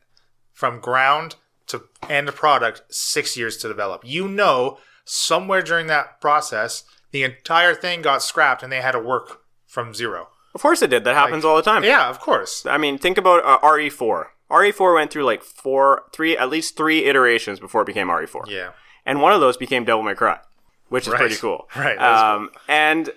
Speaker 1: from ground to end product six years to develop. You know, somewhere during that process, the entire thing got scrapped and they had to work from zero.
Speaker 3: Of course it did. That happens all the time.
Speaker 1: Yeah, of course.
Speaker 3: I mean, think about uh, RE4. RE4 went through like four, three, at least three iterations before it became RE4,
Speaker 1: Yeah.
Speaker 3: and one of those became Devil May Cry, which is
Speaker 1: Right.
Speaker 3: pretty cool.
Speaker 1: Right, that is
Speaker 3: Um, and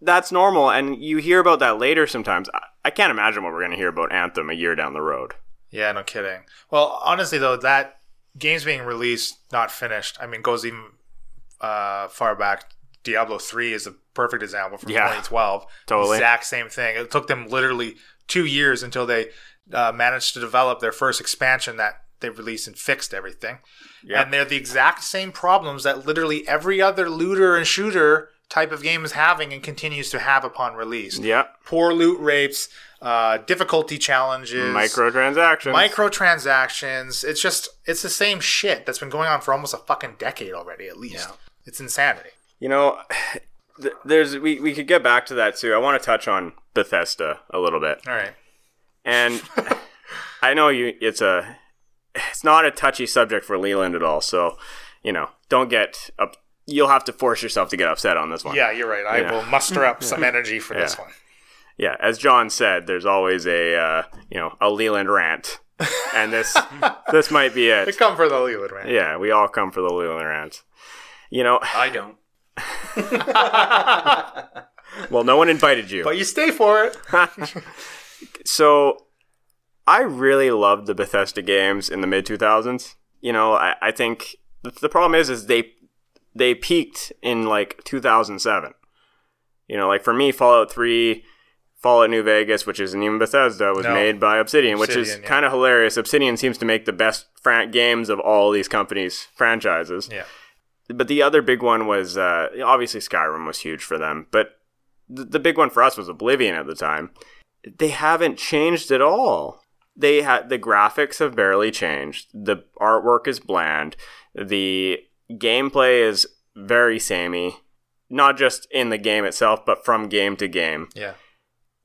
Speaker 3: that's normal, and you hear about that later sometimes. I, I can't imagine what we're gonna hear about Anthem a year down the road.
Speaker 1: Yeah, no kidding. Well, honestly though, that games being released not finished. I mean, goes even uh, far back. Diablo three is a perfect example from
Speaker 3: Yeah.
Speaker 1: 2012.
Speaker 3: Totally.
Speaker 1: exact same thing. It took them literally two years until they uh, managed to develop their first expansion that they released and fixed everything.
Speaker 3: Yeah.
Speaker 1: And they're the exact same problems that literally every other looter and shooter type of game is having and continues to have upon release.
Speaker 3: Yeah,
Speaker 1: Poor loot rates, uh, difficulty challenges,
Speaker 3: microtransactions.
Speaker 1: microtransactions. It's just it's the same shit that's been going on for almost a fucking decade already, at least. It's insanity.
Speaker 3: You know, th- there's we, we could get back to that too. I want to touch on Bethesda a little bit,
Speaker 1: All right.
Speaker 3: and I know you. It's a it's not a touchy subject for Leland at all. So you know, don't get up. You'll have to force yourself to get upset on this one.
Speaker 1: Yeah, you're right. I
Speaker 3: Yeah.
Speaker 1: will muster up some energy for this
Speaker 3: Yeah.
Speaker 1: one.
Speaker 3: yeah. As John said, there's always a uh, you know a Leland rant, and this this might be
Speaker 1: They
Speaker 3: it.
Speaker 1: come for the Hollywood rant.
Speaker 3: Yeah, we all come for the Leland rant. You know,
Speaker 2: I don't.
Speaker 3: well, no one invited you.
Speaker 1: But you stay for it.
Speaker 3: so I really loved the Bethesda games in the mid 2000s. You know, I, I think the, the problem is is they they peaked in like 2007. You know, like for me, Fallout 3, Fallout New Vegas, which isn't even Bethesda, was
Speaker 1: No.
Speaker 3: made by Obsidian, which is
Speaker 1: Obsidian, yeah.
Speaker 3: kind of hilarious. Obsidian seems to make the best fran- games of all these companies' franchises
Speaker 1: Yeah.
Speaker 3: but the other big one was uh, obviously Skyrim was huge for them, but th- the big one for us was Oblivion at the time. They haven't changed at all. They ha- the graphics have barely changed. The artwork is bland. The gameplay is very samey, not just in the game itself, but from game to game.
Speaker 1: Yeah.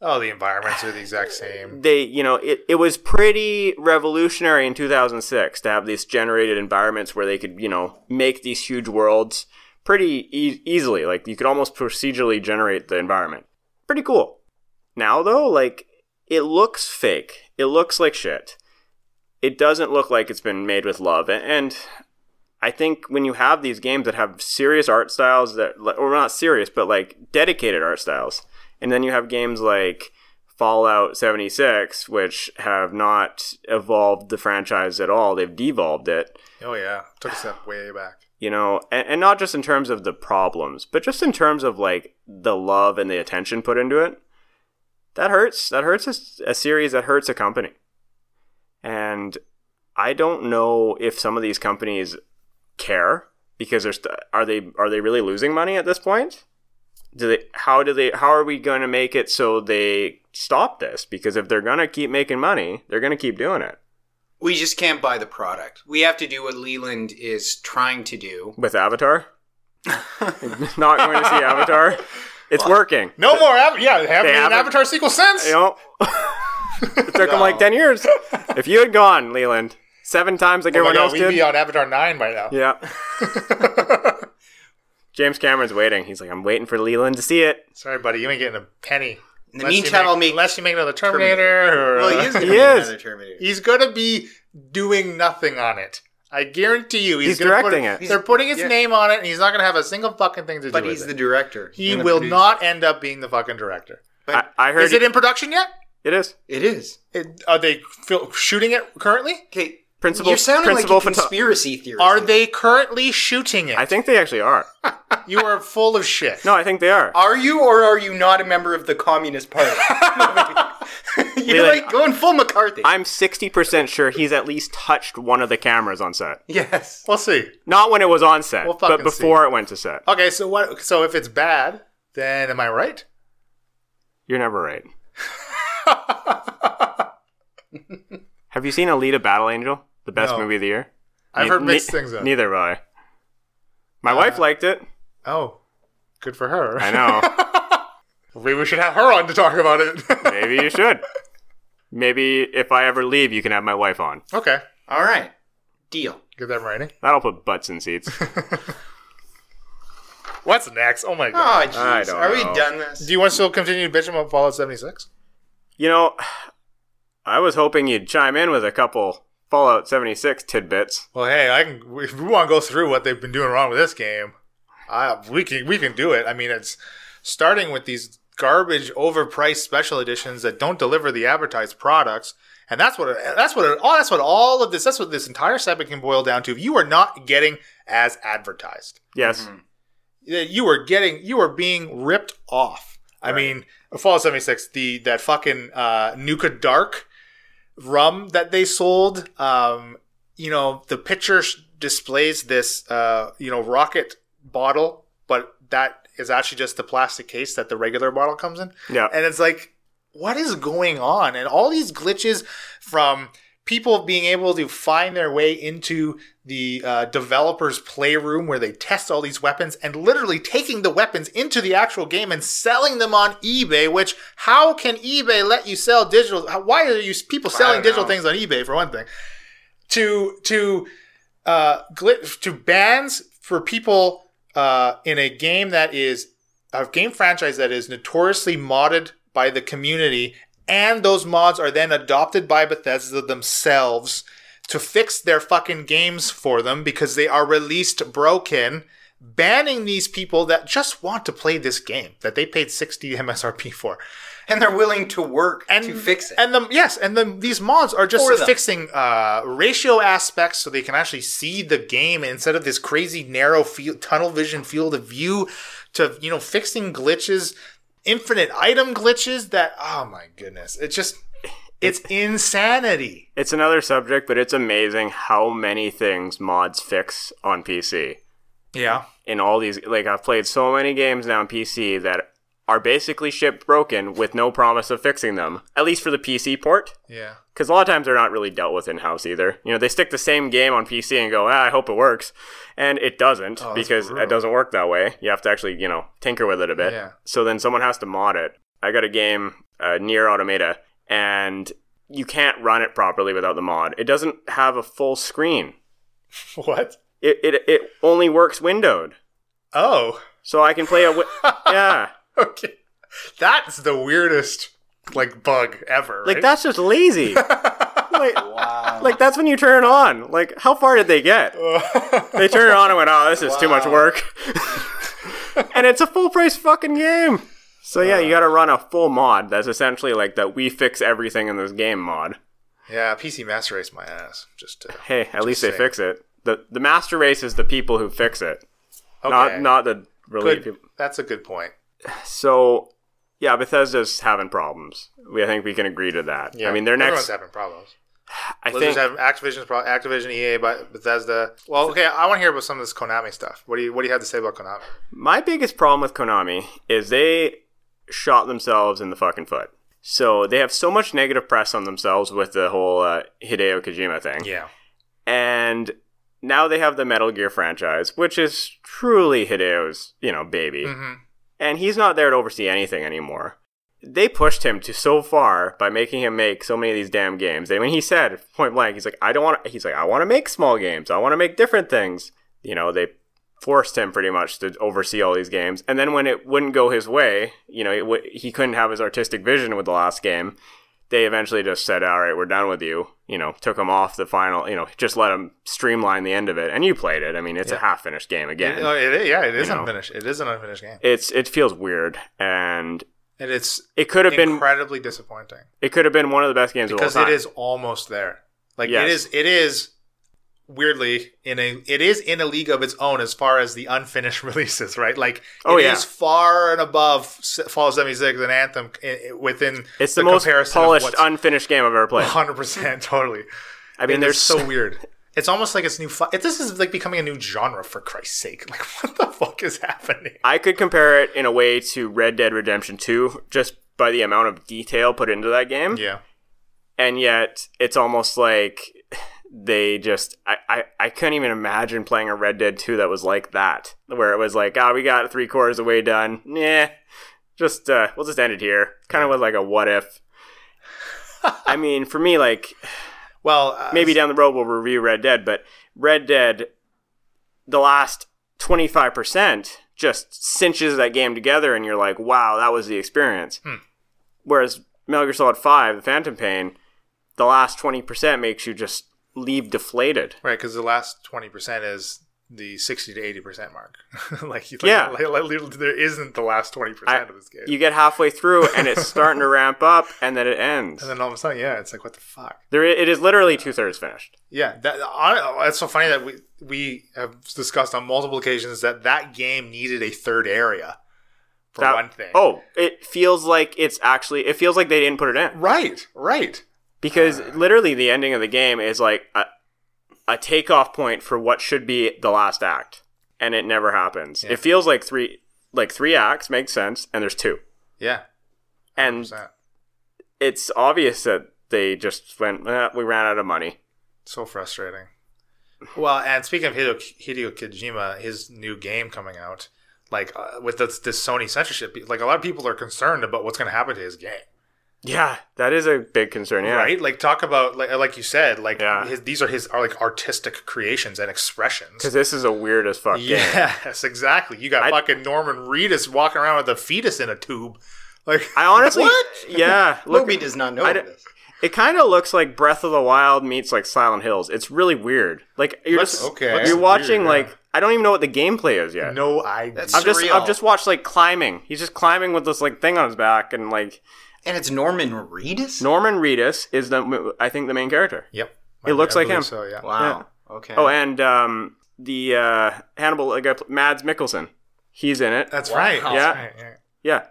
Speaker 1: Oh, the environments are the exact same.
Speaker 3: They, you know, it, it was pretty revolutionary in 2006 to have these generated environments where they could, you know, make these huge worlds pretty e- easily. Like, you could almost procedurally generate the environment. Pretty cool. Now, though, like, it looks fake. It looks like shit. It doesn't look like it's been made with love. And, and I think when you have these games that have serious art styles that, or not serious, but like dedicated art styles, and then you have games like Fallout 76, which have not evolved the franchise at all, they've devolved it,
Speaker 1: Oh yeah. Took a step way back.
Speaker 3: you know, and, and not just in terms of the problems, but just in terms of like the love and the attention put into it. That hurts. That hurts a, s- a series, that hurts a company. And I don't know if some of these companies care because there's are they are they really losing money at this point? do they how do they how are we going to make it so they stop this because if they're going to keep making money they're going to keep doing it
Speaker 2: We just can't buy the product. We have to do what Leland is trying to do.
Speaker 3: with avatar not going to see avatar it's working
Speaker 1: No more. Av- yeah, they haven't made an
Speaker 3: They haven't-
Speaker 1: Avatar sequel since.
Speaker 3: you know it took them like 10 years if you had gone leland seven times like
Speaker 1: Oh my
Speaker 3: everyone
Speaker 1: God,
Speaker 3: else
Speaker 1: we'd
Speaker 3: did
Speaker 1: be on Avatar nine by now.
Speaker 3: yeah james cameron's waiting he's like i'm waiting for leland to see it
Speaker 1: Sorry, buddy, you ain't getting a penny.
Speaker 2: In the
Speaker 1: Unless you
Speaker 2: meantime,
Speaker 1: make-
Speaker 2: I'll make-
Speaker 1: unless you make another Terminator. Or, uh,
Speaker 2: Well, he is going to
Speaker 3: He
Speaker 2: be
Speaker 3: is.
Speaker 2: another Terminator.
Speaker 1: He's gonna be doing nothing on it. I guarantee you, he's,
Speaker 3: He's
Speaker 1: gonna
Speaker 3: directing
Speaker 1: put,
Speaker 3: it.
Speaker 1: They're putting his
Speaker 2: Yeah.
Speaker 1: name on it, and he's not gonna have a single fucking thing to
Speaker 2: But
Speaker 1: do
Speaker 2: he's the
Speaker 1: with it.
Speaker 2: director.
Speaker 1: He
Speaker 2: and the
Speaker 1: will
Speaker 2: producer.
Speaker 1: not end up being the fucking director.
Speaker 3: i,
Speaker 2: But
Speaker 3: I heard
Speaker 1: Is it in production yet?
Speaker 3: it is
Speaker 2: it is.
Speaker 1: It, are they fil- shooting it currently?
Speaker 2: Okay,
Speaker 3: Principal-
Speaker 2: You're sounding
Speaker 3: principal
Speaker 2: like a
Speaker 3: photo-
Speaker 2: conspiracy theorist.
Speaker 1: Are they currently shooting it?
Speaker 3: i think they actually are
Speaker 1: you are full of shit.
Speaker 3: no i think they
Speaker 1: Uh,
Speaker 3: are
Speaker 2: Are you or are you not a member of the Communist Party? You're
Speaker 3: Leland,
Speaker 2: like going full McCarthy.
Speaker 3: I'm 60% sure he's at least touched one of the cameras on set.
Speaker 2: yes.
Speaker 1: We'll see.
Speaker 3: Not when it was on set,
Speaker 1: We'll fucking
Speaker 3: but before it went to set.
Speaker 1: Okay, so what? So if it's bad, then am I right?
Speaker 3: You're never right. Have you seen Alita Battle Angel? The best
Speaker 1: No.
Speaker 3: movie of the year?
Speaker 1: I've
Speaker 3: Ne-
Speaker 1: heard
Speaker 3: ne-
Speaker 1: mixed things. Uh. Up.
Speaker 3: Neither have I. My wife liked it.
Speaker 1: Oh, good for her.
Speaker 3: I know.
Speaker 1: Maybe we should have her on to talk about it.
Speaker 3: Maybe you should. Maybe if I ever leave, you can have my wife on.
Speaker 1: okay,
Speaker 2: All right. Deal.
Speaker 1: get that in writing.
Speaker 3: That'll put butts in seats.
Speaker 1: What's next? Oh my god.
Speaker 2: Oh,
Speaker 3: I
Speaker 2: jeez.
Speaker 3: don't
Speaker 2: Are we
Speaker 3: know.
Speaker 2: done this?
Speaker 1: Do you want to still continue to bitch about Fallout 76?
Speaker 3: You know, I was hoping you'd chime in with a couple Fallout 76 tidbits.
Speaker 1: Well, hey, I can. If we want to go through what they've been doing wrong with this game, I, we can we can do it. I mean, it's starting with these garbage, overpriced special editions that don't deliver the advertised products, and that's what that's what all that's what all of this that's what this entire segment can boil down to. You are not getting as advertised.
Speaker 3: Yes.
Speaker 1: that you were getting you were being ripped off. I mean, Fallout 76, the that fucking uh, Nuka Dark rum that they sold. Um, you know, the picture sh- displays this uh, you know rocket bottle, but that is actually just the plastic case that the regular bottle comes in.
Speaker 3: Yeah.
Speaker 1: And it's like, what is going on? And all these glitches from people being able to find their way into the uh, developer's playroom where they test all these weapons and literally taking the weapons into the actual game and selling them on eBay, which how can eBay let you sell digital? how- Why are you people selling
Speaker 2: don't
Speaker 1: digital
Speaker 2: know.
Speaker 1: things on eBay for one thing? To, to, uh, glit- to bans for people uh, in a game that is a game franchise that is notoriously modded by the community, and those mods are then adopted by Bethesda themselves to fix their fucking games for them because they are released broken. Banning these people that just want to play this game that they paid 60 MSRP for.
Speaker 2: And they're willing to work
Speaker 1: And
Speaker 2: to fix it.
Speaker 1: And the yes, and the these mods are just
Speaker 2: For them.
Speaker 1: fixing uh, ratio aspects so they can actually see the game instead of this crazy narrow field, tunnel vision field of view. To you know, fixing glitches, infinite item glitches. That oh my goodness, it's just it's insanity.
Speaker 3: It's another subject, but it's amazing how many things mods fix on PC.
Speaker 1: Yeah,
Speaker 3: In all these, like I've played so many games now on PC that are basically shipped broken with no promise of fixing them, at least for the PC port.
Speaker 1: yeah.
Speaker 3: Because a lot of times they're not really dealt with in house either. You know, they stick the same game on PC and go, ah, I hope it works. And it doesn't
Speaker 1: Oh, that's
Speaker 3: because
Speaker 1: brutal.
Speaker 3: it doesn't work that way. You have to actually, you know, tinker with it a bit.
Speaker 1: Yeah.
Speaker 3: So then someone has to mod it. I got a game, uh, Near Automata, and you can't run it properly without the mod. It doesn't have a full screen,
Speaker 1: What?
Speaker 3: it, it, it only works windowed.
Speaker 1: Oh,
Speaker 3: So I can play a. Wi- yeah.
Speaker 1: okay. That's the weirdest like bug ever.
Speaker 3: Like,
Speaker 1: right?
Speaker 3: that's just lazy. like,
Speaker 2: wow.
Speaker 3: like, that's when you turn it on. Like, how far did they get? They turned it on and went, "Oh, this is too much
Speaker 2: Wow.
Speaker 3: work," and it's a full price fucking game. So yeah, you got to run a full mod. That's essentially like that. We fix everything in this game mod.
Speaker 1: yeah, PC Master Race my ass. Just uh, to,
Speaker 3: Hey, at least
Speaker 1: saying.
Speaker 3: they fix it. the The master race is the people who fix it, not not the related
Speaker 1: Good.
Speaker 3: people.
Speaker 1: That's a good point.
Speaker 3: So yeah, Bethesda's having problems. We I think we can agree to that. I mean, their
Speaker 1: everyone's
Speaker 3: next
Speaker 1: having problems.
Speaker 3: I
Speaker 1: Blizzard's have
Speaker 3: think
Speaker 1: Activision's pro- Activision, EA, but Bethesda. Well, okay, I want to hear about some of this Konami stuff. What do you What do you have to say about Konami?
Speaker 3: my biggest problem with Konami is they shot themselves in the fucking foot. So they have so much negative press on themselves with the whole uh, Hideo Kojima thing.
Speaker 1: Yeah,
Speaker 3: and now they have the Metal Gear franchise, which is truly Hideo's, you know, baby.
Speaker 1: hmm
Speaker 3: And he's not there to oversee anything anymore. They pushed him to so far by making him make so many of these damn games. I mean, he said point blank, he's like, I don't want. He's like, I want to make small games. I want to make different things. You know, they forced him pretty much to oversee all these games. And then when it wouldn't go his way, you know, it w- he couldn't have his artistic vision with the last game. They eventually just said, "All right, we're done with you." You know, took him off the final. You know, just let him streamline the end of it. And you played it. I mean, it's a
Speaker 1: Yeah.
Speaker 3: half finished game again.
Speaker 1: No, it is- yeah, it is
Speaker 3: You know.
Speaker 1: unfinished. It is an unfinished game,
Speaker 3: it's it feels weird, and
Speaker 1: and it's
Speaker 3: it could have been
Speaker 1: incredibly disappointing
Speaker 3: it could have been one of the best games
Speaker 1: because
Speaker 3: of all
Speaker 1: it
Speaker 3: time.
Speaker 1: is almost there. Like
Speaker 3: Yes.
Speaker 1: it is, it is weirdly in a it is in a league of its own as far as the unfinished releases, right? Like
Speaker 3: Oh,
Speaker 1: it
Speaker 3: yeah.
Speaker 1: is far and above S- Fallout 76 and Anthem i- i- within
Speaker 3: it's the, most
Speaker 1: comparison of
Speaker 3: polished,
Speaker 1: what's-
Speaker 3: unfinished game I've ever played.
Speaker 1: 100% totally.
Speaker 3: I mean,
Speaker 1: they're
Speaker 3: there's
Speaker 1: so weird. It's almost like it's new. Fu- it- this is like becoming a new genre for Christ's sake. Like, what the fuck is happening?
Speaker 3: I could compare it in a way to Red Dead Redemption 2 just by the amount of detail put into that game.
Speaker 1: Yeah,
Speaker 3: And yet, it's almost like they just. I, I, I couldn't even imagine playing a Red Dead 2 that was like that, where it was like, ah, we got three quarters of the way done. Nah, just, uh, we'll just end it here. Kind of was like a what if. I mean, for me, like,
Speaker 1: well, uh,
Speaker 3: maybe down the road we'll review Red Dead, but Red Dead, the last 25% just cinches that game together, and you're like, wow, that was the experience.
Speaker 1: Hmm.
Speaker 3: Whereas Metal Gear Solid 5, The Phantom Pain, the last 20% makes you just leave deflated.
Speaker 1: right because the last twenty percent is the sixty to eighty percent mark. like, like,
Speaker 3: Yeah.
Speaker 1: like, like, literally, there isn't the last twenty percent
Speaker 3: I-
Speaker 1: of this game.
Speaker 3: You get halfway through, and it's starting to ramp up, and then it ends.
Speaker 1: and then all of a sudden, yeah, it's like what the fuck.
Speaker 3: there, it is literally two thirds finished.
Speaker 1: Yeah, that, I, uh, it's so funny that we we have discussed on multiple occasions that that game needed a third area for
Speaker 3: That-
Speaker 1: one thing.
Speaker 3: Oh, it feels like it's actually. It feels like they didn't put it in.
Speaker 1: right, right.
Speaker 3: because literally the ending of the game is like a, a takeoff point for what should be the last act and it never happens
Speaker 1: Yeah.
Speaker 3: it feels like three like three acts makes sense and there's two
Speaker 1: Yeah,
Speaker 3: and
Speaker 1: 100%.
Speaker 3: it's obvious that they just went "Eh, we ran out of money
Speaker 1: So frustrating. Well, and speaking of Hideo, Hideo Kojima, his new game coming out, like uh, with this, this Sony censorship, like a lot of people are concerned about what's going to happen to his game,
Speaker 3: yeah that is a big concern yeah
Speaker 1: right? Like talk about like like you said, like
Speaker 3: Yeah.
Speaker 1: his, these are his are like artistic creations and expressions.
Speaker 3: because this is a weird as fuck game
Speaker 1: Yes, exactly. You got
Speaker 3: I-
Speaker 1: fucking Norman Reedus walking around with a fetus in a tube, like
Speaker 3: i honestly
Speaker 2: What?
Speaker 3: yeah look
Speaker 2: Moby does not know
Speaker 3: I don't-
Speaker 2: this.
Speaker 3: it kind of looks like breath of the wild meets like silent hills it's really weird like you're
Speaker 1: Let's-
Speaker 3: just
Speaker 1: okay.
Speaker 3: you're
Speaker 1: That's weird,
Speaker 3: watching
Speaker 1: yeah.
Speaker 3: like i don't even know what the gameplay is yet
Speaker 1: no idea.
Speaker 2: That's-
Speaker 3: I've just
Speaker 2: surreal.
Speaker 3: I've just watched like climbing. He's just climbing with this like thing on his back, and like
Speaker 2: And it's Norman Reedus.
Speaker 3: Norman Reedus is the I think the main character.
Speaker 1: yep.
Speaker 3: It looks
Speaker 1: I
Speaker 3: like
Speaker 1: believe
Speaker 3: him.
Speaker 1: So yeah.
Speaker 2: wow. Okay.
Speaker 3: Oh, and um, the uh, Hannibal like, Mads Mikkelsen, he's in it.
Speaker 1: That's
Speaker 2: Wow.
Speaker 1: right. That's
Speaker 3: Yeah.
Speaker 1: right, yeah.
Speaker 3: Yeah,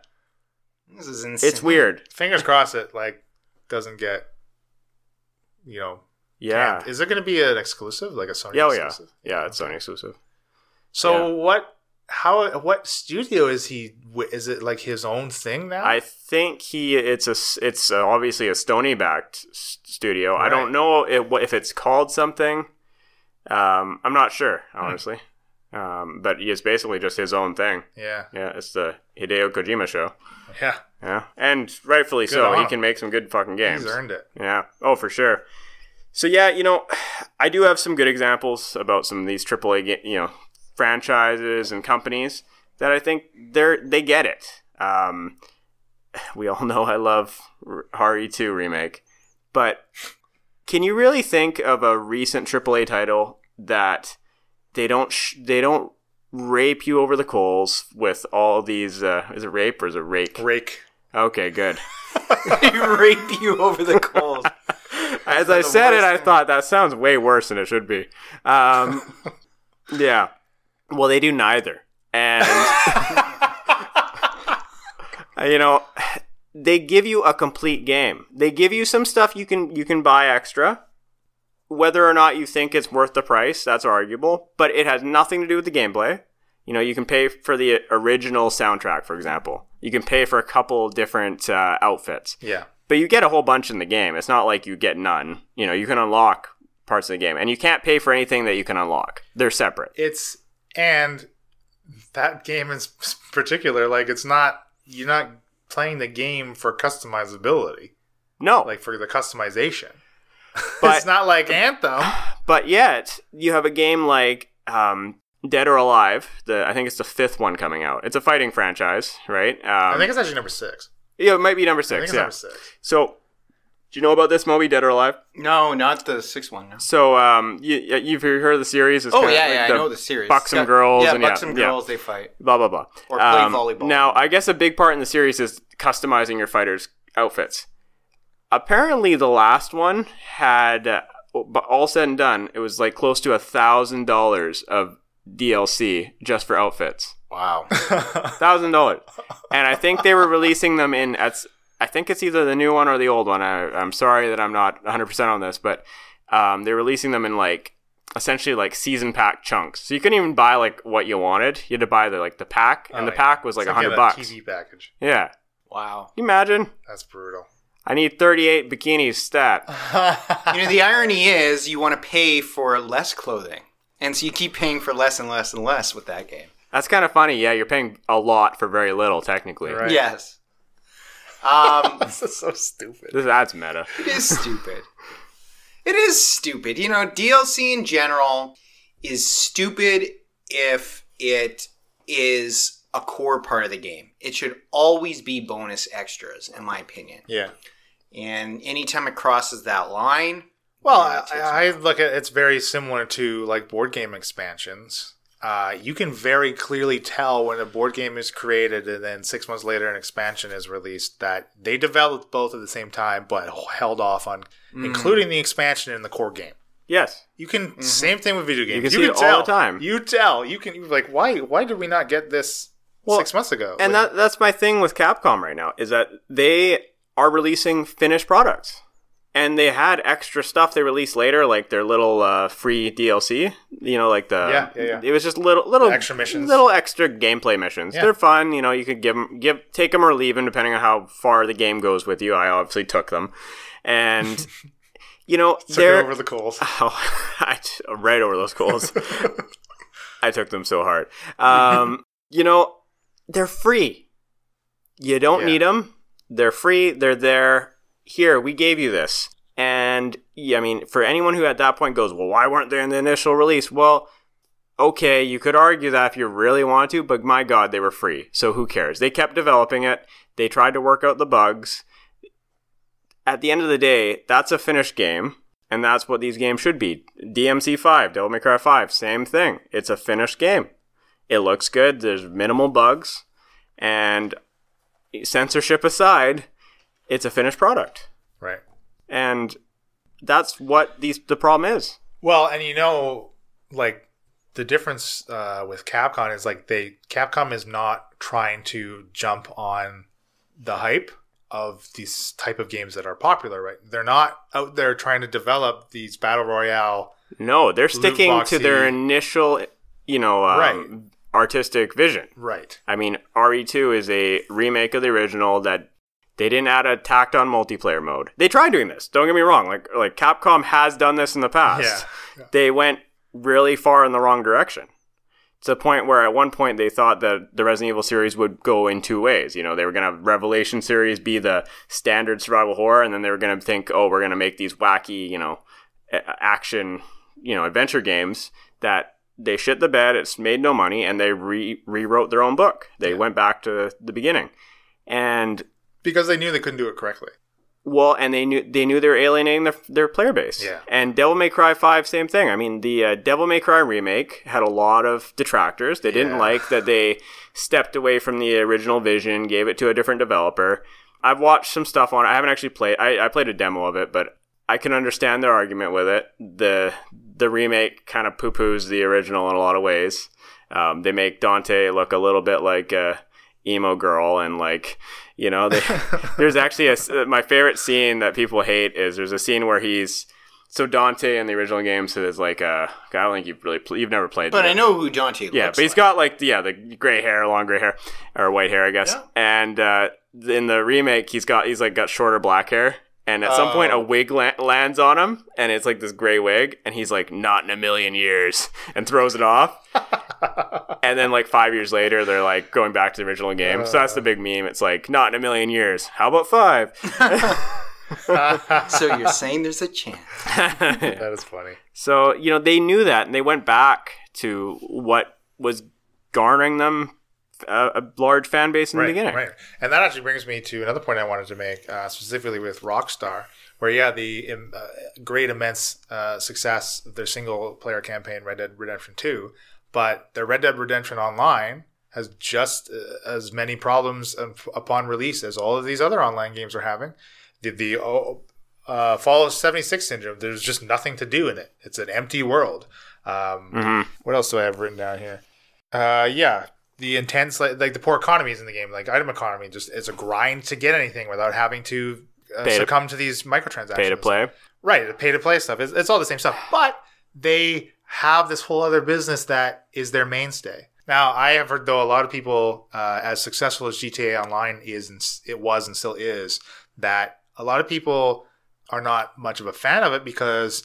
Speaker 2: this is insane.
Speaker 3: it's weird.
Speaker 1: Fingers crossed it like doesn't get you know
Speaker 3: Yeah,
Speaker 1: Is there going to be an exclusive, like a Sony?
Speaker 3: yeah, oh, yeah,
Speaker 1: exclusive?
Speaker 3: yeah. It's Sony exclusive.
Speaker 1: So what? How? What studio is he? wi- Is it like his own thing now?
Speaker 3: I think he it's a s- it's uh, obviously a Stony backed studio. I
Speaker 1: Right.
Speaker 3: don't know if, if it's called something. Um, I'm not sure
Speaker 1: Hmm.
Speaker 3: honestly. Um, but it's basically just his own thing.
Speaker 1: yeah,
Speaker 3: Yeah, it's the Hideo Kojima show.
Speaker 1: yeah.
Speaker 3: Yeah, and rightfully so.
Speaker 1: on
Speaker 3: He
Speaker 1: him.
Speaker 3: can make some good fucking games.
Speaker 1: He's earned it.
Speaker 3: Yeah. Oh, for sure. So yeah, you know, I do have some good examples about some of these AAA, ga- you know, franchises and companies that I think they're they get it. Um, we all know I love R- RE2 remake, but can you really think of a recent AAA title that they don't sh- they don't rape you over the coals with all these? Uh, is it rape or is it rake?
Speaker 1: Break.
Speaker 3: Okay, good.
Speaker 2: you rape you over the coals.
Speaker 3: As I
Speaker 2: the
Speaker 3: said it,
Speaker 2: worst
Speaker 3: I
Speaker 2: thing.
Speaker 3: thought that sounds way worse than it should be. Um, yeah. Well, they do neither, and you know, they give you a complete game. They give you some stuff you can you can buy extra, whether or not you think it's worth the price, that's arguable, but it has nothing to do with the gameplay. You know, you can pay for the original soundtrack, for example. You can pay for a couple different uh, outfits,
Speaker 1: Yeah.
Speaker 3: but you get a whole bunch in the game. It's not like you get none. You know, you can unlock parts of the game, and you can't pay for anything that you can unlock. They're separate.
Speaker 1: It's and that game in s- particular, like it's not you're not playing the game for customizability,
Speaker 3: No,
Speaker 1: like for the customization.
Speaker 3: But- Um,
Speaker 1: it's not like Anthem.
Speaker 3: but yet you have a game like um, Dead or Alive. The I think it's the fifth one coming out. It's a fighting franchise, right? Um,
Speaker 1: I think it's actually number six.
Speaker 3: yeah, it might be number
Speaker 1: I think
Speaker 3: six.
Speaker 1: it's
Speaker 3: yeah.
Speaker 1: number six.
Speaker 3: So, do you know about this Moby Dead or Alive?
Speaker 2: No, not the sixth one. No.
Speaker 3: So, um, you, you've heard of the series? It's
Speaker 2: Oh
Speaker 3: kinda
Speaker 2: yeah,
Speaker 3: like
Speaker 2: yeah,
Speaker 3: the
Speaker 2: I know the series.
Speaker 3: buck some
Speaker 2: Yeah,
Speaker 3: girls
Speaker 2: Yeah,
Speaker 3: and
Speaker 2: buck
Speaker 3: yeah,
Speaker 2: some
Speaker 3: yeah.
Speaker 2: girls. They fight.
Speaker 3: Blah blah blah.
Speaker 2: Or play volleyball.
Speaker 3: Now, I guess a big part in the series is customizing your fighters' outfits. Apparently, the last one had, uh, but all said and done, it was like close to a thousand dollars of DLC just for outfits.
Speaker 2: Wow.
Speaker 3: Thousand dollars, and I think they were releasing them in. At, I think it's either the new one or the old one. I, I'm sorry that I'm not 100 percent on this, but um, they're releasing them in like essentially like season pack chunks. So you couldn't even buy like what you wanted. You had to buy the like the pack, and
Speaker 1: Oh,
Speaker 3: the
Speaker 1: yeah.
Speaker 3: pack was
Speaker 1: It's
Speaker 3: like
Speaker 1: yeah,
Speaker 3: 100
Speaker 1: that
Speaker 3: bucks.
Speaker 1: TV package.
Speaker 3: Yeah.
Speaker 2: Wow.
Speaker 3: Can you imagine?
Speaker 1: That's brutal.
Speaker 3: I need 38 bikinis stat.
Speaker 2: You know, the irony is you want to pay for less clothing. And so you keep paying for less and less and less with that game.
Speaker 3: That's kind of funny. Yeah, you're paying a lot for very little, technically.
Speaker 1: Right.
Speaker 2: Yes. Um,
Speaker 1: this is so stupid.
Speaker 3: This, that's meta.
Speaker 2: it is stupid. It is stupid. You know, DLC in general is stupid if it is a core part of the game. It should always be bonus extras, in my opinion.
Speaker 1: Yeah.
Speaker 2: And anytime it crosses that line,
Speaker 1: Well,
Speaker 2: Yeah,
Speaker 1: I,
Speaker 2: it's- it's-
Speaker 1: I look at it's very similar to like board game expansions. Uh, you can very clearly tell when a board game is created and then six months later an expansion is released that they developed both at the same time but held off on
Speaker 3: Mm.
Speaker 1: including the expansion in the core game.
Speaker 3: Yes.
Speaker 1: You can
Speaker 2: Mm-hmm.
Speaker 1: same thing with video games.
Speaker 3: can see it all the
Speaker 1: tell,
Speaker 3: time.
Speaker 1: You tell. You can you're like why why did we not get this
Speaker 3: Well,
Speaker 1: six months ago?
Speaker 3: And
Speaker 1: Like,
Speaker 3: that, that's my thing with Capcom right now is that they are releasing finished products. And they had extra stuff they released later, like their little uh, free DLC. You know, like the
Speaker 1: Yeah, yeah, yeah.
Speaker 3: It was just little little
Speaker 1: Extra missions.
Speaker 3: little extra gameplay missions.
Speaker 1: Yeah.
Speaker 3: They're fun. You know, you could give them, give take them or leave them depending on how far the game goes with you. I obviously took them, and you know
Speaker 1: took it
Speaker 3: they're
Speaker 1: over the coals.
Speaker 3: Oh, I t- right over those goals. I took them so hard. Um, you know, they're free. You don't 'em.
Speaker 1: Yeah.
Speaker 3: need them. They're free. They're there. Here, we gave you this. And yeah, I mean, for anyone who at that point goes, well, why weren't they in the initial release? Well, okay, you could argue that if you really want to, but my God, they were free. So who cares? They kept developing it. They tried to work out the bugs. At the end of the day, that's a finished game, and that's what these games should be. DMC 5, Devil May Cry 5, same thing. It's a finished game. It looks good. There's minimal bugs, and censorship aside, it's a finished product.
Speaker 1: right.
Speaker 3: And that's what these the problem is.
Speaker 1: Well, and you know, like the difference uh, with Capcom is like they Capcom is not trying to jump on the hype of these type of games that are popular, right? They're not out there trying to develop these battle royale.
Speaker 3: No, they're sticking to
Speaker 1: boxy.
Speaker 3: their initial, you know, um,
Speaker 1: Right.
Speaker 3: artistic vision.
Speaker 1: Right.
Speaker 3: I mean, RE2 is a remake of the original that they didn't add a tacked on multiplayer mode. They tried doing this. Don't get me wrong. Like like Capcom has done this in the past. They went really far in the wrong direction. To the point where at one point they thought that the Resident Evil series would go in two ways. You know, they were going to have Revelation series be the standard survival horror, and then they were going to think, oh, we're going to make these wacky, you know, a- action, you know, adventure games that they shit the bed. It's made no money, and they re- rewrote their own book. They went back to the beginning, and
Speaker 1: Because they knew they couldn't do it correctly.
Speaker 3: well, and they knew they knew they were alienating their their player base.
Speaker 1: Yeah.
Speaker 3: And Devil May Cry Five, same thing. I mean, the uh, Devil May Cry remake had a lot of detractors. They didn't
Speaker 1: Yeah.
Speaker 3: like that they stepped away from the original vision, gave it to a different developer. I've watched some stuff on. it. I haven't actually played. I, I played a demo of it, but I can understand their argument with it. the The remake kind of poo poos the original in a lot of ways. Um, they make Dante look a little bit like a emo girl, and like you uh, know, they, there's actually a s- my favorite scene that people hate is there's a scene where he's So Dante in the original games is like uh, God, I don't think you've really pl- you've never played.
Speaker 2: But
Speaker 3: the-
Speaker 2: I know who Dante
Speaker 3: Yeah,
Speaker 2: looks
Speaker 3: but he's
Speaker 2: like.
Speaker 3: got like the- yeah the gray hair, long gray hair or white hair, I guess.
Speaker 1: Yeah.
Speaker 3: And uh, in the remake, he's got he's like got shorter black hair, and at some point a
Speaker 1: Oh.
Speaker 3: wig la- lands on him, and it's like this gray wig, and he's like not in a million years, and throws it off. and then like five years later, they're like going back to the original game. so that's the
Speaker 1: Uh.
Speaker 3: big meme. It's like not in a million years. How about five?
Speaker 2: so you're saying there's a chance.
Speaker 1: That is funny.
Speaker 3: So, you know, they knew that and they went back to what was garnering them uh, a, a large fan base in
Speaker 1: right,
Speaker 3: the beginning.
Speaker 1: Right. And that actually brings me to another point I wanted to make, uh, specifically with Rockstar, where, yeah, the um, uh, great, immense uh, success of their single player campaign, Red Dead Redemption 2, but their Red Dead Redemption Online has just uh, as many problems up- upon release as all of these other online games are having. The, the oh, uh, Fallout 76 syndrome, there's just nothing to do in it. It's an empty world. Um,
Speaker 3: Mhm.
Speaker 1: What else do I have written down here? Uh, yeah, the intense like, like the poor economies in the game, like item economy, just it's a grind to get anything without having to uh,
Speaker 3: Pay to-
Speaker 1: succumb to these microtransactions.
Speaker 3: Pay to play.
Speaker 1: right? The pay to play stuff. It's, it's all the same stuff, but they have this whole other business that is their mainstay. Now, I have heard though a lot of people, uh, as successful as GTA Online is, and s- it was and still is, that a lot of people are not much of a fan of it because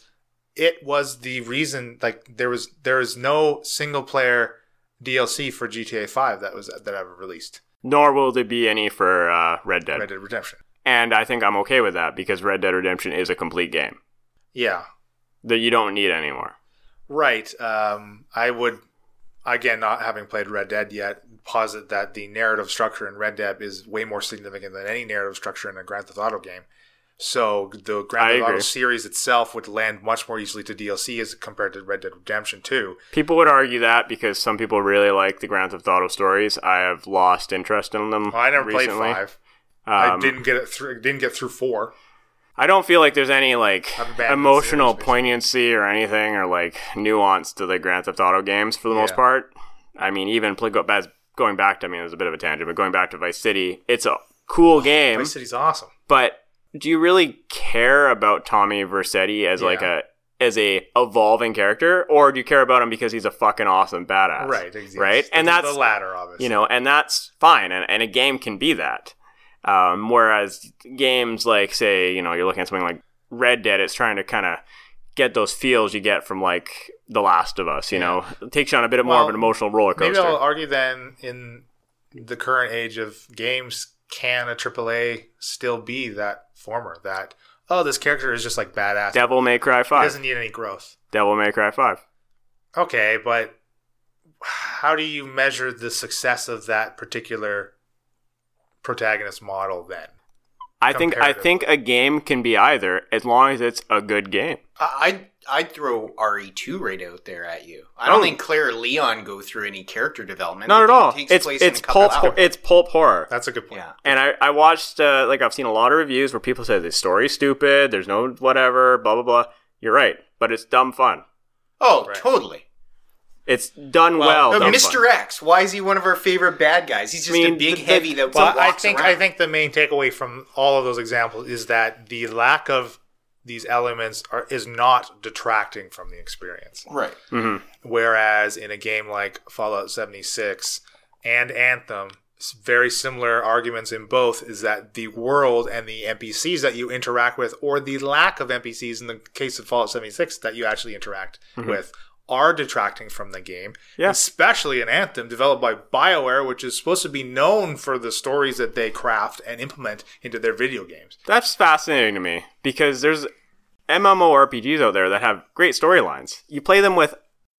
Speaker 1: it was the reason. Like there was there is no single player DLC for GTA Five that was that ever released
Speaker 3: Nor will there be any for uh, Red Dead.
Speaker 1: Red Dead Redemption.
Speaker 3: And I think I'm okay with that because Red Dead Redemption is a complete game
Speaker 1: Yeah,
Speaker 3: that you don't need anymore.
Speaker 1: Right. Um, I would, again, not having played Red Dead yet, posit that the narrative structure in Red Dead is way more significant than any narrative structure in a Grand Theft Auto game. So the
Speaker 3: I
Speaker 1: Grand Theft Auto
Speaker 3: agree.
Speaker 1: series itself would land much more easily to DLC as compared to Red Dead Redemption 2.
Speaker 3: People would argue that because some people really like the Grand Theft Auto stories. I have lost interest in them.
Speaker 1: Well, Oh, I never
Speaker 3: recently.
Speaker 1: played 5.
Speaker 3: Um,
Speaker 1: I didn't get it through didn't get through 4.
Speaker 3: I don't feel like there's any like
Speaker 1: I'm bad at
Speaker 3: emotional
Speaker 1: series, basically.
Speaker 3: poignancy or anything or like nuance to the Grand Theft Auto games for the most
Speaker 1: Yeah.
Speaker 3: part. I mean, even pl- go- as- going back to I mean, it was a bit of a tangent, but going back to Vice City, it's a cool game,
Speaker 1: Vice City's awesome.
Speaker 3: but do you really care about Tommy Versetti as like
Speaker 1: Yeah.
Speaker 3: a as a evolving character, or do you care about him because he's a fucking awesome badass?
Speaker 1: Right, exactly.
Speaker 3: Right, and
Speaker 1: The-
Speaker 3: that's
Speaker 1: the latter obviously.
Speaker 3: you know, and that's fine, and, and a game can be that. Um, whereas games like, say, you know, you're looking at something like Red Dead, it's trying to kind of get those feels you get from like The Last of Us. You know, it takes you on a bit more of
Speaker 1: Well,
Speaker 3: an emotional roller
Speaker 1: Maybe
Speaker 3: coaster.
Speaker 1: I'll argue then in the current age of games, can a AAA still be that former? That oh, this character is just like badass.
Speaker 3: Devil May Cry
Speaker 1: He
Speaker 3: Five.
Speaker 1: doesn't need any growth.
Speaker 3: Devil May Cry Five.
Speaker 1: Okay, but how do you measure the success of that particular protagonist model then?
Speaker 3: I think I
Speaker 1: Comparative.
Speaker 3: think a game can be either as long as it's a good game.
Speaker 2: I, I'd, I'd throw RE2 right out there at you. I don't
Speaker 3: Oh.
Speaker 2: think Claire or Leon go through any character development.
Speaker 3: Not
Speaker 2: It
Speaker 3: at all.
Speaker 2: takes
Speaker 3: It's
Speaker 2: place in
Speaker 3: it's
Speaker 2: a couple
Speaker 3: pulp hor-
Speaker 2: hours.
Speaker 3: it's pulp horror.
Speaker 1: That's a good point.
Speaker 2: yeah.
Speaker 3: And I, I watched, uh, like, I've seen a lot of reviews where people say the story's stupid, there's no whatever, blah, blah, blah. You're right, but it's dumb fun.
Speaker 2: Oh,
Speaker 1: Right.
Speaker 2: totally.
Speaker 3: It's done well.
Speaker 2: No,
Speaker 3: dumb
Speaker 2: Mr.
Speaker 3: fun.
Speaker 2: X. Why is he one of our favorite bad guys? He's just
Speaker 3: mean,
Speaker 2: a big
Speaker 3: the- the-
Speaker 2: heavy that
Speaker 1: But I
Speaker 2: walks
Speaker 1: think
Speaker 2: around.
Speaker 1: I think the main takeaway from all of those examples is that the lack of these elements are is not detracting from the experience.
Speaker 2: right.
Speaker 3: Mm-hmm.
Speaker 1: Whereas in a game like Fallout 76 and Anthem, s- very similar arguments in both is that the world and the NPCs that you interact with, or the lack of NPCs in the case of Fallout 76 that you actually interact with, are detracting from the game.
Speaker 3: Mm-hmm. Yeah.
Speaker 1: Especially in Anthem, developed by BioWare, which is supposed to be known for the stories that they craft and implement into their video games.
Speaker 3: That's fascinating to me because there's MMORPGs out there that have great storylines. You play them with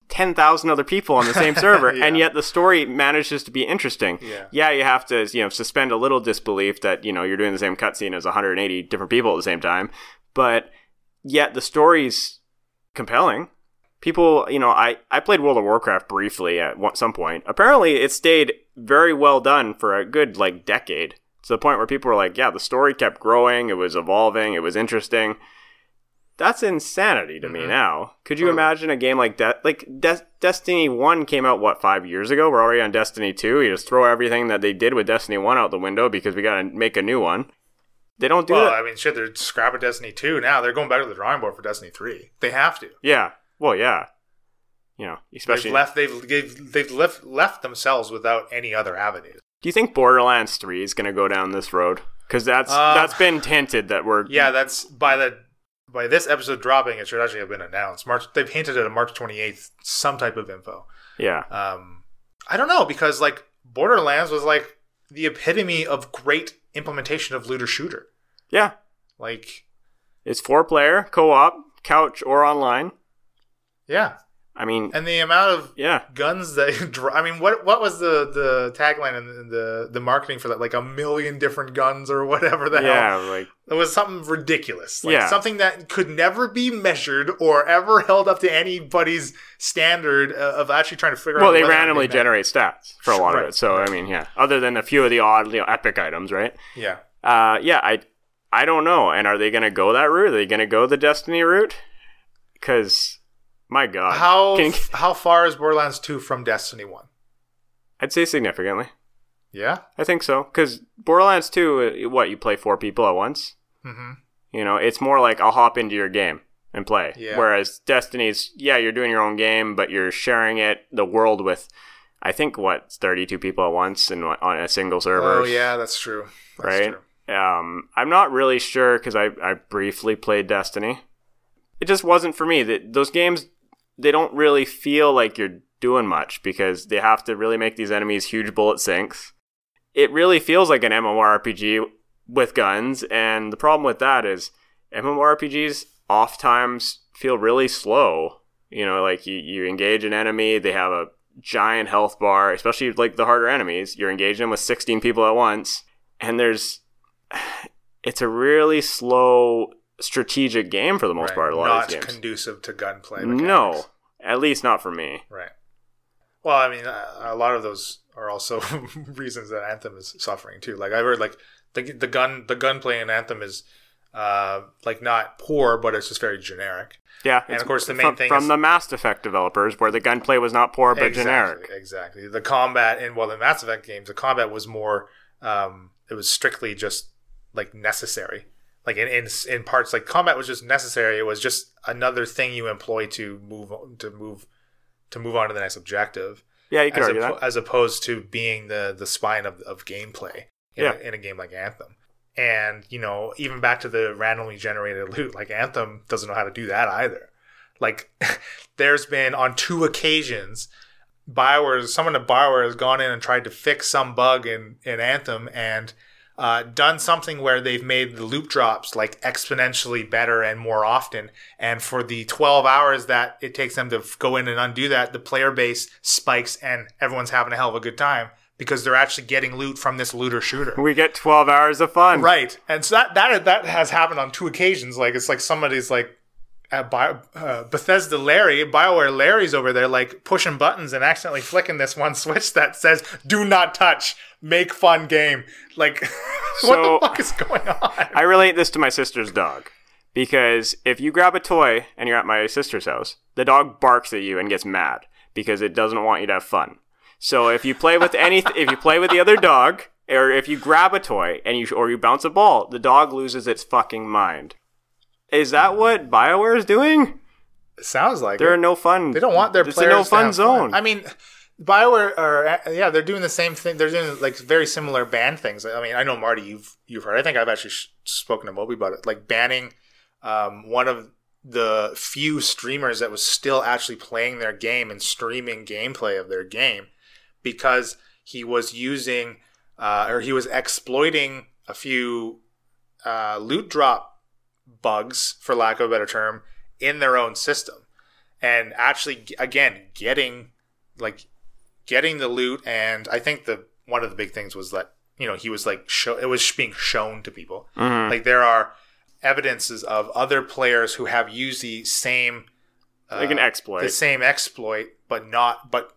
Speaker 3: 10,000 other people on the same server, and yet the story manages to be interesting.
Speaker 1: Yeah.
Speaker 3: you have to, you know, suspend a little disbelief that, you know, you're doing the same cutscene as 180 different people at the same time, but yet the story's compelling. People, you know, I, I played World of Warcraft briefly at one, some point. Apparently, it stayed very well done for a good, like, decade to the point where people were like, yeah, the story kept growing, it was evolving, it was interesting. That's insanity to
Speaker 1: Mm-hmm.
Speaker 3: me now. Could you imagine a game like that? like Des- Destiny 1 came out, what, five years ago? We're already on Destiny 2. You just throw everything that they did with Destiny 1 out the window because we got to make a new one. They don't do
Speaker 1: well,
Speaker 3: that.
Speaker 1: I mean, shit, they're scrapping Destiny 2 now. They're going back to the drawing board for Destiny 3. They have to.
Speaker 3: yeah. Well, yeah. You know, especially.
Speaker 1: They've left. They've they've, they've left, left themselves without any other avenues.
Speaker 3: do you think Borderlands Three is going to go down this road? Because that's
Speaker 1: Uh,
Speaker 3: that's been hinted that we're
Speaker 1: Yeah, that's by the by this episode dropping, it should actually have been announced. March they've hinted at a March twenty eighth some type of info.
Speaker 3: yeah
Speaker 1: Um, I don't know because like Borderlands was like the epitome of great implementation of looter shooter.
Speaker 3: yeah.
Speaker 1: Like
Speaker 3: It's four player co op couch or online.
Speaker 1: yeah,
Speaker 3: I mean,
Speaker 1: and the amount of
Speaker 3: yeah,
Speaker 1: guns that dro- I mean, what what was the the tagline and the, the the marketing for that? Like a million different guns or whatever the hell.
Speaker 3: yeah, like
Speaker 1: It was something ridiculous. Like
Speaker 3: Yeah.
Speaker 1: Something that could never be measured or ever held up to anybody's standard uh, of actually trying to figure out.
Speaker 3: Well, they
Speaker 1: whether or not
Speaker 3: randomly
Speaker 1: they met.
Speaker 3: generate stats for a lot of
Speaker 1: Right,
Speaker 3: it. So I mean, yeah. Other than a few of the odd, you know, epic items, right?
Speaker 1: Yeah.
Speaker 3: Uh, yeah. I, I don't know. And are they going to go that route? Are they going to go the Destiny route? Because, my God,
Speaker 1: How
Speaker 3: Can-
Speaker 1: how far is Borderlands two from Destiny one?
Speaker 3: I'd say significantly.
Speaker 1: Yeah.
Speaker 3: I think so. Because Borderlands Two, uh, what you play four people at once.
Speaker 1: Mm-hmm.
Speaker 3: You know, it's more like I'll hop into your game and play.
Speaker 1: Yeah.
Speaker 3: Whereas Destiny's, yeah, you're doing your own game, but you're sharing it the world with. I think what 32 people at once and on a single server.
Speaker 1: Oh yeah, that's true. That's
Speaker 3: right?
Speaker 1: True.
Speaker 3: Um, I'm not really sure because I, I briefly played Destiny. It just wasn't for me. That those games, they don't really feel like you're doing much because they have to really make these enemies huge bullet sinks. It really feels like an MMORPG with guns, and the problem with that is MMORPGs oftentimes feel really slow. You know, like you, you engage an enemy, they have a giant health bar, especially like the harder enemies. You're engaging them with 16 people at once, and there's it's a really slow strategic game for the most
Speaker 1: Right.
Speaker 3: part. A lot
Speaker 1: Not
Speaker 3: of these games,
Speaker 1: conducive to gunplay.
Speaker 3: no,
Speaker 1: mechanics.
Speaker 3: at least not for me.
Speaker 1: Right. Well, I mean, uh, a lot of those are also reasons that Anthem is suffering too. Like I've heard, like the the gun the gunplay in Anthem is uh like not poor, but it's just very generic.
Speaker 3: Yeah,
Speaker 1: And
Speaker 3: it's
Speaker 1: of course, the main
Speaker 3: from,
Speaker 1: thing
Speaker 3: from
Speaker 1: is-
Speaker 3: the Mass Effect developers, where the gunplay was not poor but
Speaker 1: exactly,
Speaker 3: generic.
Speaker 1: Exactly. The combat in well, in Mass Effect games, the combat was more. Um, it was strictly just like necessary. Like in, in in parts, like combat was just necessary. It was just another thing you employ to move to move to move on to the next objective.
Speaker 3: Yeah, you could
Speaker 1: as,
Speaker 3: argue
Speaker 1: oppo-
Speaker 3: that.
Speaker 1: as opposed to being the the spine of, of gameplay in,
Speaker 3: Yeah.
Speaker 1: a, in a game like Anthem. And you know, even back to the randomly generated loot, like Anthem doesn't know how to do that either. Like, there's been on two occasions, Bioware, someone at Bioware has gone in and tried to fix some bug in in Anthem and. Uh, done something where they've made the loot drops like exponentially better and more often, and for the 12 hours that it takes them to f- go in and undo that, the player base spikes and everyone's having a hell of a good time because they're actually getting loot from this looter shooter.
Speaker 3: We get 12 hours of fun.
Speaker 1: Right. And so that, that, that has happened on two occasions. Like, it's like somebody's like, at Bio, uh, Bethesda Larry, Bioware Larry's over there, like pushing buttons and accidentally flicking this one switch that says, do not touch, make fun game. Like,
Speaker 3: So-
Speaker 1: what the fuck is going on?
Speaker 3: I relate this to my sister's dog because if you grab a toy and you're at my sister's house, the dog barks at you and gets mad because it doesn't want you to have fun. So if you play with any, if you play with the other dog, or if you grab a toy and you or you bounce a ball, the dog loses its fucking mind. Is that what Bioware is doing?
Speaker 1: Sounds like
Speaker 3: They're a no fun.
Speaker 1: They don't want their
Speaker 3: it's
Speaker 1: players
Speaker 3: a no
Speaker 1: to
Speaker 3: fun
Speaker 1: have
Speaker 3: zone.
Speaker 1: I mean, Bioware or uh, yeah, they're doing the same thing. They're doing like very similar ban things. I mean, I know Marty, you've you've heard. I think I've actually sh- spoken to Moby about it, like banning um, one of the few streamers that was still actually playing their game and streaming gameplay of their game because he was using uh, or he was exploiting a few uh, loot drop bugs, for lack of a better term, in their own system, and actually again getting like getting the loot. And I think the one of the big things was that you know he was like show it was being shown to people.
Speaker 3: Mhm.
Speaker 1: Like there are evidences of other players who have used the same uh,
Speaker 3: like an exploit.
Speaker 1: the same exploit, but not but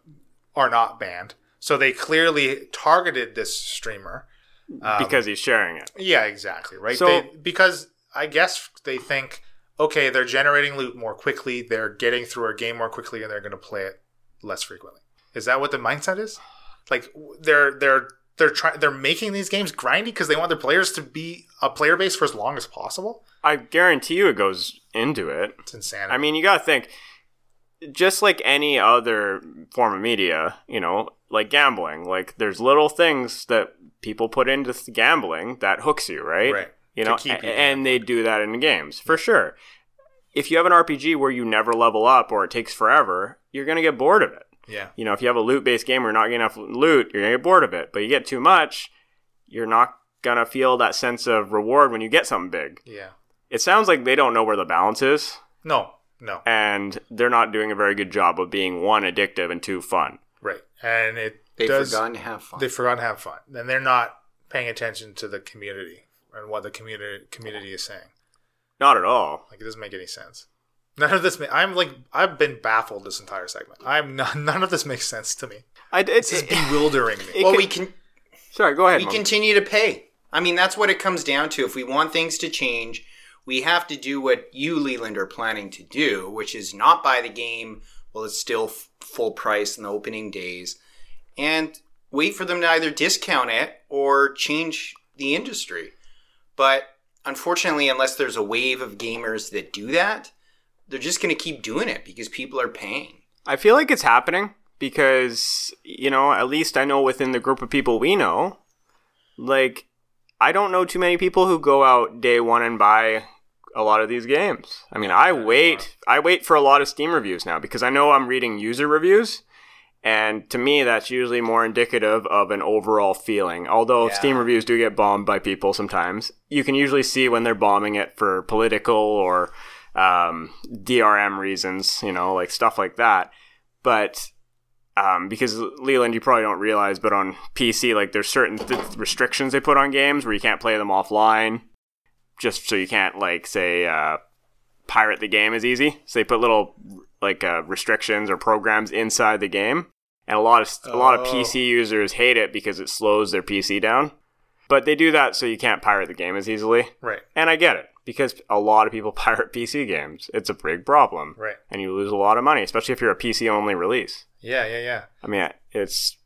Speaker 1: are not banned. So they clearly targeted this streamer. Um,
Speaker 3: because he's sharing it.
Speaker 1: yeah, exactly right.
Speaker 3: So-
Speaker 1: they, because I guess they think okay, they're generating loot more quickly, they're getting through our game more quickly, and they're going to play it less frequently. Is that what the mindset is? Like w- they're they're they're trying they're making these games grindy because they want their players to be a player base for as long as possible.
Speaker 3: I guarantee you it goes into it.
Speaker 1: It's insanity.
Speaker 3: I mean, you got to think, just like any other form of media, you know, like gambling, like there's little things that people put into th- gambling that hooks you, right?
Speaker 1: Right.
Speaker 3: You
Speaker 1: To
Speaker 3: know,
Speaker 1: keep you
Speaker 3: a- and they do that in games for sure. If you have an RPG where you never level up or it takes forever, you're going to get bored of it.
Speaker 1: yeah.
Speaker 3: You know, if you have a loot based game where you're not getting enough loot, you're going to get bored of it. But you get too much, you're not going to feel that sense of reward when you get something big.
Speaker 1: Yeah.
Speaker 3: It sounds like they don't know where the balance is
Speaker 1: No. No.
Speaker 3: and they're not doing a very good job of being one addictive and two fun.
Speaker 1: Right. And it
Speaker 2: They've
Speaker 1: does
Speaker 2: forgotten to have fun.
Speaker 1: they forgot to have fun. And they're not paying attention to the community and what the community community is saying.
Speaker 3: Not at all.
Speaker 1: Like it doesn't make any sense. None of this. Ma- I'm like I've been baffled this entire segment. I'm not, none of this makes sense to me.
Speaker 3: I, it's,
Speaker 1: This is bewildering me.
Speaker 3: it
Speaker 2: well,
Speaker 3: could-
Speaker 2: we can
Speaker 3: sorry, go ahead.
Speaker 2: we
Speaker 3: Mom.
Speaker 2: continue to pay. I mean, that's what it comes down to. If we want things to change, we have to do what you, Leland, are planning to do, which is not buy the game while it's still f- full price in the opening days, and wait for them to either discount it or change the industry. But unfortunately, unless there's a wave of gamers that do that, they're just going to keep doing it because people are paying.
Speaker 3: I feel like it's happening because, you know, at least I know within the group of people we know, like, I don't know too many people who go out day one and buy a lot of these games. I mean, I wait, I wait for a lot of Steam reviews now because I know I'm reading user reviews. And to me, that's usually more indicative of an overall feeling. Although
Speaker 2: Yeah.
Speaker 3: Steam reviews do get bombed by people sometimes, you can usually see when they're bombing it for political or um, DRM reasons, you know, like stuff like that. But um, because Leland, you probably don't realize, but on PC, like there's certain th- restrictions they put on games where you can't play them offline, just so you can't like say uh, pirate the game is easy. So they put little like uh, restrictions or programs inside the game, and a lot of a lot of
Speaker 1: Oh.
Speaker 3: PC users hate it because it slows their PC down. But they do that so you can't pirate the game as easily.
Speaker 1: Right.
Speaker 3: And I get it because a lot of people pirate PC games. It's a big problem,
Speaker 1: Right.
Speaker 3: and you lose a lot of money, especially if you're a PC only release.
Speaker 1: Yeah. Yeah. Yeah.
Speaker 3: I mean, it's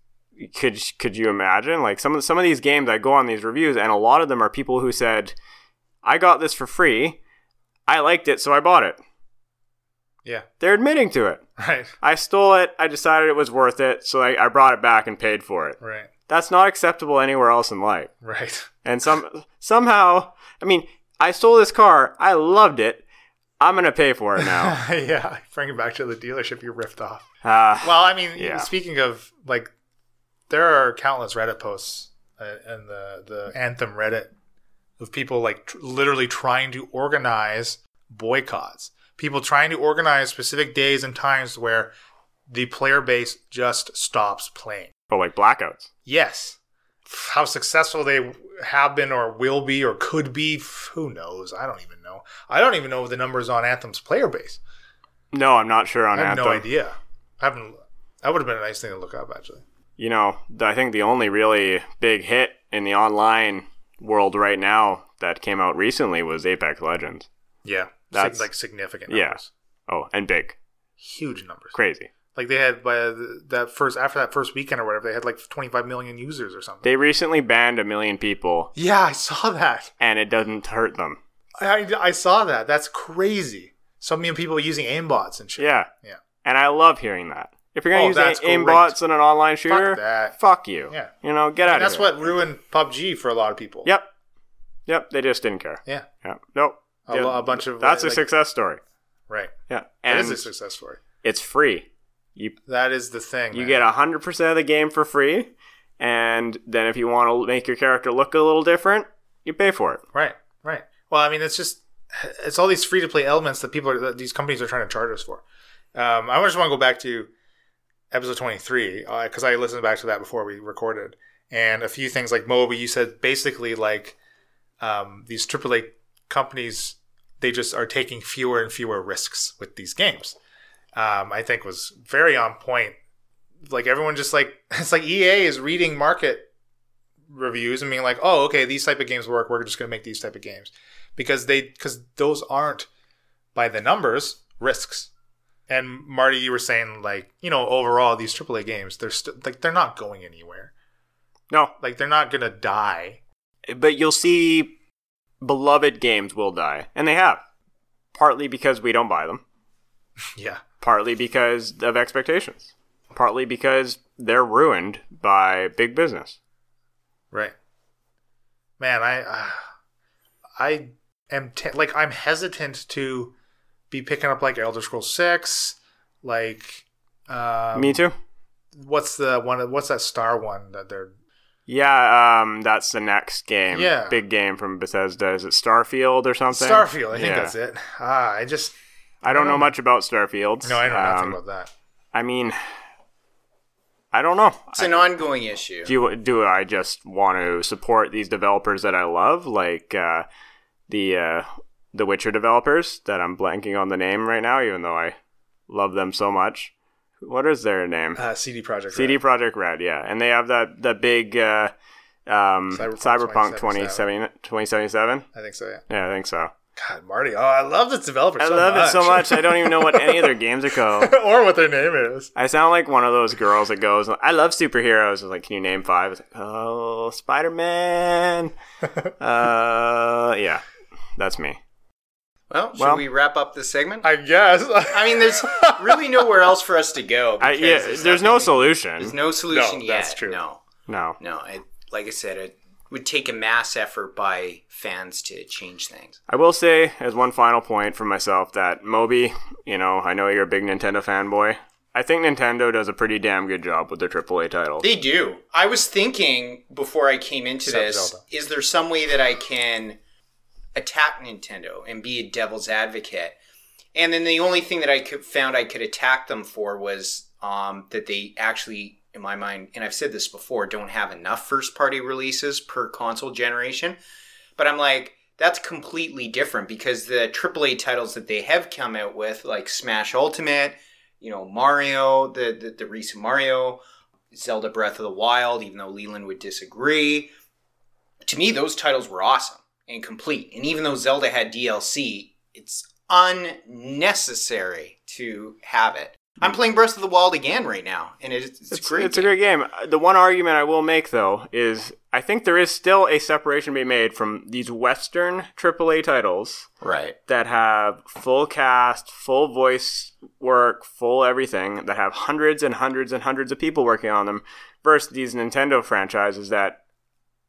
Speaker 3: could could you imagine like some of some of these games I go on these reviews and a lot of them are people who said I got this for free. I liked it, so I bought it.
Speaker 1: Yeah.
Speaker 3: They're admitting to it.
Speaker 1: Right.
Speaker 3: I stole it. I decided it was worth it, so I, I brought it back and paid for it.
Speaker 1: Right.
Speaker 3: That's not acceptable anywhere else in life.
Speaker 1: Right.
Speaker 3: And some somehow, I mean, I stole this car. I loved it. I'm gonna pay for it now.
Speaker 1: yeah. Bring it back to the dealership you ripped off.
Speaker 3: Ah,
Speaker 1: Well, I mean,
Speaker 3: Yeah.
Speaker 1: speaking of like, there are countless Reddit posts uh, and the the Anthem Reddit of people like tr- literally trying to organize boycotts. People trying to organize specific days and times where the player base just stops playing.
Speaker 3: oh, like blackouts.
Speaker 1: Yes. How successful they have been or will be or could be, who knows? I don't even know. I don't even know the numbers on Anthem's player base.
Speaker 3: No, I'm not sure on
Speaker 1: I have
Speaker 3: Anthem.
Speaker 1: no idea. I haven't. That would have been a nice thing to look up, actually.
Speaker 3: you know, th- I think the only really big hit in the online world right now that came out recently was Apex Legends.
Speaker 1: Yeah,
Speaker 3: That's-
Speaker 1: that's like significant.
Speaker 3: yeah.
Speaker 1: Numbers.
Speaker 3: Oh, and big,
Speaker 1: huge numbers.
Speaker 3: crazy.
Speaker 1: Like they had by the, that first after that first weekend or whatever, they had like 25 million users or something.
Speaker 3: They recently banned a million people,
Speaker 1: yeah, I saw that.
Speaker 3: and it doesn't hurt them.
Speaker 1: I, I, I saw that. That's crazy. So many people using aimbots and shit.
Speaker 3: Yeah,
Speaker 1: Yeah.
Speaker 3: and I love hearing that. If you're gonna
Speaker 1: Oh,
Speaker 3: use a-
Speaker 1: that's great.
Speaker 3: aimbots in an online shooter,
Speaker 1: that.
Speaker 3: fuck you.
Speaker 1: Yeah.
Speaker 3: you know, get out
Speaker 1: And
Speaker 3: of
Speaker 1: that's
Speaker 3: here.
Speaker 1: what ruined PUBG for a lot of people.
Speaker 3: Yep, yep. They just didn't care.
Speaker 1: Yeah.
Speaker 3: Yep. Nope.
Speaker 1: A
Speaker 3: Yeah.
Speaker 1: lo- a bunch of,
Speaker 3: That's a
Speaker 1: like-
Speaker 3: success story.
Speaker 1: Right.
Speaker 3: Yeah,
Speaker 1: That
Speaker 3: and
Speaker 1: is a success story.
Speaker 3: it's free. You
Speaker 1: That is the thing.
Speaker 3: You
Speaker 1: man.
Speaker 3: get 100% of the game for free, and then if you want to make your character look a little different, you pay for it.
Speaker 1: Right, right. Well, I mean, it's just it's all these free to play elements that people are that these companies are trying to charge us for. Um, I just want to go back to episode twenty three because I listened back to that before we recorded, and a few things like Moby, you said basically like um, these AAA companies they just are taking fewer and fewer risks with these games. Um, I think was very on point. Like everyone just like it's like EA is reading market reviews and being like, "Oh, okay, these type of games work. We're just going to make these type of games," because they because those aren't by the numbers risks. And Marty, you were saying like, you know, overall these AAA games, they're still like they're not going anywhere.
Speaker 3: No,
Speaker 1: Like they're not gonna die.
Speaker 3: but you'll see beloved games will die, and they have. Partly because we don't buy them,
Speaker 1: Yeah.
Speaker 3: partly because of expectations, partly because they're ruined by big business.
Speaker 1: Right. Man, I uh, I am te- like I'm hesitant to be picking up like Elder Scrolls 6, like um,
Speaker 3: Me too.
Speaker 1: what's the one what's that star one that they're
Speaker 3: Yeah, um, that's the next game.
Speaker 1: Yeah.
Speaker 3: Big game from Bethesda. Is it Starfield or something?
Speaker 1: Starfield, I think
Speaker 3: Yeah.
Speaker 1: that's it. Ah, I just
Speaker 3: I don't
Speaker 1: I
Speaker 3: know
Speaker 1: don't-
Speaker 3: much about Starfield.
Speaker 1: no, I know nothing
Speaker 3: Um,
Speaker 1: about that.
Speaker 3: I mean, I don't know.
Speaker 2: It's an ongoing issue.
Speaker 3: do do I just want to support these developers that I love, like uh, the uh, the Witcher developers that I'm blanking on the name right now, even though I love them so much. What is their name?
Speaker 1: Uh, CD Project.
Speaker 3: CD Project Red, yeah, and they have that that big uh, um,
Speaker 1: Cyberpunk
Speaker 3: Cyberpunk, 2077. 2077.
Speaker 1: I think so. Yeah.
Speaker 3: Yeah, I think so.
Speaker 1: God, Marty. Oh, I love this developer.
Speaker 3: I
Speaker 1: so
Speaker 3: love it so much. I don't even know what any of their games are called.
Speaker 1: or what their name is.
Speaker 3: I sound like one of those girls that goes, I love superheroes. I'm like, can you name five? It's like, oh, Spider Man. uh, yeah, that's me.
Speaker 2: Well, should
Speaker 3: Well-
Speaker 2: we wrap up this segment? I,
Speaker 1: I guess.
Speaker 2: mean, there's really nowhere else for us to go.
Speaker 3: I,
Speaker 2: because
Speaker 3: yeah, there's no
Speaker 2: nothing-
Speaker 3: solution.
Speaker 2: There's no solution
Speaker 1: No,
Speaker 2: yet.
Speaker 1: that's true.
Speaker 2: No,
Speaker 3: no.
Speaker 2: no. It, like I said, it would take a mass effort by fans to change things.
Speaker 3: I will say, as one final point for myself, that Moby, you know, I know you're a big Nintendo fanboy. I think Nintendo does a pretty damn good job with their AAA titles.
Speaker 2: They do. I was thinking before I came into
Speaker 1: Except
Speaker 2: this,
Speaker 1: Zelda.
Speaker 2: is there some way that I can attack Nintendo and be a devil's advocate? And then the only thing that I could, found I could attack them for was um, that they actually, in my mind, and I've said this before, don't have enough first party releases per console generation. But I'm like, that's completely different because the AAA titles that they have come out with, like Smash Ultimate, you know, Mario, the, the, the recent Mario, Zelda Breath of the Wild, even though Leland would disagree. To me, those titles were awesome and complete. And even though Zelda had DLC, it's unnecessary to have it. I'm playing Breath of the Wild again right now, and it, it's,
Speaker 3: It's,
Speaker 2: great.
Speaker 3: it's a great game. Uh, The one argument I will make, though, is I think there is still a separation to be made from these Western AAA titles
Speaker 2: right.
Speaker 3: that have full cast, full voice work, full everything, that have hundreds and hundreds and hundreds of people working on them, versus these Nintendo franchises that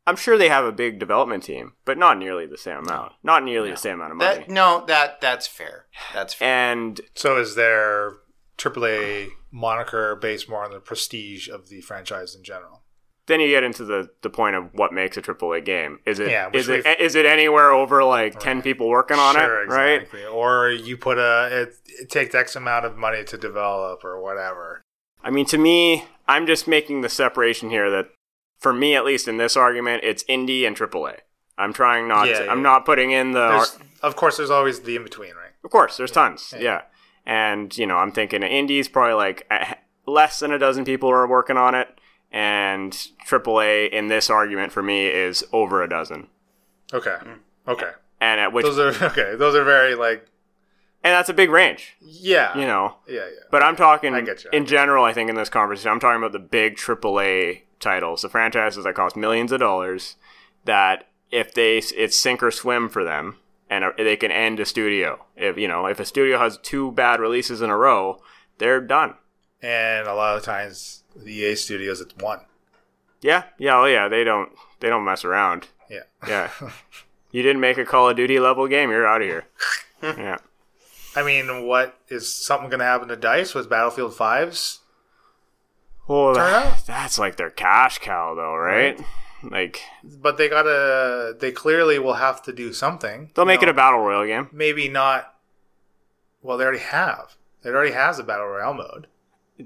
Speaker 3: I'm sure they have a big development team, but not nearly the same amount. Not nearly the same amount of money.
Speaker 2: That, no, that that's fair. That's fair.
Speaker 3: and
Speaker 1: So is their AAA moniker based more on the prestige of the franchise in general?
Speaker 3: then you get into the, the point of what makes a AAA game. Is it
Speaker 1: Yeah, which
Speaker 3: is it
Speaker 1: we've-
Speaker 3: is it anywhere over like ten people working on it, right?
Speaker 1: exactly. Or you put a it, it takes X amount of money to develop or whatever.
Speaker 3: I mean, to me, I'm just making the separation here that, for me at least in this argument, it's indie and AAA. I'm trying not.
Speaker 1: Yeah,
Speaker 3: to,
Speaker 1: yeah.
Speaker 3: I'm not putting in the.
Speaker 1: There's, of course, there's always the in between, right?
Speaker 3: of course, there's tons.
Speaker 1: yeah.
Speaker 3: Yeah. and you know, I'm thinking indie's probably like a- less than a dozen people are working on it, and AAA in this argument for me is over a dozen.
Speaker 1: Okay. Okay.
Speaker 3: And at Mm. which,
Speaker 1: Those are okay. Those are very like
Speaker 3: and that's a big range,
Speaker 1: yeah.
Speaker 3: you know.
Speaker 1: Yeah, yeah.
Speaker 3: But I'm talking
Speaker 1: I get you, I
Speaker 3: in
Speaker 1: get
Speaker 3: general. I think in this conversation, I'm talking about the big AAA titles, the franchises that cost millions of dollars. That if they, it's sink or swim for them, and uh, they can end a studio. If you know, if a studio has two bad releases in a row, they're done.
Speaker 1: And a lot of times the EA studios it's one.
Speaker 3: Yeah, yeah, oh yeah. They don't, they don't mess around.
Speaker 1: Yeah.
Speaker 3: Yeah, you didn't make a Call of Duty level game, you're out of here. yeah,
Speaker 1: I mean, what is something going to happen to Dice with Battlefield 5's?
Speaker 3: well,
Speaker 1: Turnout?
Speaker 3: that's like their cash cow, though, right? Like
Speaker 1: But they got to they clearly will have to do something.
Speaker 3: they'll make
Speaker 1: You
Speaker 3: it
Speaker 1: know,
Speaker 3: a battle royale game.
Speaker 1: maybe not Well, they already have. It already has a battle royale mode.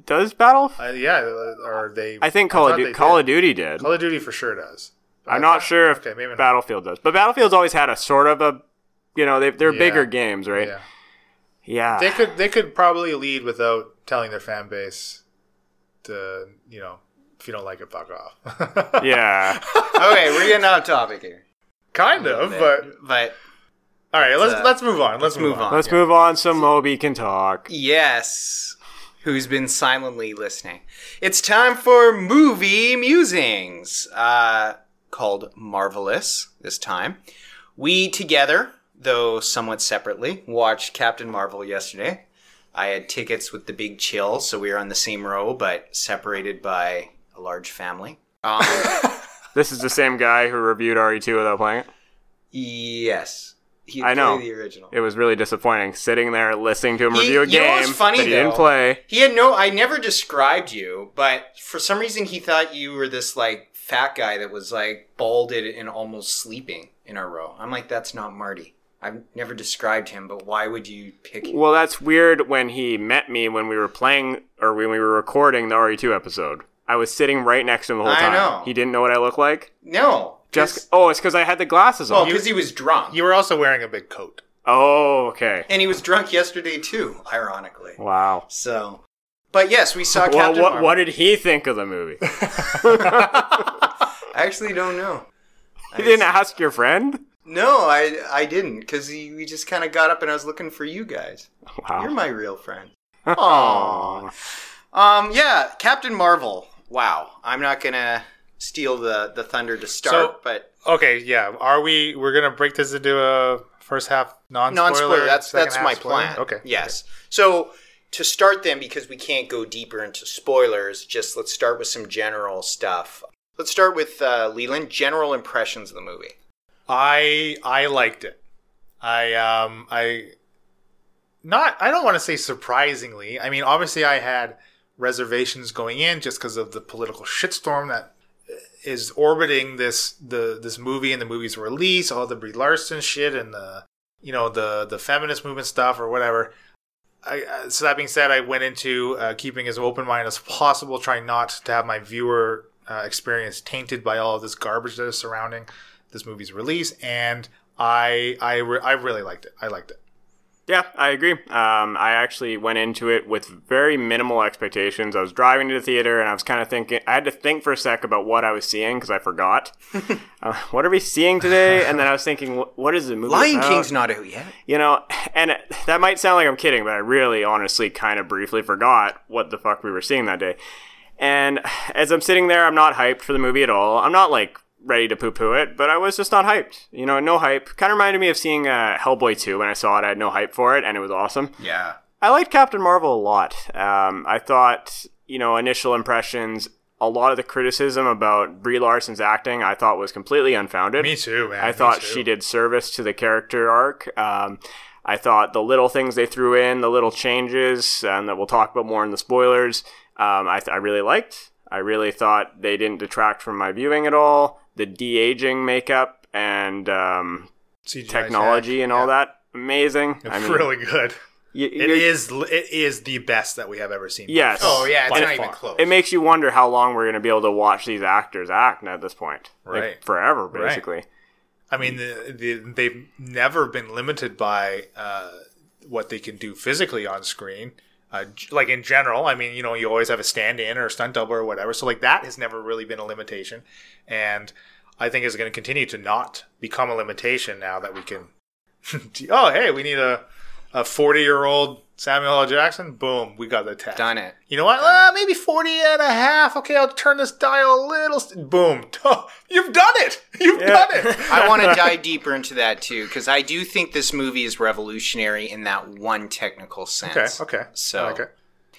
Speaker 3: Does battle?
Speaker 1: Uh, yeah, or they
Speaker 3: I think Call of
Speaker 1: thought
Speaker 3: Duty,
Speaker 1: they
Speaker 3: Call of
Speaker 1: did.
Speaker 3: Duty did.
Speaker 1: Call of Duty for sure does.
Speaker 3: I'm not sure if
Speaker 1: Okay, maybe not.
Speaker 3: Battlefield does, but Battlefield's always had a sort of a, you know, they, they're
Speaker 1: Yeah.
Speaker 3: bigger games, right?
Speaker 1: Yeah.
Speaker 3: Yeah.
Speaker 1: They could they could probably lead without telling their fan base to, you know, if you don't like it, fuck off.
Speaker 3: yeah.
Speaker 2: okay, we're getting off topic here.
Speaker 1: kind of, but
Speaker 2: but
Speaker 1: all right, let's
Speaker 2: uh,
Speaker 1: let's move on. Let's, move
Speaker 2: move
Speaker 1: on.
Speaker 2: on.
Speaker 3: Let's move on so Moby can talk.
Speaker 2: yes, who's been silently listening. It's time for movie musings, uh, called Marvelous this time. We together, though somewhat separately, watched Captain Marvel yesterday. I had tickets with the big chill, so we were on the same row but separated by a large family. Um,
Speaker 3: This is the same guy who reviewed RE2 without playing it.
Speaker 2: yes, he
Speaker 3: I know.
Speaker 2: played the original.
Speaker 3: It was really disappointing sitting there listening to him
Speaker 2: He-
Speaker 3: review a
Speaker 2: you know
Speaker 3: game
Speaker 2: what's funny,
Speaker 3: that he
Speaker 2: though?
Speaker 3: didn't play.
Speaker 2: He had no. I never described you, but for some reason he thought you were this like fat guy that was like balded and almost sleeping in our row. I'm like, that's not Marty. I've never described him, but why would you pick him?
Speaker 3: Well, that's weird when he met me when we were playing or when we were recording the RE2 episode. I was sitting right next to him the whole
Speaker 2: I
Speaker 3: time.
Speaker 2: know.
Speaker 3: He didn't know what I looked like.
Speaker 2: No,
Speaker 3: Just oh, it's because I had the glasses on.
Speaker 2: because he was drunk,
Speaker 1: You were also wearing a big coat.
Speaker 3: oh, okay.
Speaker 2: and he was drunk yesterday too, ironically.
Speaker 3: Wow.
Speaker 2: So, but yes, we saw
Speaker 3: Well,
Speaker 2: Captain
Speaker 3: what
Speaker 2: Marvel.
Speaker 3: what did he think of the movie?
Speaker 2: I actually don't know.
Speaker 3: He didn't ask your friend.
Speaker 2: No, I I didn't because we just kind of got up and I was looking for you guys. You're
Speaker 3: Wow.
Speaker 2: my real friend. Aww. um, yeah, Captain Marvel. Wow. I'm not gonna steal the the thunder to start,
Speaker 1: So-
Speaker 2: but
Speaker 1: Okay, yeah. Are we? We're gonna break this into a first half non
Speaker 2: non spoiler.
Speaker 1: spoiler.
Speaker 2: That's that's my plan.
Speaker 1: Okay.
Speaker 2: Yes. So to start then, because we can't go deeper into spoilers, just let's start with some general stuff. Let's start with uh, Leland. General impressions of the movie.
Speaker 1: I I liked it. I um I not I don't want to say surprisingly. I mean, obviously I had reservations going in just because of the political shitstorm that uh, is orbiting this the this movie and the movie's release, all the Brie Larson shit and the you know the the feminist movement stuff or whatever. I, uh, so that being said, I went into uh, keeping as open mind as possible, trying not to have my viewer uh, experience tainted by all of this garbage that is surrounding this movie's release, and I I re- I really liked it. I liked it.
Speaker 3: Yeah, I agree. Um, I actually went into it with very minimal expectations. I was driving to the theater and I was kind of thinking, I had to think for a sec about what I was seeing because I forgot. uh, what are we seeing today? And then I was thinking, wh- what is the movie?
Speaker 2: Lion
Speaker 3: about?
Speaker 2: King's not out yet.
Speaker 3: You know, and it, that might sound like I'm kidding, but I really honestly kind of briefly forgot what the fuck we were seeing that day. And as I'm sitting there, I'm not hyped for the movie at all. I'm not like ready to poo poo it, but I was just not hyped. You know, no hype. Kind of reminded me of seeing uh, Hellboy 2 when I saw it. I had no hype for it, and it was awesome.
Speaker 2: Yeah.
Speaker 3: I liked Captain Marvel a lot. Um, I thought, you know, initial impressions, a lot of the criticism about Brie Larson's acting, I thought was completely unfounded.
Speaker 1: Me too, man.
Speaker 3: I
Speaker 1: Me
Speaker 3: thought
Speaker 1: too.
Speaker 3: she did service to the character arc. Um, I thought the little things they threw in, the little changes um, that we'll talk about more in the spoilers, um, I, th- I really liked. I really thought they didn't detract from my viewing at all. The de aging makeup and um,
Speaker 1: CGI
Speaker 3: technology
Speaker 1: tech,
Speaker 3: and all
Speaker 1: yeah.
Speaker 3: that, amazing.
Speaker 1: It's really good.
Speaker 3: you-
Speaker 1: It
Speaker 3: you-
Speaker 1: is it is the best that we have ever seen.
Speaker 3: Yes.
Speaker 2: Oh yeah, it's
Speaker 1: By
Speaker 2: not even
Speaker 1: far.
Speaker 2: close.
Speaker 3: it makes you wonder how long we're going to be able to watch these actors act at this point. Like,
Speaker 1: Right.
Speaker 3: forever,
Speaker 1: Right.
Speaker 3: basically.
Speaker 1: I mean, the, the, they've never been limited by uh, what they can do physically on screen. Uh, g- like in general, I mean, you know, you always have a stand-in or a stunt double or whatever. So like that has never really been a limitation, and I think is going to continue to not become a limitation now that we can. oh, hey, we need a a forty-year-old Samuel L. Jackson. Boom, we got the tech.
Speaker 2: Done it.
Speaker 1: You know what? Uh, maybe 40 and a half. Okay, I'll turn this dial a little. St- boom. You've done it. You've done it.
Speaker 2: I want to dive deeper into that too because I do think this movie is revolutionary in that one technical
Speaker 1: Okay.
Speaker 2: sense.
Speaker 1: Okay.
Speaker 2: So-
Speaker 1: okay.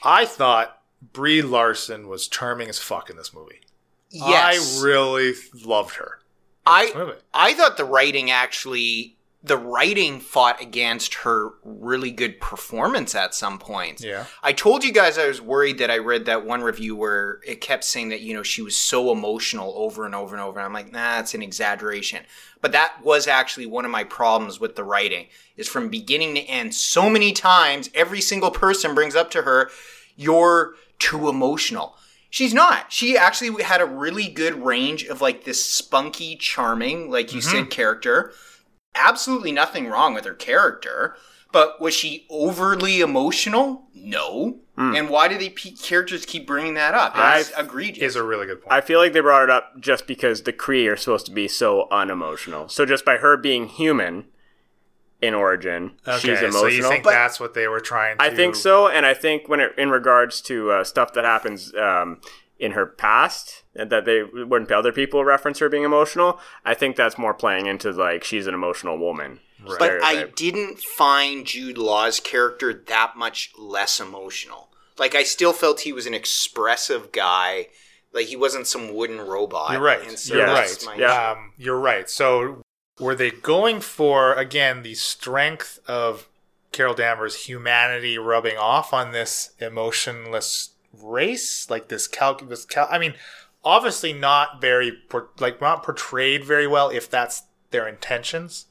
Speaker 1: I thought Brie Larson was charming as fuck in this movie.
Speaker 2: Yes,
Speaker 1: I really loved her. in this
Speaker 2: I
Speaker 1: movie.
Speaker 2: I thought the writing actually the writing fought against her really good performance at some points.
Speaker 1: Yeah.
Speaker 2: I told you guys I was worried that I read that one review where it kept saying that you know she was so emotional over and over and over and I'm like nah it's an exaggeration. But that was actually one of my problems with the writing is from beginning to end so many times every single person brings up to her you're too emotional. She's not. She actually had a really good range of like this spunky, charming, like you said, character. Absolutely nothing wrong with her character. But was she overly emotional? No. And why do the pe- characters keep bringing that up? It's
Speaker 3: I've-
Speaker 2: egregious.
Speaker 1: Is a really good point.
Speaker 3: I feel like they brought it up just because the Kree are supposed to be so unemotional. So just by her being human, in Origin.
Speaker 1: Okay,
Speaker 3: She's emotional.
Speaker 1: so you think
Speaker 3: But
Speaker 1: that's what they were trying to
Speaker 3: I think so, and I think when it, in regards to uh, stuff that happens um, in her past, and that they when other people reference her being emotional, I think that's more playing into like she's an emotional woman.
Speaker 1: Right.
Speaker 2: But I
Speaker 3: stereotype.
Speaker 2: didn't find Jude Law's character that much less emotional. Like I still felt he was an expressive guy. Like he wasn't some wooden robot.
Speaker 1: You're right.
Speaker 2: And so
Speaker 1: You're
Speaker 2: that's
Speaker 1: right.
Speaker 2: my-
Speaker 3: Yeah.
Speaker 1: Um, you're right. So were they going for again the strength of Carol Danvers' humanity rubbing off on this emotionless race, like this calculus? Cal- I mean, obviously not very por- like not portrayed very well if that's their intentions.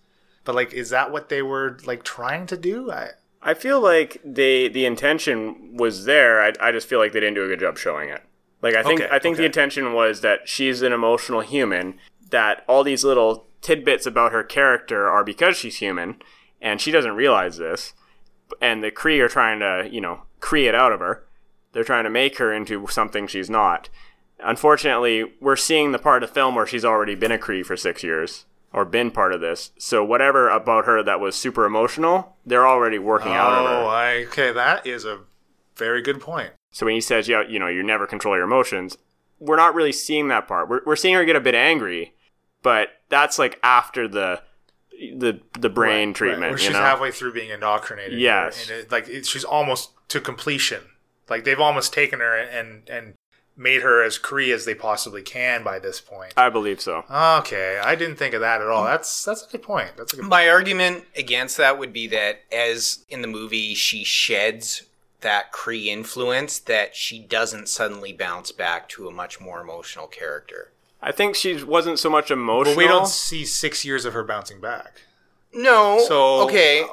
Speaker 1: But like, is that what they were like trying to do? I,
Speaker 3: I feel like they the intention was there. I, I just feel like they didn't do a good job showing it. Like I think
Speaker 1: Okay,
Speaker 3: I think the
Speaker 1: okay.
Speaker 3: intention was that she's an emotional human. That all these little tidbits about her character are because she's human, and she doesn't realize this. And the Kree are trying to you know Kree it out of her. They're trying to make her into something she's not. Unfortunately, we're seeing the part of the film where she's already been a Kree for six years or been part of this. So whatever about her that was super emotional, they're already working out of her.
Speaker 1: oh, I, okay, that is a very good point.
Speaker 3: So when he says, "Yeah, you know, you never control your emotions," we're not really seeing that part. We're, we're seeing her get a bit angry, but that's like after the the the brain
Speaker 1: Right, right.
Speaker 3: treatment.
Speaker 1: Where
Speaker 3: you
Speaker 1: she's
Speaker 3: know?
Speaker 1: halfway through being indoctrinated.
Speaker 3: Yes.
Speaker 1: and it, like it, she's almost to completion. Like they've almost taken her and and made her as Kree as they possibly can by this point.
Speaker 3: I believe so.
Speaker 1: Okay, I didn't think of that at all. That's that's a good point. That's a good. Point.
Speaker 2: My argument against that would be that as in the movie she sheds that Cree influence that she doesn't suddenly bounce back to a much more emotional character.
Speaker 3: I think she wasn't so much emotional.
Speaker 1: But we don't see six years of her bouncing back.
Speaker 2: No.
Speaker 1: So
Speaker 2: okay.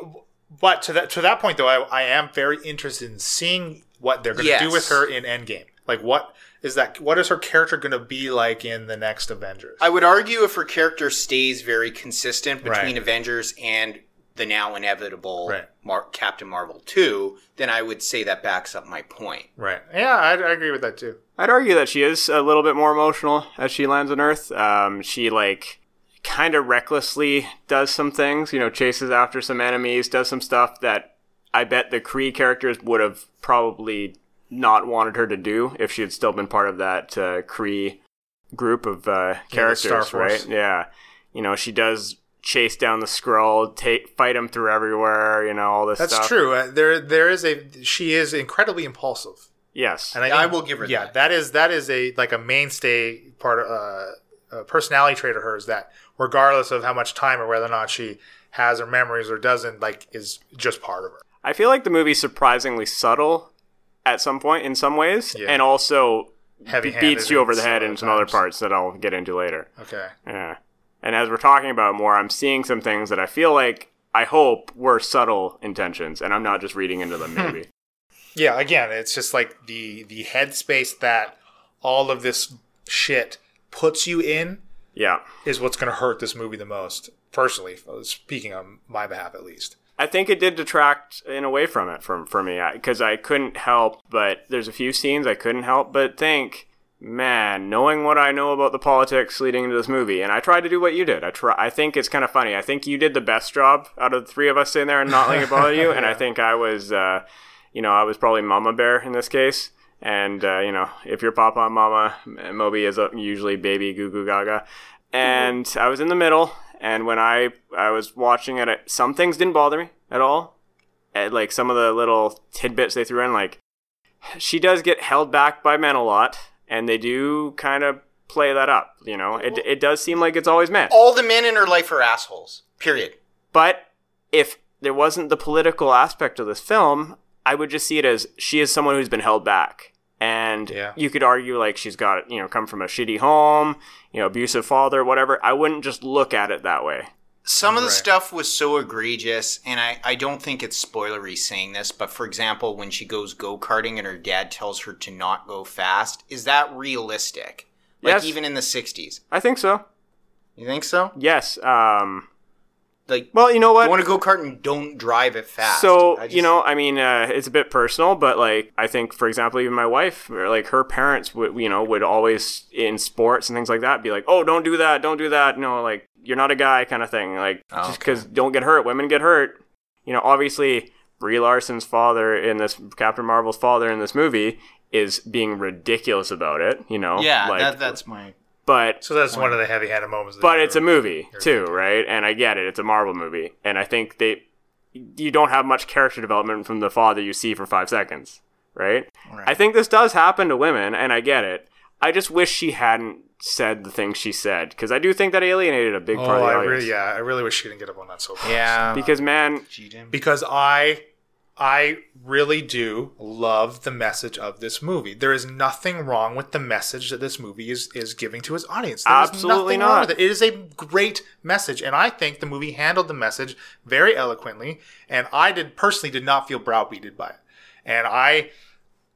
Speaker 1: But to that to that point though, I, I am very interested in seeing what they're going to do
Speaker 2: Yes.
Speaker 1: with her in Endgame. Like what is that? What is her character going to be like in the next Avengers?
Speaker 2: I would argue if her character stays very consistent between
Speaker 1: Right.
Speaker 2: Avengers and the now inevitable
Speaker 1: Right.
Speaker 2: Mar- Captain Marvel 2, then I would say that backs up my point.
Speaker 1: right. Yeah, I, I agree with that too.
Speaker 3: I'd argue that she is a little bit more emotional as she lands on Earth. Um, she like kind of recklessly does some things, you know, chases after some enemies, does some stuff that I bet the Kree characters would have probably not wanted her to do if she had still been part of that uh, Kree group of uh, characters,
Speaker 1: Star Force.
Speaker 3: right? Yeah, you know, she does chase down the scroll, take fight him through everywhere, you know, all this.
Speaker 1: That's
Speaker 3: stuff.
Speaker 1: true. Uh, there, there is a. She is incredibly impulsive,
Speaker 3: Yes,
Speaker 1: and I,
Speaker 2: I
Speaker 1: think-
Speaker 2: will give her
Speaker 1: Yeah,
Speaker 2: that.
Speaker 1: that is that is a like a mainstay part of uh, a personality trait of hers that, regardless of how much time or whether or not she has her memories or doesn't, like is just part of her.
Speaker 3: I feel like the movie's surprisingly subtle at some point in some ways,
Speaker 1: Yeah.
Speaker 3: and also
Speaker 1: Heavy
Speaker 3: beats you over the head in some other parts that I'll get into later.
Speaker 1: Okay.
Speaker 3: Yeah. And as we're talking about it more, I'm seeing some things that I feel like I hope were subtle intentions, and I'm not just reading into them. Maybe
Speaker 1: Yeah. Again, it's just like the the headspace that all of this shit puts you in
Speaker 3: yeah.
Speaker 1: is what's going to hurt this movie the most. Personally, speaking on my behalf, at least.
Speaker 3: I think it did detract in a way from it from for me because I, couldn't help but there's a few scenes I couldn't help but think, man, knowing what I know about the politics leading into this movie, and I tried to do what you did. I try. I think it's kind of funny. I think you did the best job out of the three of us sitting there and not letting it bother you, and I think I was, uh, you know, I was probably Mama Bear in this case. And uh, you know, if you're Papa and Mama, M- Moby is uh, usually Baby Goo Goo Gaga. And I was in the middle, and when I I was watching it, it- some things didn't bother me at all. And, like some of the little tidbits they threw in, like she does get held back by men a lot, and they do kind of play that up. You know, it it does seem like it's always men,
Speaker 2: All the men in her life are assholes. Period.
Speaker 3: but if there wasn't the political aspect of this film, I would just see it as she is someone who's been held back. And
Speaker 1: Yeah.
Speaker 3: you could argue like she's got, you know, come from a shitty home, you know, abusive father, whatever. I wouldn't just look at it that way.
Speaker 2: Some of the
Speaker 1: Right.
Speaker 2: stuff was so egregious, and I, I don't think it's spoilery saying this, but for example, when she goes go karting and her dad tells her to not go fast, is that realistic? Like
Speaker 3: Yes.
Speaker 2: even in the 60s.
Speaker 3: I think so.
Speaker 2: You think so?
Speaker 3: Yes. Um,
Speaker 2: Like,
Speaker 3: well, you know what?
Speaker 2: you want to go kart and don't drive it fast.
Speaker 3: So
Speaker 2: I just-
Speaker 3: you know, I mean, uh, it's a bit personal, but like I think, for example, even my wife, or, like her parents would, you know, would always in sports and things like that be like, "Oh, don't do that, don't do that." No, like you're not a guy kind of thing. Like
Speaker 2: Oh,
Speaker 3: just because don't get hurt, women get hurt. You know, obviously Brie Larson's father in this Captain Marvel's father in this movie is being ridiculous about it. You know,
Speaker 2: yeah,
Speaker 3: like,
Speaker 2: that, that's my.
Speaker 3: but
Speaker 1: So that's one of the heavy-handed moments. of the
Speaker 3: but
Speaker 1: year.
Speaker 3: it's a movie too, right? And I get it; it's a Marvel movie, and I think they you don't have much character development from the father you see for five seconds, right? I think this does happen to women, and I get it. I just wish she hadn't said the things she said because I do think that alienated a big
Speaker 1: Oh,
Speaker 3: part of the
Speaker 1: I
Speaker 3: audience.
Speaker 1: really, yeah, I really wish she didn't get up on that soapbox.
Speaker 2: Yeah.
Speaker 3: Because man,
Speaker 2: G-Jim.
Speaker 1: because I I really do love the message of this movie. There is nothing wrong with the message that this movie is is giving to its audience. There is
Speaker 3: Absolutely
Speaker 1: nothing wrong
Speaker 3: not.
Speaker 1: with it. it is a great message, and I think the movie handled the message very eloquently. And I did personally did not feel browbeated by it. And I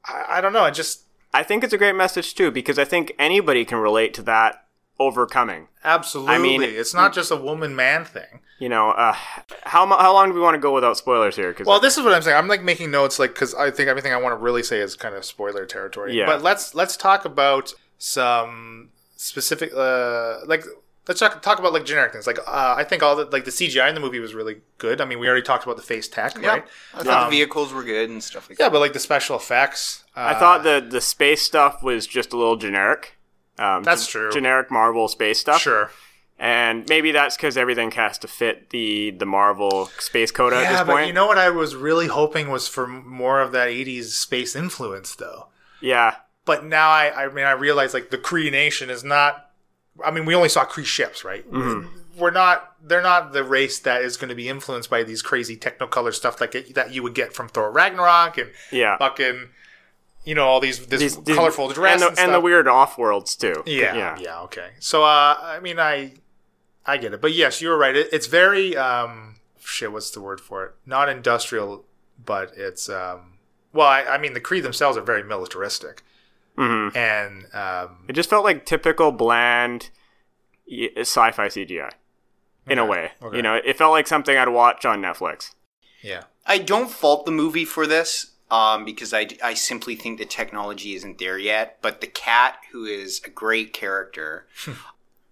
Speaker 1: I, I don't know. I just
Speaker 3: I think it's a great message too because I think anybody can relate to that overcoming.
Speaker 1: absolutely.
Speaker 3: I mean-
Speaker 1: it's not just a woman man thing.
Speaker 3: You know, uh, how mu- how long do we want to go without spoilers here? Because
Speaker 1: Well, this is what I'm saying. I'm like making notes, like because I think everything I want to really say is kind of spoiler territory.
Speaker 3: Yeah.
Speaker 1: But let's let's talk about some specific, uh, like let's talk talk about like generic things. Like uh, I think all the like the CGI in the movie was really good. I mean, we already talked about the face tech,
Speaker 2: Yeah.
Speaker 1: right?
Speaker 2: I thought the vehicles were good and stuff like
Speaker 1: Yeah,
Speaker 2: that.
Speaker 1: but like the special effects. Uh,
Speaker 3: I thought the the space stuff was just a little generic. Um,
Speaker 1: That's
Speaker 3: ge-
Speaker 1: true.
Speaker 3: Generic Marvel space stuff.
Speaker 1: sure.
Speaker 3: And maybe that's because everything has to fit the the Marvel space coda at
Speaker 1: Yeah,
Speaker 3: this
Speaker 1: but
Speaker 3: point.
Speaker 1: you know what I was really hoping was for more of that '80s space influence, though.
Speaker 3: yeah.
Speaker 1: but now I, I mean I realize like the Cree nation is not. I mean, we only saw Cree ships, right?
Speaker 3: Mm-hmm.
Speaker 1: We're not. They're not the race that is going to be influenced by these crazy technicolor stuff like it, that you would get from Thor Ragnarok and
Speaker 3: Yeah.
Speaker 1: fucking, you know, all these this
Speaker 3: These- these-
Speaker 1: colorful dress
Speaker 3: and the,
Speaker 1: and, stuff.
Speaker 3: the weird off worlds too.
Speaker 1: yeah,
Speaker 3: yeah,
Speaker 1: yeah, okay. So uh, I mean, I I get it, but yes, you were right. It, it's very um shit. What's the word for it? Not industrial, but it's um. Well, I, I mean, the Cree themselves are very militaristic,
Speaker 2: Mm-hmm.
Speaker 3: Mhm.
Speaker 1: and um,
Speaker 3: It just felt like typical bland y- sci-fi CGI in a
Speaker 1: Okay,
Speaker 3: way.
Speaker 1: okay.
Speaker 3: You know, it felt like something I'd watch on Netflix.
Speaker 1: Yeah.
Speaker 2: I don't fault the movie for this um, because I, I simply think the technology isn't there yet. But the cat, who is a great character,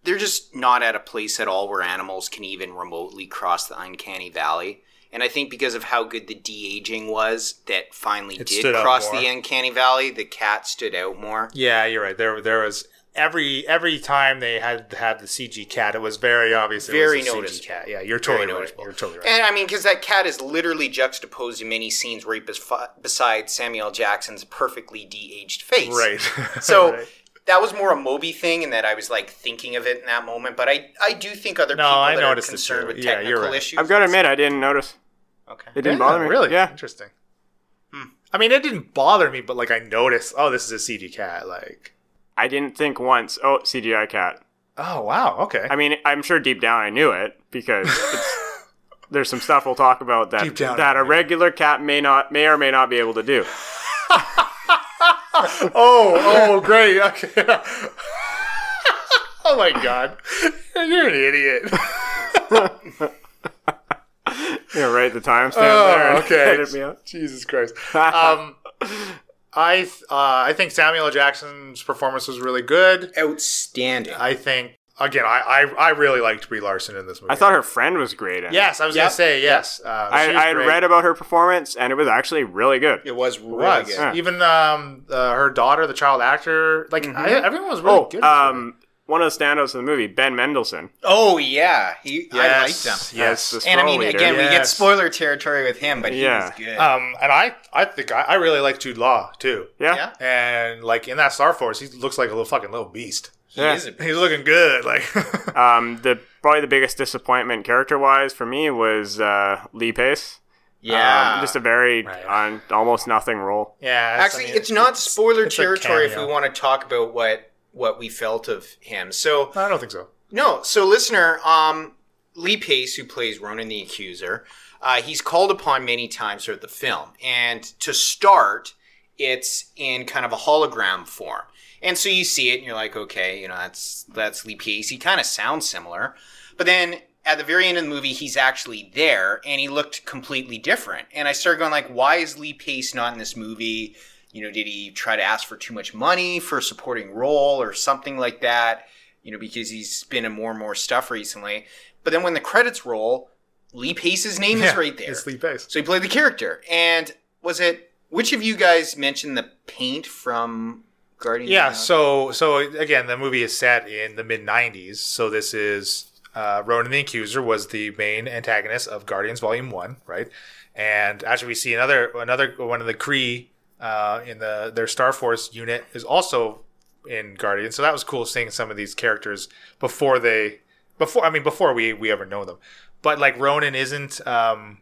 Speaker 2: they're just not at a place at all where animals can even remotely cross the uncanny valley. And I think because of how good the de aging was that finally
Speaker 1: It
Speaker 2: did
Speaker 1: stood out
Speaker 2: cross
Speaker 1: more.
Speaker 2: the uncanny valley, the cat stood out more.
Speaker 1: Yeah, you're right. There there was every every time they had to have the CG cat, it was very obvious. It
Speaker 2: Very
Speaker 1: was a
Speaker 2: noticeable.
Speaker 1: CG cat. Yeah, you're totally
Speaker 2: Very
Speaker 1: right.
Speaker 2: noticeable.
Speaker 1: You're totally right.
Speaker 2: And I mean, because that cat is literally juxtaposed in many scenes right bes- beside Samuel Jackson's perfectly de aged face.
Speaker 1: right.
Speaker 2: So
Speaker 1: Right.
Speaker 2: that was more a Moby thing, and that I was like thinking of it in that moment. But I, I do think other
Speaker 1: No,
Speaker 2: people
Speaker 1: I
Speaker 2: that are
Speaker 1: noticed it
Speaker 2: concerned
Speaker 1: too.
Speaker 2: with
Speaker 1: Yeah,
Speaker 2: technical
Speaker 1: you're right.
Speaker 2: issues.
Speaker 3: I've got to admit, I didn't notice.
Speaker 2: Okay.
Speaker 3: It didn't
Speaker 1: Yeah,
Speaker 3: bother me.
Speaker 1: Really?
Speaker 3: Yeah.
Speaker 1: Interesting. Hmm. I mean, it didn't bother me, but like I noticed. Oh, this is a CG cat. Like,
Speaker 3: I didn't think once. Oh, CGI cat.
Speaker 1: oh wow, okay.
Speaker 3: I mean, I'm sure deep down I knew it because it's, there's some stuff we'll talk about that
Speaker 1: Deep down
Speaker 3: that
Speaker 1: I
Speaker 3: a
Speaker 1: knew.
Speaker 3: regular cat may not, may or may not be able to do.
Speaker 1: oh, oh, great. Okay. oh my god, you're an idiot.
Speaker 3: Yeah, right. The timestamp
Speaker 1: Oh,
Speaker 3: there.
Speaker 1: okay.
Speaker 3: edit me out.
Speaker 1: Jesus Christ. Um, I th- uh, I think Samuel L. Jackson's performance was really good.
Speaker 2: Outstanding.
Speaker 1: I think again, I I, I really liked Brie Larson in this movie.
Speaker 3: I thought her friend was great. In it.
Speaker 1: Yes, I was
Speaker 2: Yep.
Speaker 1: gonna say yes. Uh,
Speaker 3: I, I had read about her performance, and it was actually really good.
Speaker 2: it was really
Speaker 1: was
Speaker 2: good.
Speaker 3: Yeah.
Speaker 1: even um uh, her daughter, the child actor, like I, everyone was really
Speaker 3: Oh,
Speaker 1: good. in this movie.
Speaker 3: um, one of the standouts in the movie, Ben Mendelsohn.
Speaker 2: Oh yeah, he, I liked
Speaker 1: yes,
Speaker 2: him.
Speaker 1: Yes,
Speaker 3: That's the
Speaker 2: And I
Speaker 3: Throw
Speaker 2: mean,
Speaker 3: leader.
Speaker 2: again, we get
Speaker 1: Yes.
Speaker 2: spoiler territory with him, but
Speaker 3: Yeah.
Speaker 2: he was good.
Speaker 1: um, and I I think I, I really like Jude Law too.
Speaker 3: Yeah.
Speaker 2: yeah,
Speaker 1: And like in that Star Force, he looks like a little fucking little beast.
Speaker 2: he
Speaker 3: Yeah.
Speaker 2: is a
Speaker 1: He's looking good. Like
Speaker 3: Um, the probably the biggest disappointment character wise for me was uh, Lee Pace.
Speaker 2: yeah.
Speaker 3: Um, just a very
Speaker 1: Right.
Speaker 3: on almost nothing role.
Speaker 1: yeah, it's- I
Speaker 2: Actually,
Speaker 1: mean,
Speaker 2: it's not spoiler
Speaker 1: it's a
Speaker 2: territory if we
Speaker 1: cameo.
Speaker 2: want to talk about what what we felt of him. So
Speaker 1: I don't think so.
Speaker 2: No, so listener, um, Lee Pace, who plays Ronan the Accuser, uh, he's called upon many times throughout the film. And to start, it's in kind of a hologram form. And so you see it and you're like, okay, you know, that's that's Lee Pace. He kind of sounds similar. But then at the very end of the movie, he's actually there and he looked completely different. And I started going like, why is Lee Pace not in this movie? You know, did he try to ask for too much money for a supporting role or something like that? you know, because he's been in more and more stuff recently. But then when the credits roll, Lee Pace's name is
Speaker 1: Yeah,
Speaker 2: right there.
Speaker 1: It's Lee Pace.
Speaker 2: So he played the character. And was it which of you guys mentioned the paint from Guardians? of
Speaker 1: Yeah.
Speaker 2: the-
Speaker 1: So so again, the movie is set in the mid '90s. So this is uh, Ronan the Accuser was the main antagonist of Guardians Volume One, right? And actually, we see another another one of the Kree uh, in the their Star Force unit is also in Guardians. So that was cool seeing some of these characters before they before I mean before we we ever know them. But like Ronan isn't um,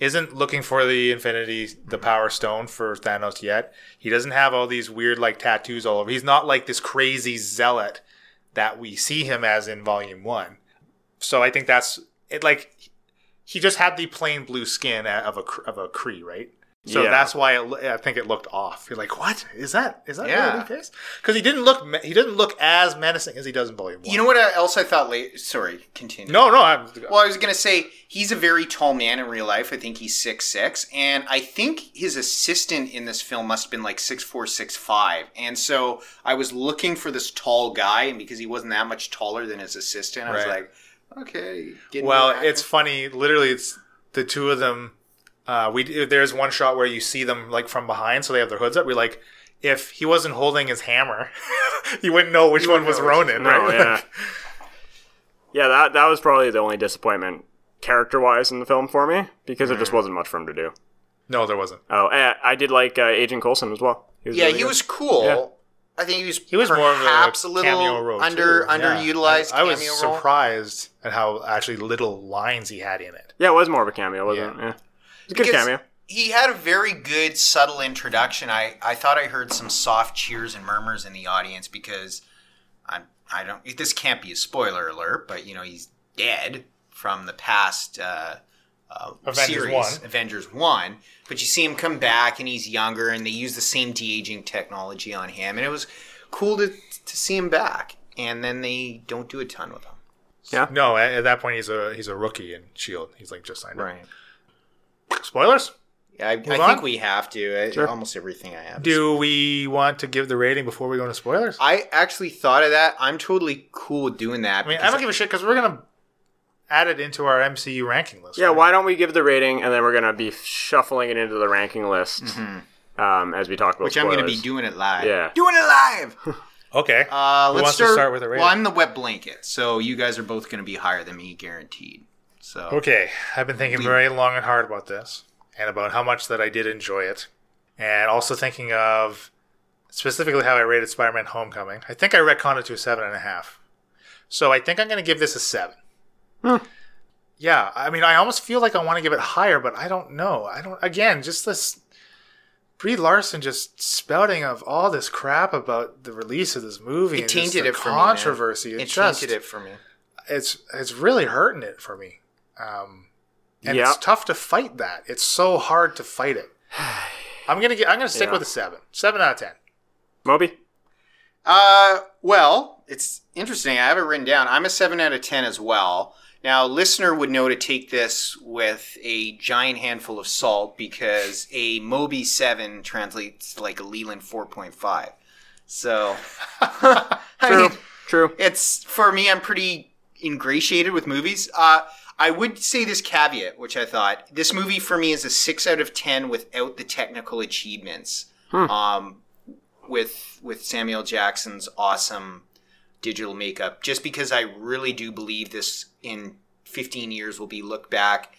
Speaker 1: isn't looking for the Infinity,
Speaker 2: Mm-hmm.
Speaker 1: the Power Stone for Thanos yet. He doesn't have all these weird like tattoos all over. He's not like this crazy zealot that we see him as in Volume One. So I think that's it. Like he just had the plain blue skin a- of a Kr- of a Kree, right? So
Speaker 3: Yeah.
Speaker 1: that's why it, lo- I think it looked off. You're like, what is that? Is that
Speaker 2: Yeah.
Speaker 1: really the case? Because he didn't look me- he didn't look as menacing as he does in Volume One.
Speaker 2: You know what else I thought late sorry, continue.
Speaker 1: no, no, I'm,
Speaker 2: Well, I was gonna say he's a very tall man in real life. I think he's six six, and I think his assistant in this film must have been like six four, six five. And so I was looking for this tall guy, and because he wasn't that much taller than his assistant, I was
Speaker 1: Right.
Speaker 2: like, okay. getting
Speaker 1: Well,
Speaker 2: back.
Speaker 1: it's funny. Literally, it's the two of them. Uh, we there's one shot where you see them like from behind, so they have their hoods up. We like if he wasn't holding his hammer, you wouldn't know which one was Ronin,
Speaker 3: No,
Speaker 1: right?
Speaker 3: yeah. yeah, that that was probably the only disappointment character wise in the film for me because there just wasn't much for him to do.
Speaker 1: no, there wasn't.
Speaker 3: Oh, and I did like uh, Agent Coulson as well.
Speaker 2: yeah,
Speaker 3: really
Speaker 2: he
Speaker 3: good.
Speaker 2: was cool.
Speaker 3: Yeah.
Speaker 2: I think he was
Speaker 1: He was
Speaker 2: perhaps
Speaker 1: more
Speaker 2: a
Speaker 1: of a cameo
Speaker 2: little
Speaker 1: role
Speaker 2: under
Speaker 1: too.
Speaker 2: underutilized.
Speaker 1: Yeah. I, I was
Speaker 2: cameo role.
Speaker 1: surprised at how actually little lines he had in it.
Speaker 3: Yeah, it was more of a cameo, wasn't it? Yeah, it's a good
Speaker 2: Because
Speaker 3: cameo.
Speaker 2: He had a very good, subtle introduction. I, I thought I heard some soft cheers and murmurs in the audience because I'm I don't this can't be a spoiler alert, but you know he's dead from the past uh, uh,
Speaker 1: Avengers
Speaker 2: series
Speaker 1: one.
Speaker 2: Avengers One. But you see him come back and he's younger, and they use the same de aging technology on him, and it was cool to to see him back. And then they don't do a ton with him.
Speaker 1: No, at, at that point he's a he's a rookie in Shield. E He's like just signed
Speaker 2: Right.
Speaker 1: up. Spoilers?
Speaker 2: Yeah, I, I
Speaker 1: Move on?
Speaker 2: think we have to. I,
Speaker 3: Sure.
Speaker 2: Almost everything I have. is
Speaker 1: Do we want to give the rating before we go into spoilers?
Speaker 2: I actually thought of that. I'm totally cool with doing that.
Speaker 1: I mean, I
Speaker 2: because
Speaker 1: don't give a shit because we're gonna add it into our MCU ranking list.
Speaker 3: Yeah,
Speaker 1: right?
Speaker 3: why don't we give the rating and then we're gonna be shuffling it into the ranking list um, as we talk about
Speaker 2: Mm-hmm. which I'm going to
Speaker 3: spoilers.
Speaker 2: be doing it live.
Speaker 3: Yeah.
Speaker 2: doing it live.
Speaker 1: Okay.
Speaker 2: Uh,
Speaker 1: Who
Speaker 2: let's
Speaker 1: wants to
Speaker 2: start,
Speaker 1: start with a rating?
Speaker 2: Well, I'm the wet blanket, so you guys are both going to be higher than me, guaranteed. So
Speaker 1: Okay, I've been thinking very long and hard about this, and about how much that I did enjoy it, and also thinking of specifically how I rated Spider-Man: Homecoming. I think I retconned it to a seven and a half, so I think I'm going to give this a seven. Yeah, I mean, I almost feel like I want to give it higher, but I don't know. I don't. Again, just this. Brie Larson just spouting of all this crap about the release of this movie.
Speaker 2: it
Speaker 1: and just
Speaker 2: tainted
Speaker 1: the
Speaker 2: it for
Speaker 1: controversy.
Speaker 2: me. man.
Speaker 1: It
Speaker 2: It
Speaker 1: just-
Speaker 2: tainted it for me.
Speaker 1: it's it's really hurting it for me. Um, and
Speaker 3: Yeah.
Speaker 1: it's tough to fight that. It's so hard to fight it. I'm gonna get. I'm gonna stick
Speaker 3: Yeah.
Speaker 1: with a seven. Seven out of ten.
Speaker 3: Moby.
Speaker 2: Uh, well, it's interesting. I have it written down. I'm a seven out of ten as well. Now, listener would know to take this with a giant handful of salt because a Moby seven translates to like a Leland four point five. So, I
Speaker 3: True.
Speaker 2: mean,
Speaker 3: True.
Speaker 2: it's for me. I'm pretty ingratiated with movies. Uh, I would say this caveat, which I thought this movie for me is a six out of ten without the technical achievements. Um, with with Samuel Jackson's awesome digital makeup just because I really do believe this in 15 years will be looked back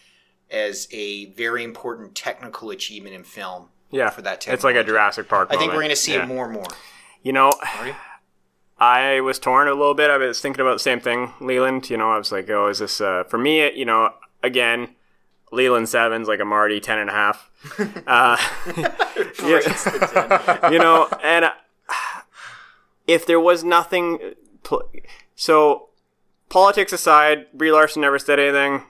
Speaker 2: as a very important technical achievement in film.
Speaker 3: Yeah,
Speaker 2: for that
Speaker 3: It's like a
Speaker 2: technology.
Speaker 3: Jurassic Park.
Speaker 2: I think
Speaker 3: moment.
Speaker 2: we're going to see
Speaker 3: Yeah.
Speaker 2: it more and more.
Speaker 3: You know,
Speaker 2: you?
Speaker 3: I was torn a little bit. I was thinking about the same thing, Leland. You know, I was like, oh, is this uh, for me? You know, again, Leland sevens like I'm already ten and a half. Uh, yeah, you know, and uh, if there was nothing, pl- so politics aside, Brie Larson never said anything.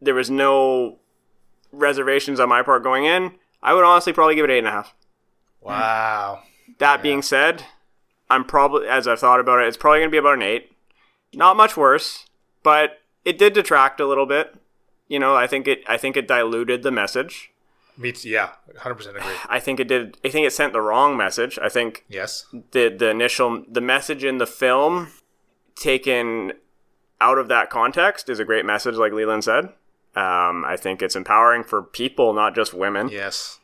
Speaker 3: There was no reservations on my part going in. I would honestly probably give it eight and a half.
Speaker 1: Wow.
Speaker 3: That being said, I'm probably as I've thought about it, it's probably going to be about an eight. Not much worse, but it did detract a little bit. You know, I think it I think it diluted the message.
Speaker 1: Me too. Yeah. 100 percent agree.
Speaker 3: I think it did. I think it sent the wrong message. I think
Speaker 1: Yes.
Speaker 3: the the initial the message in the film taken out of that context is a great message, like Leland said. Um, I think it's empowering for people, not just women.
Speaker 1: Yes.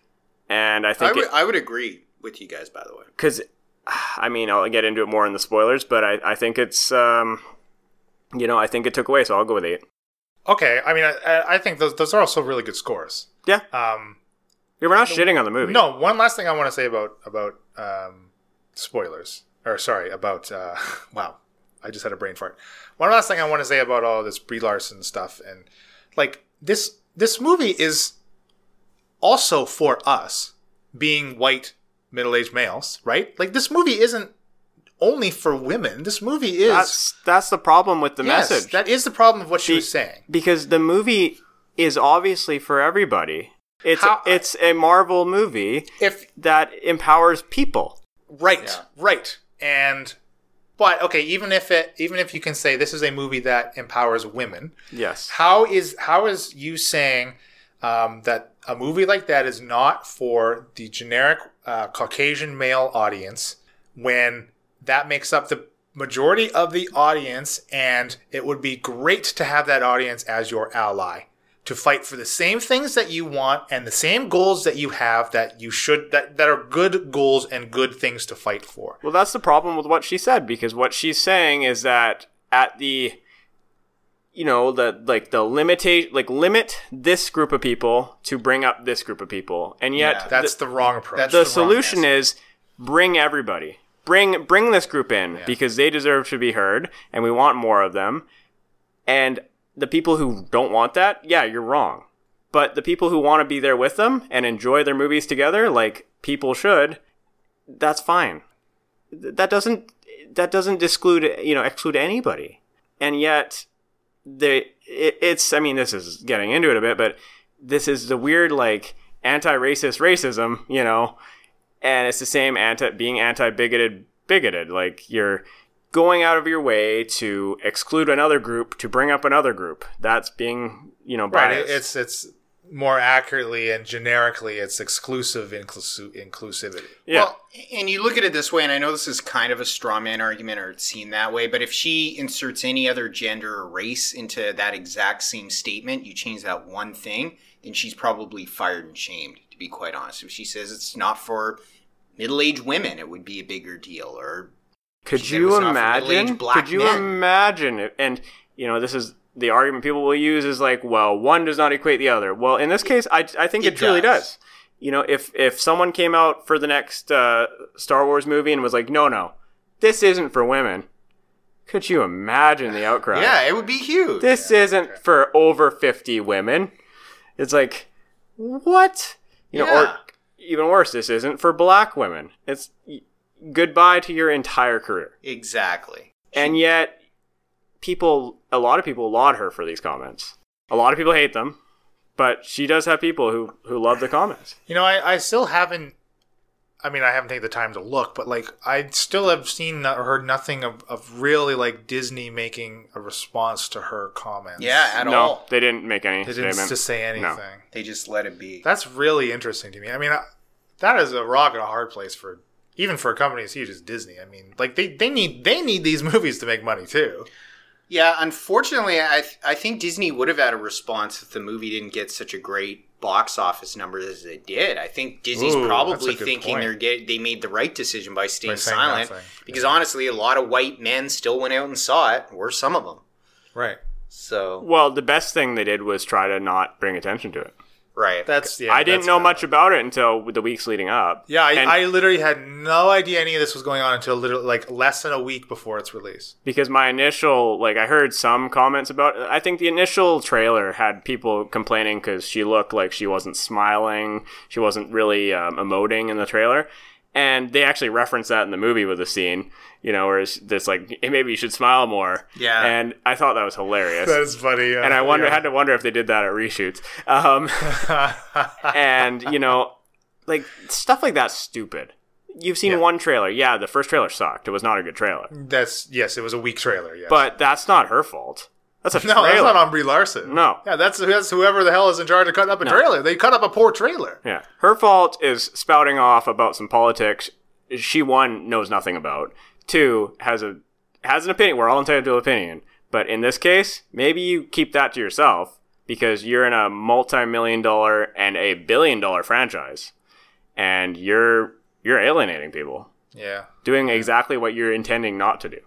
Speaker 3: And I
Speaker 2: I
Speaker 3: think
Speaker 2: would, I would agree with you guys, by the way.
Speaker 3: because I mean I'll get into it more in the spoilers, but I, I think it's um, you know I think it took away, so I'll go with eight.
Speaker 1: Okay. I mean, I- I, I think those those are also really good scores.
Speaker 3: Yeah,
Speaker 1: Um,
Speaker 3: we're not shitting on the movie.
Speaker 1: no, one last thing I want to say about about um, spoilers, or sorry, about uh, wow, I just had a brain fart. One last thing I want to say about all this Brie Larson stuff and like this this movie is also for us being white middle aged males, right? Like this movie isn't only for women. This movie is
Speaker 3: that's that's the problem with the
Speaker 1: Yes,
Speaker 3: message
Speaker 1: That is the problem of what she
Speaker 3: Be-
Speaker 1: was saying.
Speaker 3: because the movie is obviously for everybody. It's
Speaker 1: How-
Speaker 3: it's a Marvel movie
Speaker 1: If
Speaker 3: that empowers people.
Speaker 1: Right,
Speaker 2: Yeah.
Speaker 1: right. And but okay, even if it even if you can say this is a movie that empowers women,
Speaker 3: Yes.
Speaker 1: how is how is you saying um, that a movie like that is not for the generic uh, Caucasian male audience when that makes up the majority of the audience and it would be great to have that audience as your ally to fight for the same things that you want and the same goals that you have that you should that, that are good goals and good things to fight for
Speaker 3: Well, that's the problem with what she said because what she's saying is that at the you know the like the limitate like limit this group of people to bring up this group of people, and yet
Speaker 2: Yeah,
Speaker 1: that's the, wrong approach
Speaker 2: that's
Speaker 3: the,
Speaker 2: the wrong
Speaker 3: solution is bring everybody bring bring this group in because they deserve to be heard and we want more of them and the people who don't want that yeah you're wrong but the people who want to be there with them and enjoy their movies together like people should that's fine Th- that doesn't that doesn't exclude you know exclude anybody and yet they it, it's i mean this is getting into it a bit but this is the weird like anti-racist racism you know and it's the same anti being anti-bigoted bigoted like you're going out of your way to exclude another group to bring up another group that's being you know
Speaker 1: right
Speaker 3: biased.
Speaker 1: it- it's it's more accurately and generically it's exclusive inclusi- inclusivity
Speaker 3: yeah
Speaker 2: Well, and you look at it this way, and I know this is kind of a straw man argument or it's seen that way, but if she inserts any other gender or race into that exact same statement, you change that one thing, then she's probably fired and shamed, to be quite honest. If she says it's not for middle aged women, it would be a bigger deal. Or
Speaker 3: Could
Speaker 2: She
Speaker 3: you
Speaker 2: was not for middle-aged
Speaker 3: imagine?
Speaker 2: black
Speaker 3: Could you
Speaker 2: men.
Speaker 3: imagine? It? And you know, this is the argument people will use is like, well, one does not equate the other. Well, in this case, I, I think it,
Speaker 2: It
Speaker 3: truly does.
Speaker 2: does.
Speaker 3: You know, if if someone came out for the next uh, Star Wars movie and was like, no, no, this isn't for women. Could you imagine the outcry?
Speaker 2: yeah, it would be huge.
Speaker 3: this isn't for over fifty women. It's like, what? You know,
Speaker 2: Yeah.
Speaker 3: or even worse, this isn't for black women. It's goodbye to your entire career
Speaker 2: exactly.
Speaker 3: and yet people a lot of people laud her for these comments a lot of people hate them but she does have people who who love the comments
Speaker 1: You know, I, I still haven't. I mean, I haven't taken the time to look, but like, I still have seen no- or heard nothing of, of really like Disney making a response to her comments.
Speaker 2: Yeah, at
Speaker 3: no
Speaker 2: all.
Speaker 3: they didn't make any
Speaker 1: they didn't
Speaker 3: statement
Speaker 1: to say anything.
Speaker 2: They just let it be.
Speaker 1: That's really interesting to me. I mean, I, that is a rock and a hard place for even for a company as huge as Disney. I mean, like they, they need they need these movies to make money too.
Speaker 2: Yeah, unfortunately, I th- I think Disney would have had a response if the movie didn't get such a great box office number as it did. I think Disney's
Speaker 1: Ooh, that's a
Speaker 2: probably
Speaker 1: good
Speaker 2: thinking
Speaker 1: point.
Speaker 2: they're get- they made the right decision by staying
Speaker 1: By saying
Speaker 2: silent
Speaker 1: nothing,
Speaker 2: because honestly, a lot of white men still went out and saw it, or some of them.
Speaker 1: Right.
Speaker 2: So
Speaker 3: well the best thing they did was try to not bring attention to it
Speaker 2: right,
Speaker 1: That's yeah.
Speaker 3: i didn't
Speaker 1: that's
Speaker 3: know
Speaker 1: fair.
Speaker 3: much about it until the weeks leading up
Speaker 1: Yeah, I,
Speaker 3: And-
Speaker 1: I literally had no idea any of this was going on until literally like less than a week before its release.
Speaker 3: because my initial like i heard some comments about i think the initial trailer had people complaining because she looked like she wasn't smiling she wasn't really um, emoting in the trailer and they actually referenced that in the movie with a scene you know where it's this like hey, maybe you should smile more
Speaker 2: Yeah.
Speaker 3: and i thought that was hilarious
Speaker 1: That is funny. yeah.
Speaker 3: and i wonder
Speaker 1: Yeah.
Speaker 3: had to wonder if they did that at reshoots um, and you know like stuff like that's stupid you've seen one trailer yeah the first trailer sucked it was not a good trailer
Speaker 1: That's yes, it was a weak trailer. Yeah,
Speaker 3: but that's not her fault. That's a
Speaker 1: no,
Speaker 3: trailer.
Speaker 1: that's not on Brie Larson.
Speaker 3: No.
Speaker 1: yeah, that's that's whoever the hell is in charge of cutting up a trailer. They cut up a poor trailer.
Speaker 3: yeah, her fault is spouting off about some politics she one knows nothing about, two has a has an opinion. We're all entitled to an opinion. But in this case, maybe you keep that to yourself because you're in a multi-million dollar and a billion dollar franchise, and you're you're alienating people,
Speaker 1: Yeah.
Speaker 3: doing exactly what you're intending not to do.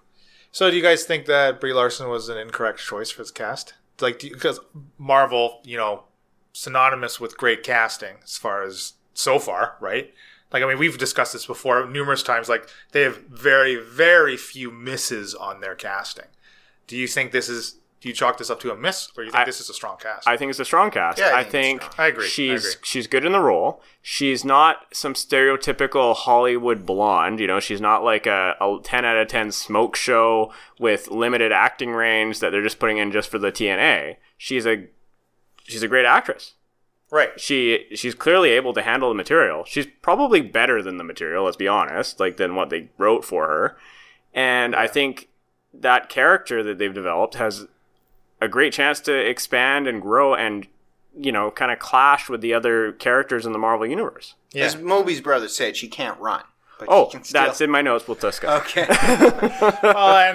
Speaker 1: So, do you guys think that Brie Larson was an incorrect choice for this cast? Like, do you, because Marvel, you know, synonymous with great casting as far as so far, right? Like, I mean, we've discussed this before numerous times. Like, they have very, very few misses on their casting. Do you think this is? Do you chalk this up to a miss, or do you think
Speaker 3: I-
Speaker 1: this is a strong cast?
Speaker 3: I think it's a strong cast.
Speaker 2: Yeah, I
Speaker 3: I
Speaker 2: think
Speaker 3: think,
Speaker 2: it's
Speaker 1: I agree, I
Speaker 3: She's
Speaker 1: agree.
Speaker 3: she's good in the role. She's not some stereotypical Hollywood blonde. You know, she's not like a, a ten out of ten smoke show with limited acting range that they're just putting in just for the TNA. She's a she's a great actress.
Speaker 1: right.
Speaker 3: She she's clearly able to handle the material. She's probably better than the material. Let's be honest, like than what they wrote for her. And I think that character that they've developed has a great chance to expand and grow and you know kind of clash with the other characters in the Marvel universe.
Speaker 1: Yeah.
Speaker 2: As Moby's brother said, she can't run. But
Speaker 3: Oh,
Speaker 2: she can still-
Speaker 3: that's in my notes. We'll discuss.
Speaker 2: Okay.
Speaker 1: well,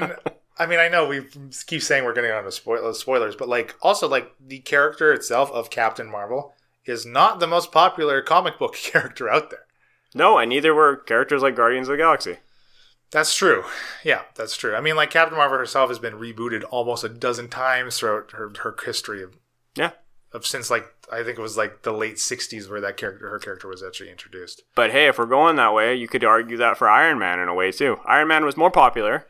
Speaker 1: and I mean, I know we keep saying we're getting on to spoil- spoilers, but like, also like the character itself of Captain Marvel is not the most popular comic book character out there.
Speaker 3: No, and neither were characters like Guardians of the Galaxy.
Speaker 1: That's true. Yeah, that's true. I mean, like Captain Marvel herself has been rebooted almost a dozen times throughout her, her history of,
Speaker 3: Yeah,
Speaker 1: of since like I think it was like the late '60s where that character her character was actually introduced.
Speaker 3: But hey, if we're going that way, you could argue that for Iron Man in a way too. Iron Man was more popular,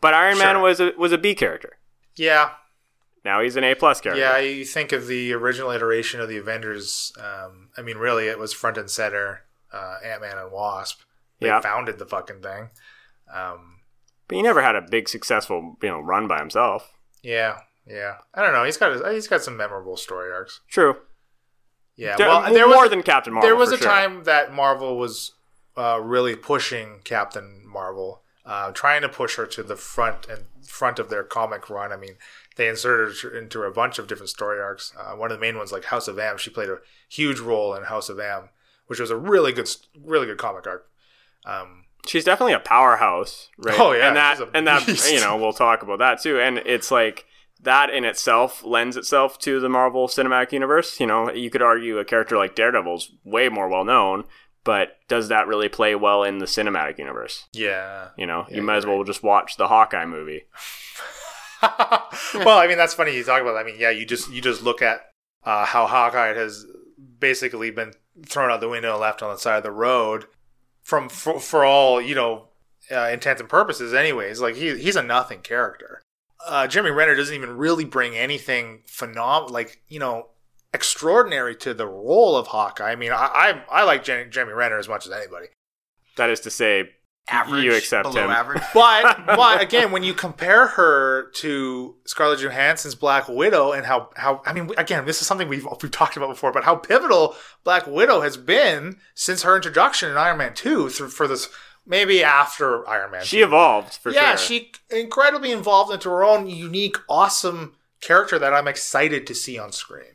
Speaker 3: but Iron Man
Speaker 1: Sure.
Speaker 3: was a, was a B character.
Speaker 1: Yeah,
Speaker 3: Now he's an A plus character.
Speaker 1: Yeah, you think of the original iteration of the Avengers. Um, I mean, really, it was front and center uh, Ant Man and Wasp. They
Speaker 3: Yeah.
Speaker 1: founded the fucking thing. Um,
Speaker 3: but he never had a big successful you know run by himself.
Speaker 1: yeah, yeah. I don't know. He's got his, he's got some memorable story arcs.
Speaker 3: True.
Speaker 1: Yeah.
Speaker 3: There-
Speaker 1: well, there
Speaker 3: more
Speaker 1: was
Speaker 3: than Captain Marvel.
Speaker 1: there was
Speaker 3: for
Speaker 1: a
Speaker 3: sure.
Speaker 1: time that Marvel was uh, really pushing Captain Marvel, uh, trying to push her to the front and front of their comic run. I mean, they inserted her into a bunch of different story arcs. Uh, one of the main ones, like House of M, she played a huge role in House of M, which was a really good, really good comic arc. Um,
Speaker 3: she's definitely a powerhouse, right?
Speaker 1: Oh, yeah,
Speaker 3: and that
Speaker 1: she's a
Speaker 3: and that
Speaker 1: beast.
Speaker 3: you know we'll talk about that too. And it's like that in itself lends itself to the Marvel Cinematic Universe. You know, you could argue a character like Daredevil's way more well known, but does that really play well in the cinematic universe?
Speaker 1: yeah.
Speaker 3: You know,
Speaker 1: Yeah,
Speaker 3: you might as well just watch the Hawkeye movie.
Speaker 1: well, I mean, that's funny you talk about. That. I mean, yeah, you just you just look at uh, how Hawkeye has basically been thrown out the window, left on the side of the road, from for, for all you know uh, intents and purposes. Anyways, like he he's a nothing character. Uh, Jeremy Renner doesn't even really bring anything phenom like you know extraordinary to the role of Hawkeye. I mean, I I, I like Jen- Jeremy Renner as much as anybody.
Speaker 3: That is to say,
Speaker 2: average.
Speaker 3: You accept
Speaker 2: below
Speaker 3: him.
Speaker 2: average.
Speaker 1: But but again, when you compare her to Scarlett Johansson's Black Widow and how how I mean again, this is something we've we've talked about before, but how pivotal Black Widow has been since her introduction in Iron Man Two through for this maybe after Iron Man.
Speaker 3: she
Speaker 1: 2.
Speaker 3: evolved for
Speaker 1: yeah,
Speaker 3: sure.
Speaker 1: she incredibly involved into her own unique, awesome character that I'm excited to see on screen.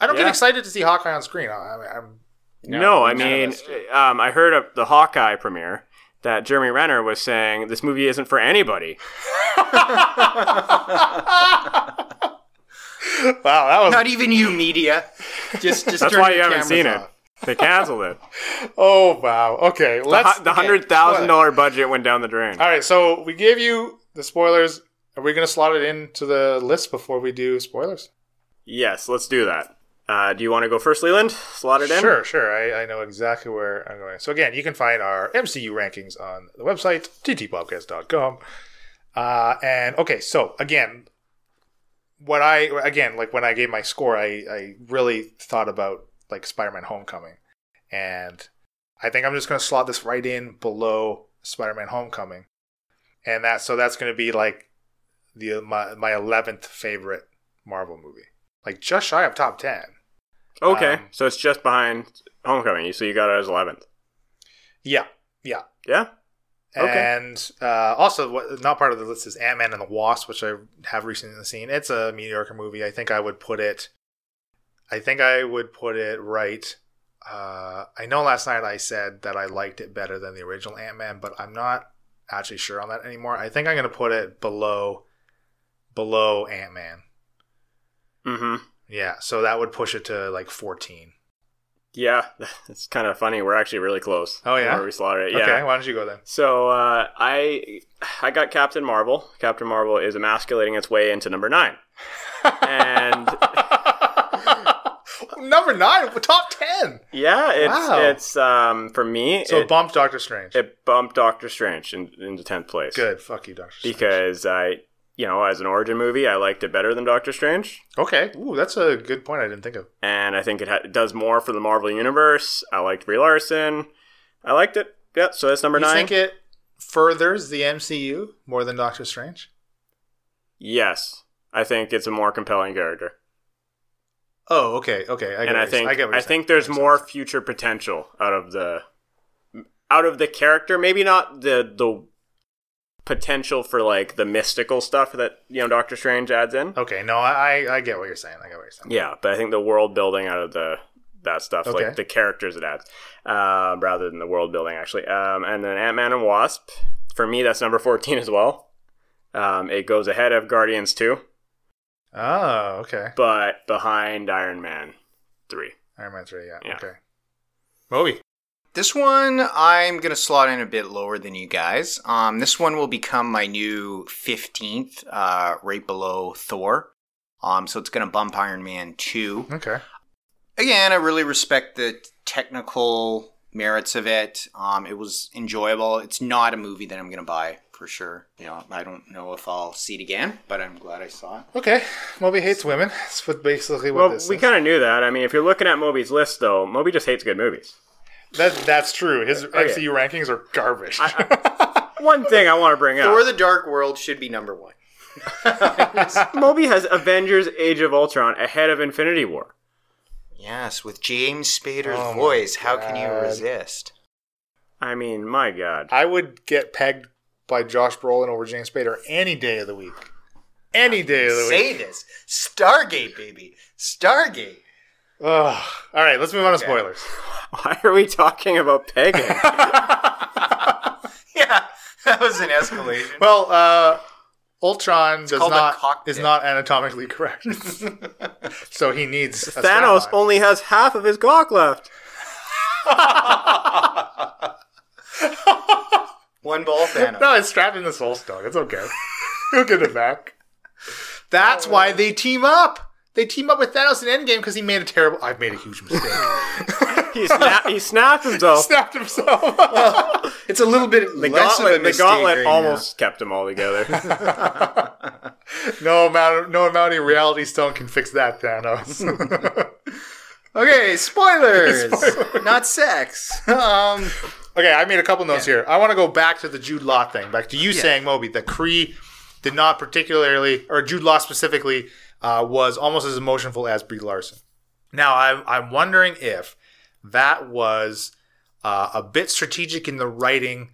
Speaker 1: I don't get
Speaker 3: Yeah.
Speaker 1: excited to see Hawkeye on screen. I, I, I'm
Speaker 3: No,
Speaker 2: No,
Speaker 3: I
Speaker 2: none of
Speaker 3: mean,
Speaker 2: us do.
Speaker 3: um, I heard of the Hawkeye premiere that Jeremy Renner was saying this movie isn't for anybody.
Speaker 1: wow, that was
Speaker 2: Not even you, media. Just, just
Speaker 3: That's
Speaker 2: turn
Speaker 3: why
Speaker 2: your
Speaker 3: you
Speaker 2: cameras
Speaker 3: haven't seen
Speaker 2: off.
Speaker 3: it. They canceled it.
Speaker 1: oh wow. Okay, Uh, let's
Speaker 3: Hu- the hundred thousand dollar budget went down the drain.
Speaker 1: All right, so we gave you the spoilers. Are we going to slot it into the list before we do spoilers?
Speaker 3: Yes, let's do that. Uh, do you want to go first, Leland? Slot it in.
Speaker 1: Sure, sure. I, I know exactly where I'm going. So, again, you can find our MCU rankings on the website, ttpodcast.com. Uh, and, okay, so, again, what I, again, like when I gave my score, I, I really thought about, like, Spider Man Homecoming. And I think I'm just going to slot this right in below Spider Man Homecoming. And that, so that's going to be, like, the my, my 11th favorite Marvel movie. Like, just shy of top 10.
Speaker 3: Okay,
Speaker 1: Um,
Speaker 3: so it's just behind Homecoming. So you got it as eleventh.
Speaker 1: Yeah, yeah.
Speaker 3: Yeah. Okay.
Speaker 1: And uh, also, what, not part of the list is Ant Man and the Wasp, which I have recently seen. It's a mediocre movie. I think I would put it. I think I would put it right. Uh, I know last night I said that I liked it better than the original Ant Man, but I'm not actually sure on that anymore. I think I'm gonna put it below below Ant Man.
Speaker 3: Mm-hmm.
Speaker 1: Yeah, so that would push it to like 14.
Speaker 3: Yeah, it's kind of funny. We're actually really close.
Speaker 1: Oh, yeah?
Speaker 3: where we slotted it. Yeah.
Speaker 1: Okay, why don't you go then?
Speaker 3: So uh, I I got Captain Marvel. Captain Marvel is emasculating its way into number nine, and
Speaker 1: Number nine, top ten.
Speaker 3: yeah, it's
Speaker 1: Wow.
Speaker 3: it's um for me
Speaker 1: So
Speaker 3: it,
Speaker 1: bump Doctor Strange.
Speaker 3: it bumped Doctor Strange in, into tenth place.
Speaker 1: Good, fuck you, Doctor Strange.
Speaker 3: because I you know as an origin movie I liked it better than Doctor Strange.
Speaker 1: Okay, ooh, that's a good point. I didn't think of.
Speaker 3: and I think it, ha- it does more for the Marvel universe. I liked Brie Larson. I liked it. Yeah, so that's number
Speaker 1: you
Speaker 3: nine.
Speaker 1: think it furthers the MCU more than Doctor Strange?
Speaker 3: yes, I think it's a more compelling character,
Speaker 1: Oh, okay, okay. I get
Speaker 3: and
Speaker 1: what
Speaker 3: I
Speaker 1: you're-
Speaker 3: think I,
Speaker 1: get what you're saying.
Speaker 3: think there's
Speaker 1: That makes
Speaker 3: more
Speaker 1: sense.
Speaker 3: future potential out of the out of the character. Maybe not the the potential for like the mystical stuff that you know Doctor Strange adds in.
Speaker 1: Okay, no, I I- I get what you're saying. I get what you're saying.
Speaker 3: Yeah, but I think the world building out of the that stuff,
Speaker 1: Okay.
Speaker 3: like the characters it adds, um, rather than the world building actually. Um, and then Ant Man and Wasp, for me, that's number fourteen as well. Um, it goes ahead of Guardians two,
Speaker 1: Oh, okay.
Speaker 3: but behind Iron Man three.
Speaker 1: Iron Man three. Yeah.
Speaker 3: Yeah.
Speaker 1: Okay. Moby.
Speaker 2: This one I'm gonna slot in a bit lower than you guys. Um, this one will become my new fifteenth, uh, right below Thor. Um, so it's gonna bump Iron Man two.
Speaker 1: Okay.
Speaker 2: Again, I really respect the technical merits of it. Um, it was enjoyable. It's not a movie that I'm gonna buy for sure. You know, I don't know if I'll see it again, but I'm glad I saw it.
Speaker 1: Okay. Moby hates women. That's what basically what
Speaker 3: Well,
Speaker 1: this
Speaker 3: we
Speaker 1: is.
Speaker 3: kind of knew that. I mean, if you're looking at Moby's list, though, Moby just hates good movies.
Speaker 1: That that's true. His
Speaker 3: Oh,
Speaker 1: MCU rankings are garbage.
Speaker 3: One thing I want to bring
Speaker 2: Thor:
Speaker 3: up:
Speaker 2: The Dark World should be number one.
Speaker 3: Moby has Avengers: Age of Ultron ahead of Infinity War.
Speaker 2: Yes, with James Spader's
Speaker 1: Oh my
Speaker 2: voice, how can you
Speaker 1: God.
Speaker 2: resist?
Speaker 3: I mean, my God.
Speaker 1: I would get pegged by Josh Brolin over James Spader any day of the week. Any day of the
Speaker 2: Say
Speaker 1: week.
Speaker 2: this, Stargate, baby, Stargate.
Speaker 1: Ugh. All right, let's move on to spoilers.
Speaker 3: Why are we talking about pegging?
Speaker 2: Yeah, that was an escalation.
Speaker 1: Well, uh, Ultron does
Speaker 2: called a
Speaker 1: not
Speaker 2: cockpit.
Speaker 1: is not anatomically correct, so he needs a
Speaker 3: Thanos
Speaker 1: strap-on.
Speaker 3: only has half of his cock left.
Speaker 2: One ball, Thanos.
Speaker 1: No, it's strapped in his soul stone. It's okay. He'll get it back. That's why they team up. They team up with Thanos in Endgame because he made a terrible. I've made a huge mistake.
Speaker 3: He, sna- he snapped himself.
Speaker 1: Snapped himself.
Speaker 2: It's a little bit
Speaker 3: The gauntlet, the gauntlet almost kept them all together.
Speaker 1: no amount, of, no amount of reality stone can fix that, Thanos.
Speaker 2: Okay, spoilers. Not sex. Um,
Speaker 1: okay, I made a couple notes here. I want to go back to the Jude Law thing. Back to you saying, Moby, that Cree did not particularly, or Jude Law specifically, uh, was almost as emotional as Brie Larson. Now, I'm, I'm wondering if that was uh, a bit strategic in the writing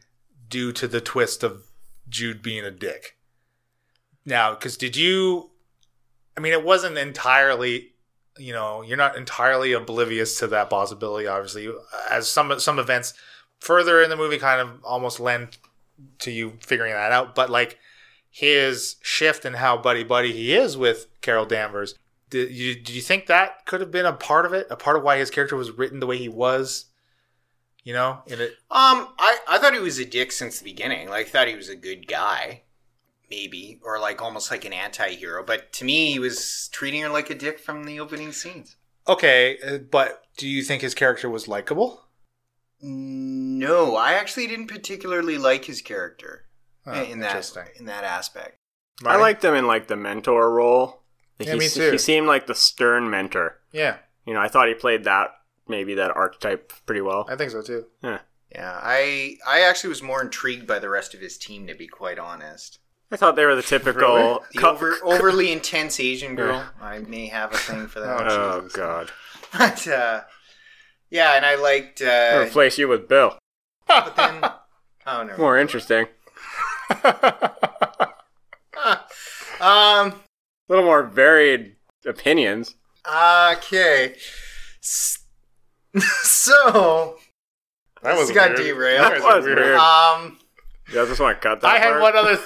Speaker 1: due to the twist of Jude being a dick. Now, because did you? I mean, it wasn't entirely. You know, you're not entirely oblivious to that possibility. Obviously, as some some events further in the movie kind of almost lend to you figuring that out. But like his shift and how buddy buddy he is with Carol Danvers, did you do you think that could have been a part of it? A part of why his character was written the way he was? You know, in it.
Speaker 2: um, I I thought he was a dick since the beginning. Like, thought he was a good guy, maybe, or like almost like an anti-hero. But to me, he was treating her like a dick from the opening scenes.
Speaker 1: Okay, uh, but do you think his character was likable?
Speaker 2: No, I actually didn't particularly like his character
Speaker 1: Huh,
Speaker 2: in that
Speaker 1: Oh, interesting.
Speaker 2: in that aspect.
Speaker 3: I
Speaker 1: Marty?
Speaker 3: liked him in like the mentor role.
Speaker 1: Yeah,
Speaker 3: he,
Speaker 1: me
Speaker 3: s-
Speaker 1: too.
Speaker 3: he seemed like the stern mentor.
Speaker 1: Yeah,
Speaker 3: You know, I thought he played that maybe that archetype pretty well.
Speaker 1: I think so too.
Speaker 2: Yeah, I I actually was more intrigued by the rest of his team to be quite honest.
Speaker 3: I thought they were the typical.
Speaker 2: The
Speaker 3: co-
Speaker 2: over, overly intense Asian girl. I may have a thing for that.
Speaker 3: oh God!
Speaker 2: But uh, yeah, and I liked. Uh,
Speaker 3: Replace you with Bill.
Speaker 2: but then, oh no.
Speaker 3: More interesting.
Speaker 2: Um.
Speaker 3: A little more varied opinions.
Speaker 2: Um, Okay. S- So
Speaker 1: That
Speaker 2: This got derailed.
Speaker 1: guys
Speaker 3: That
Speaker 1: are
Speaker 3: was weird.
Speaker 2: Um,
Speaker 3: You guys just want to cut that
Speaker 1: I had
Speaker 3: part?
Speaker 1: one other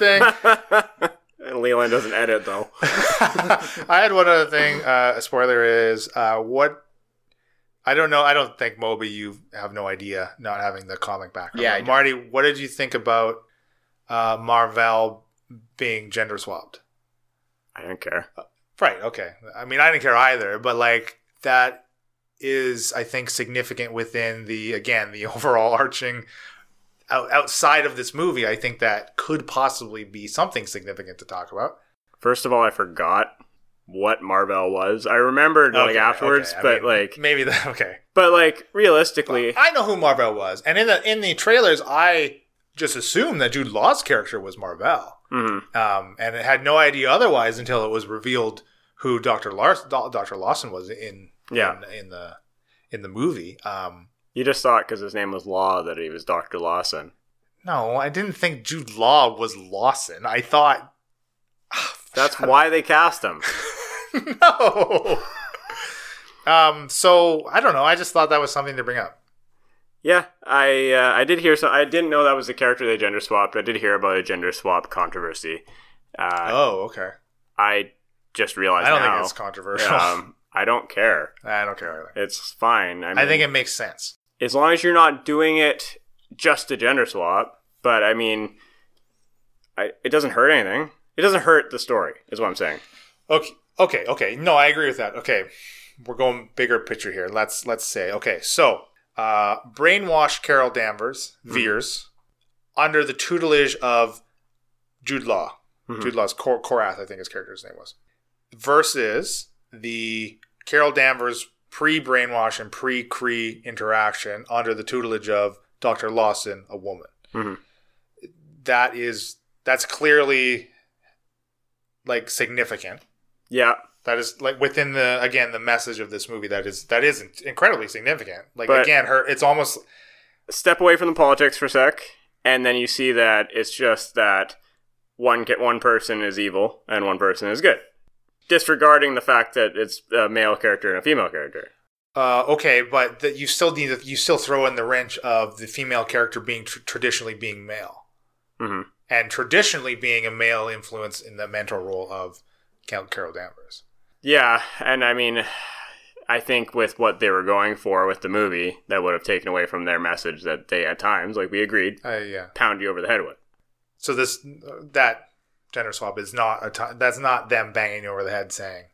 Speaker 1: thing.
Speaker 3: and Leland doesn't edit though.
Speaker 1: I had one other thing. Uh, a spoiler is uh, what I don't know. I don't think Moby. You have no idea, not having the comic background.
Speaker 2: Yeah,
Speaker 1: But
Speaker 2: I don't.
Speaker 1: Marty. What did you think about uh, Marvel being gender swapped?
Speaker 3: I don't care.
Speaker 1: Right. Okay. I mean, I didn't care either, but like that is, I think, significant within the again the overall arching. Out, outside of this movie, I think that could possibly be something significant to talk about.
Speaker 3: First of all, I forgot what Marvel was. I remembered like
Speaker 1: Okay,
Speaker 3: afterwards,
Speaker 1: okay, I
Speaker 3: but
Speaker 1: mean,
Speaker 3: like,
Speaker 1: maybe that. Okay.
Speaker 3: but like realistically,
Speaker 1: I know who Marvel was, and in the in the trailers, I just assumed that Jude Law's character was Marvel,
Speaker 3: mhm.
Speaker 1: um, and I had no idea otherwise until it was revealed who Doctor Lars Do- Doctor Lawson was in
Speaker 3: Yeah.
Speaker 1: in, in the in the movie. Um,
Speaker 3: you just thought because his name was Law that he was Doctor Lawson.
Speaker 1: no, I didn't think Jude Law was Lawson. I thought
Speaker 3: That's why they cast him.
Speaker 1: no. um, so I don't know. I just thought that was something to bring up.
Speaker 3: Yeah, I uh, I did hear so. I didn't know that was the character they gender swapped. I did hear about a gender swap controversy. Uh,
Speaker 1: oh, okay.
Speaker 3: I just realized
Speaker 1: I don't
Speaker 3: now.
Speaker 1: think it's controversial.
Speaker 3: um, I don't care.
Speaker 1: I don't care either.
Speaker 3: It's fine. I, mean,
Speaker 1: I think it makes sense.
Speaker 3: as long as you're not doing it just to gender swap. But I mean, I, it doesn't hurt anything. It doesn't hurt the story, is what I'm saying.
Speaker 1: Okay, okay, okay. No, I agree with that. Okay, we're going bigger picture here. Let's let's say okay. So, uh, brainwash Carol Danvers, Veers, under the tutelage of Jude Law.
Speaker 3: Mhm.
Speaker 1: Jude Law's Cor- Korath, I think his character's name was, versus the Carol Danvers pre-brainwash and pre-Cree interaction under the tutelage of Doctor Lawson, a woman.
Speaker 3: Mhm.
Speaker 1: That is that's clearly like significant
Speaker 3: Yeah,
Speaker 1: that is like within the again the message of this movie that is that is incredibly significant like
Speaker 3: But-
Speaker 1: again her it's almost
Speaker 3: step away from the politics for a sec, and then you see that it's just that one ca- one person is evil and one person is good, disregarding the fact that it's a male character and a female character.
Speaker 1: uh, okay but that you still need to, you still throw in the wrench of the female character being tr- traditionally being male
Speaker 3: Mhm.
Speaker 1: and traditionally being a male influence in the mentor role of Cal- Carol Danvers
Speaker 3: Yeah, and I mean, I think with what they were going for with the movie, that would have taken away from their message that they at times, like we agreed,
Speaker 1: uh, yeah
Speaker 3: pound you over the head with.
Speaker 1: so this that gender swap is not a t- that's not them banging you over the head saying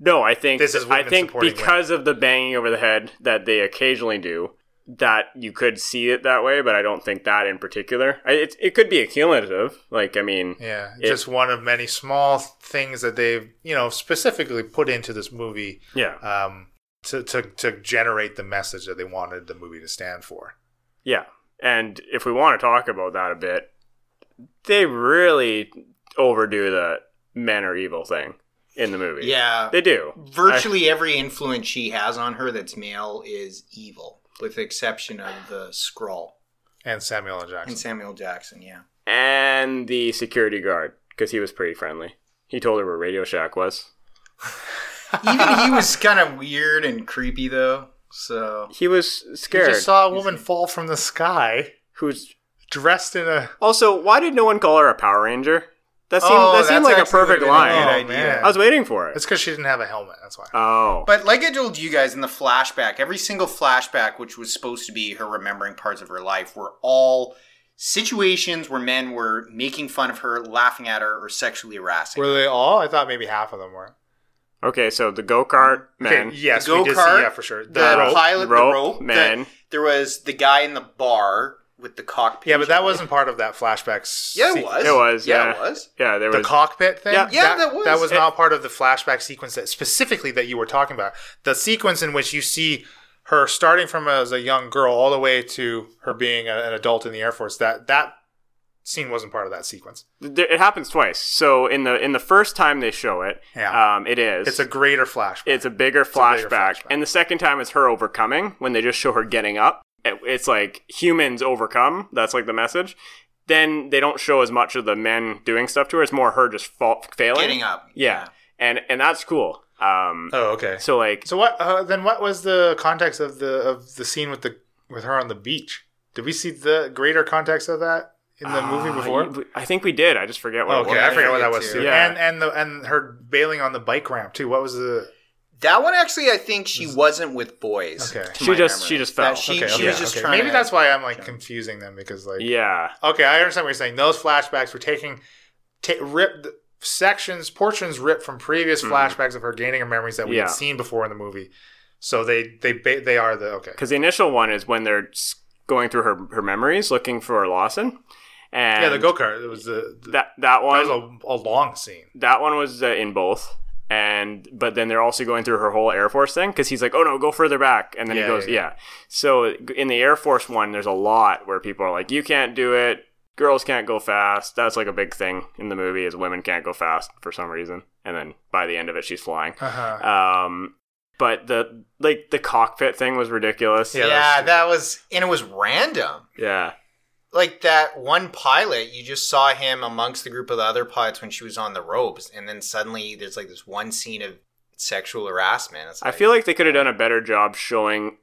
Speaker 3: No, I think
Speaker 1: This is
Speaker 3: I
Speaker 1: women
Speaker 3: think
Speaker 1: supporting
Speaker 3: because of the banging over the head that they occasionally do, that you could see it that way, but I don't think that in particular. I, it it could be accumulative. Like I mean,
Speaker 1: yeah
Speaker 3: It-
Speaker 1: just one of many small things that they've you know specifically put into this movie
Speaker 3: yeah,
Speaker 1: um, to, to, to generate the message that they wanted the movie to stand for.
Speaker 3: yeah. And if we want to talk about that a bit, they really overdo the men are evil thing in the movie.
Speaker 2: Yeah.
Speaker 3: they do.
Speaker 2: Virtually every influence she has on her that's male is evil, with the exception of the scroll
Speaker 1: And Samuel L. Jackson.
Speaker 2: and Samuel Jackson. Yeah.
Speaker 3: and the security guard because he was pretty friendly. He told her where Radio Shack was.
Speaker 2: Even he was kind of weird and creepy though. So
Speaker 3: He was
Speaker 1: You
Speaker 3: scared.
Speaker 1: just saw a woman fall from the sky
Speaker 3: who's
Speaker 1: dressed in a.
Speaker 3: Also, why did no one call her a Power Ranger? That seemed
Speaker 2: Oh,
Speaker 3: that
Speaker 2: that's
Speaker 3: seemed like a
Speaker 2: actually would've
Speaker 3: perfect
Speaker 2: been a
Speaker 3: line.
Speaker 2: good
Speaker 1: Oh,
Speaker 2: idea.
Speaker 1: man.
Speaker 3: I was waiting for it.
Speaker 1: It's because she didn't have a helmet. That's why.
Speaker 3: Oh,
Speaker 2: But like I told you guys in the flashback, every single flashback, which was supposed to be her remembering parts of her life, were all situations where men were making fun of her, laughing at her, or sexually harassing. her.
Speaker 1: Were they all? I thought maybe half of them were.
Speaker 3: okay. So the go kart man,
Speaker 1: Okay, yes,
Speaker 2: The
Speaker 1: we did see,
Speaker 2: go-kart,
Speaker 1: yeah, for sure. The,
Speaker 2: the
Speaker 1: rope.
Speaker 2: pilot,
Speaker 3: rope,
Speaker 2: the rope, the-
Speaker 3: man.
Speaker 2: there was the guy in the bar with the cockpit.
Speaker 1: yeah, but that wasn't part of that flashback. s-
Speaker 2: Yeah, it
Speaker 1: sequence.
Speaker 2: was.
Speaker 3: It was,
Speaker 2: Yeah, it
Speaker 3: yeah.
Speaker 2: was.
Speaker 3: yeah, there
Speaker 1: The
Speaker 3: was.
Speaker 1: cockpit thing?
Speaker 3: Yeah.
Speaker 2: Yeah, that was.
Speaker 1: That was
Speaker 2: It-
Speaker 1: not part of the flashback sequence that specifically that you were talking about. The sequence in which you see her starting from as a young girl all the way to her being a, an adult in the Air Force, that that scene wasn't part of that sequence.
Speaker 3: there- it happens twice. So in the in the first time they show it,
Speaker 1: Yeah.
Speaker 3: um, it is.
Speaker 1: Uh, It's a greater flashback.
Speaker 3: it's a bigger flashback.
Speaker 1: bigger flashback.
Speaker 3: and the second time it's her overcoming when they just show her getting up. It- it's like humans overcome. That's like the message. Then they don't show as much of the men doing stuff to her. It's more her just fa- failing.
Speaker 2: Getting up.
Speaker 3: Yeah, and and that's cool. Um,
Speaker 1: oh, okay.
Speaker 3: so like
Speaker 1: So what uh, then what was the context of the of the scene with the with her on the beach? Did we see the greater context of that in the movie
Speaker 3: Uh,
Speaker 1: before?
Speaker 3: you- I think we did. I just forget what.
Speaker 1: Oh,
Speaker 3: it was.
Speaker 1: okay, I forgot what that was too.
Speaker 3: Yeah.
Speaker 1: And and the and her bailing on the bike ramp too. What was the
Speaker 2: That one actually, I think she wasn't with boys.
Speaker 1: Okay.
Speaker 2: to
Speaker 3: She
Speaker 2: my
Speaker 3: just-
Speaker 2: memory.
Speaker 3: she just
Speaker 2: That
Speaker 3: fell.
Speaker 2: She,
Speaker 1: Okay,
Speaker 2: she
Speaker 1: okay,
Speaker 2: was just
Speaker 1: okay.
Speaker 2: trying.
Speaker 1: Maybe
Speaker 2: to-
Speaker 1: that's why I'm like confusing them because like
Speaker 3: Yeah.
Speaker 1: Okay, I understand what you're saying. Those flashbacks were taking ta- ripped sections, portions ripped from previous
Speaker 3: Mhm.
Speaker 1: flashbacks of her gaining her memories that we
Speaker 3: Yeah.
Speaker 1: had seen before in the movie. So they they ba- they are the okay.
Speaker 3: Because the initial one is when they're s- going through her, her memories looking for Lawson. And
Speaker 1: yeah, the go kart. It was the, the-
Speaker 3: That, that one.
Speaker 1: that was a, a long scene.
Speaker 3: that one was uh, in both and but then they're also going through her whole air force thing because he's like oh no go further back and then
Speaker 1: Yeah,
Speaker 3: he goes
Speaker 1: yeah,
Speaker 3: yeah,
Speaker 1: yeah.
Speaker 3: so in the air force one there's a lot where people are like you can't do it girls can't go fast that's like a big thing in the movie is women can't go fast for some reason and then by the end of it she's flying
Speaker 1: Uh-huh.
Speaker 3: um but the like the cockpit thing was ridiculous
Speaker 1: Yeah,
Speaker 2: Yeah,
Speaker 1: that's-
Speaker 2: that was, and it was random.
Speaker 3: yeah
Speaker 2: like that one pilot, you just saw him amongst the group of the other pilots when she was on the ropes, and then suddenly there's like this one scene of sexual harassment. It's
Speaker 3: I feel like they could have done a better job showing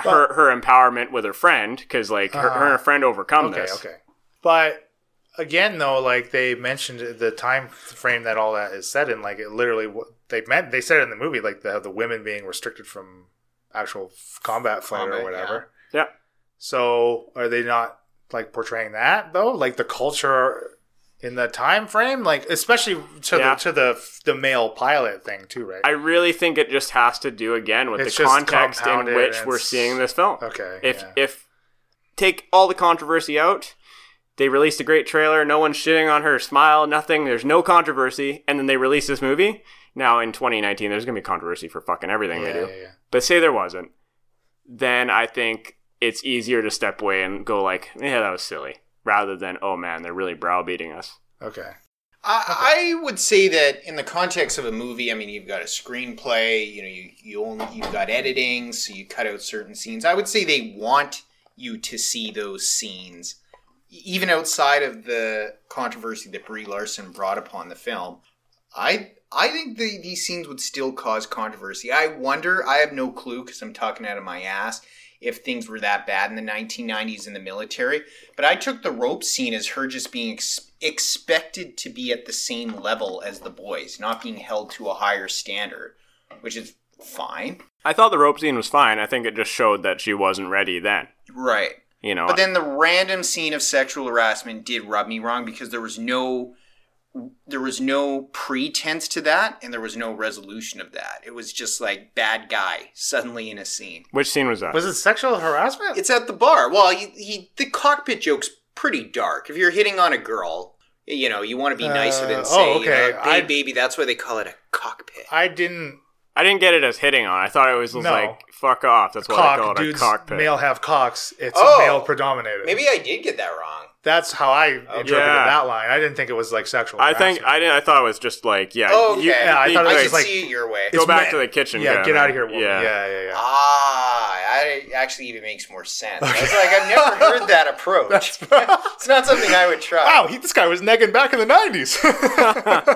Speaker 3: her her empowerment with her friend because like her, her and her friend overcome
Speaker 1: Uh, Okay,
Speaker 3: this
Speaker 1: okay. But again, though, like they mentioned the time frame that all that is set in, like it literally what they meant. They said in the movie, like the the women being restricted from actual f- combat fight
Speaker 2: Combat,
Speaker 1: or whatever.
Speaker 3: yeah. Yeah.
Speaker 1: So are they not like portraying that though? Like the culture in the time frame, like especially to
Speaker 3: Yeah.
Speaker 1: the to the the male pilot thing too, right?
Speaker 3: I really think it just has to do again with
Speaker 1: It's
Speaker 3: the
Speaker 1: just
Speaker 3: context in
Speaker 1: compounded
Speaker 3: which
Speaker 1: and
Speaker 3: we're
Speaker 1: it's-
Speaker 3: seeing this film.
Speaker 1: okay.
Speaker 3: If
Speaker 1: yeah.
Speaker 3: if take all the controversy out, they released a great trailer. No one's shitting on her smile. Nothing. There's no controversy, and then they release this movie. Now in 2019, there's gonna be controversy for fucking everything
Speaker 1: yeah,
Speaker 3: they do.
Speaker 1: yeah, yeah.
Speaker 3: But say there wasn't, then I think it's easier to step away and go like, yeah, that was silly, rather than oh man, they're really browbeating us.
Speaker 1: Okay.
Speaker 2: I, I would say that in the context of a movie, I mean, you've got a screenplay, you know, you, you only you've got editing, so you cut out certain scenes. I would say they want you to see those scenes, E- even outside of the controversy that Brie Larson brought upon the film. I I think the, these scenes would still cause controversy. I wonder. I have no clue because I'm talking out of my ass. If things were that bad in the 1990s in the military, but I took the rope scene as her just being ex- expected to be at the same level as the boys, not being held to a higher standard, which is fine.
Speaker 3: I thought the rope scene was fine. I think it just showed that she wasn't ready then.
Speaker 2: Right.
Speaker 3: You know,
Speaker 2: But then the random scene of sexual harassment did rub me wrong because there was no there was no pretense to that and there was no resolution of that. It was just like bad guy suddenly in a scene.
Speaker 3: which scene was that?
Speaker 1: Was it sexual harassment?
Speaker 2: It's at the bar. Well, he, he the cockpit joke's pretty dark. If you're hitting on a girl, you know you want to be nicer
Speaker 1: Uh,
Speaker 2: than say,
Speaker 1: oh,
Speaker 2: oh,
Speaker 1: okay.
Speaker 2: okay.
Speaker 1: I-
Speaker 2: baby. That's why they call it a cockpit.
Speaker 1: I didn't
Speaker 3: I didn't get it as hitting on. I thought it was just
Speaker 1: No.
Speaker 3: like fuck off. That's what I
Speaker 1: cock
Speaker 3: call it. A
Speaker 1: dudes
Speaker 3: cockpit.
Speaker 1: male have cocks. It's
Speaker 2: Oh.
Speaker 1: male predominated.
Speaker 2: Maybe I did get that wrong.
Speaker 1: that's how I interpreted
Speaker 3: Yeah.
Speaker 1: that line. I didn't think it was like sexual.
Speaker 3: I think
Speaker 1: harassment.
Speaker 3: I didn't. I thought it was just like yeah.
Speaker 2: Oh, okay.
Speaker 1: Yeah, I
Speaker 3: you-
Speaker 1: thought it was
Speaker 2: I
Speaker 3: like,
Speaker 2: should
Speaker 1: just like-
Speaker 2: see it your way.
Speaker 1: It's
Speaker 3: go back
Speaker 1: men.
Speaker 3: to the kitchen.
Speaker 1: yeah,
Speaker 3: kinda.
Speaker 1: get out of here, woman.
Speaker 3: Yeah.
Speaker 1: Yeah, yeah, yeah.
Speaker 2: Ah, I actually even makes more sense. I was like, I've never heard that approach. it's not something I would try.
Speaker 1: Wow, he, this guy was negging back in the nineties.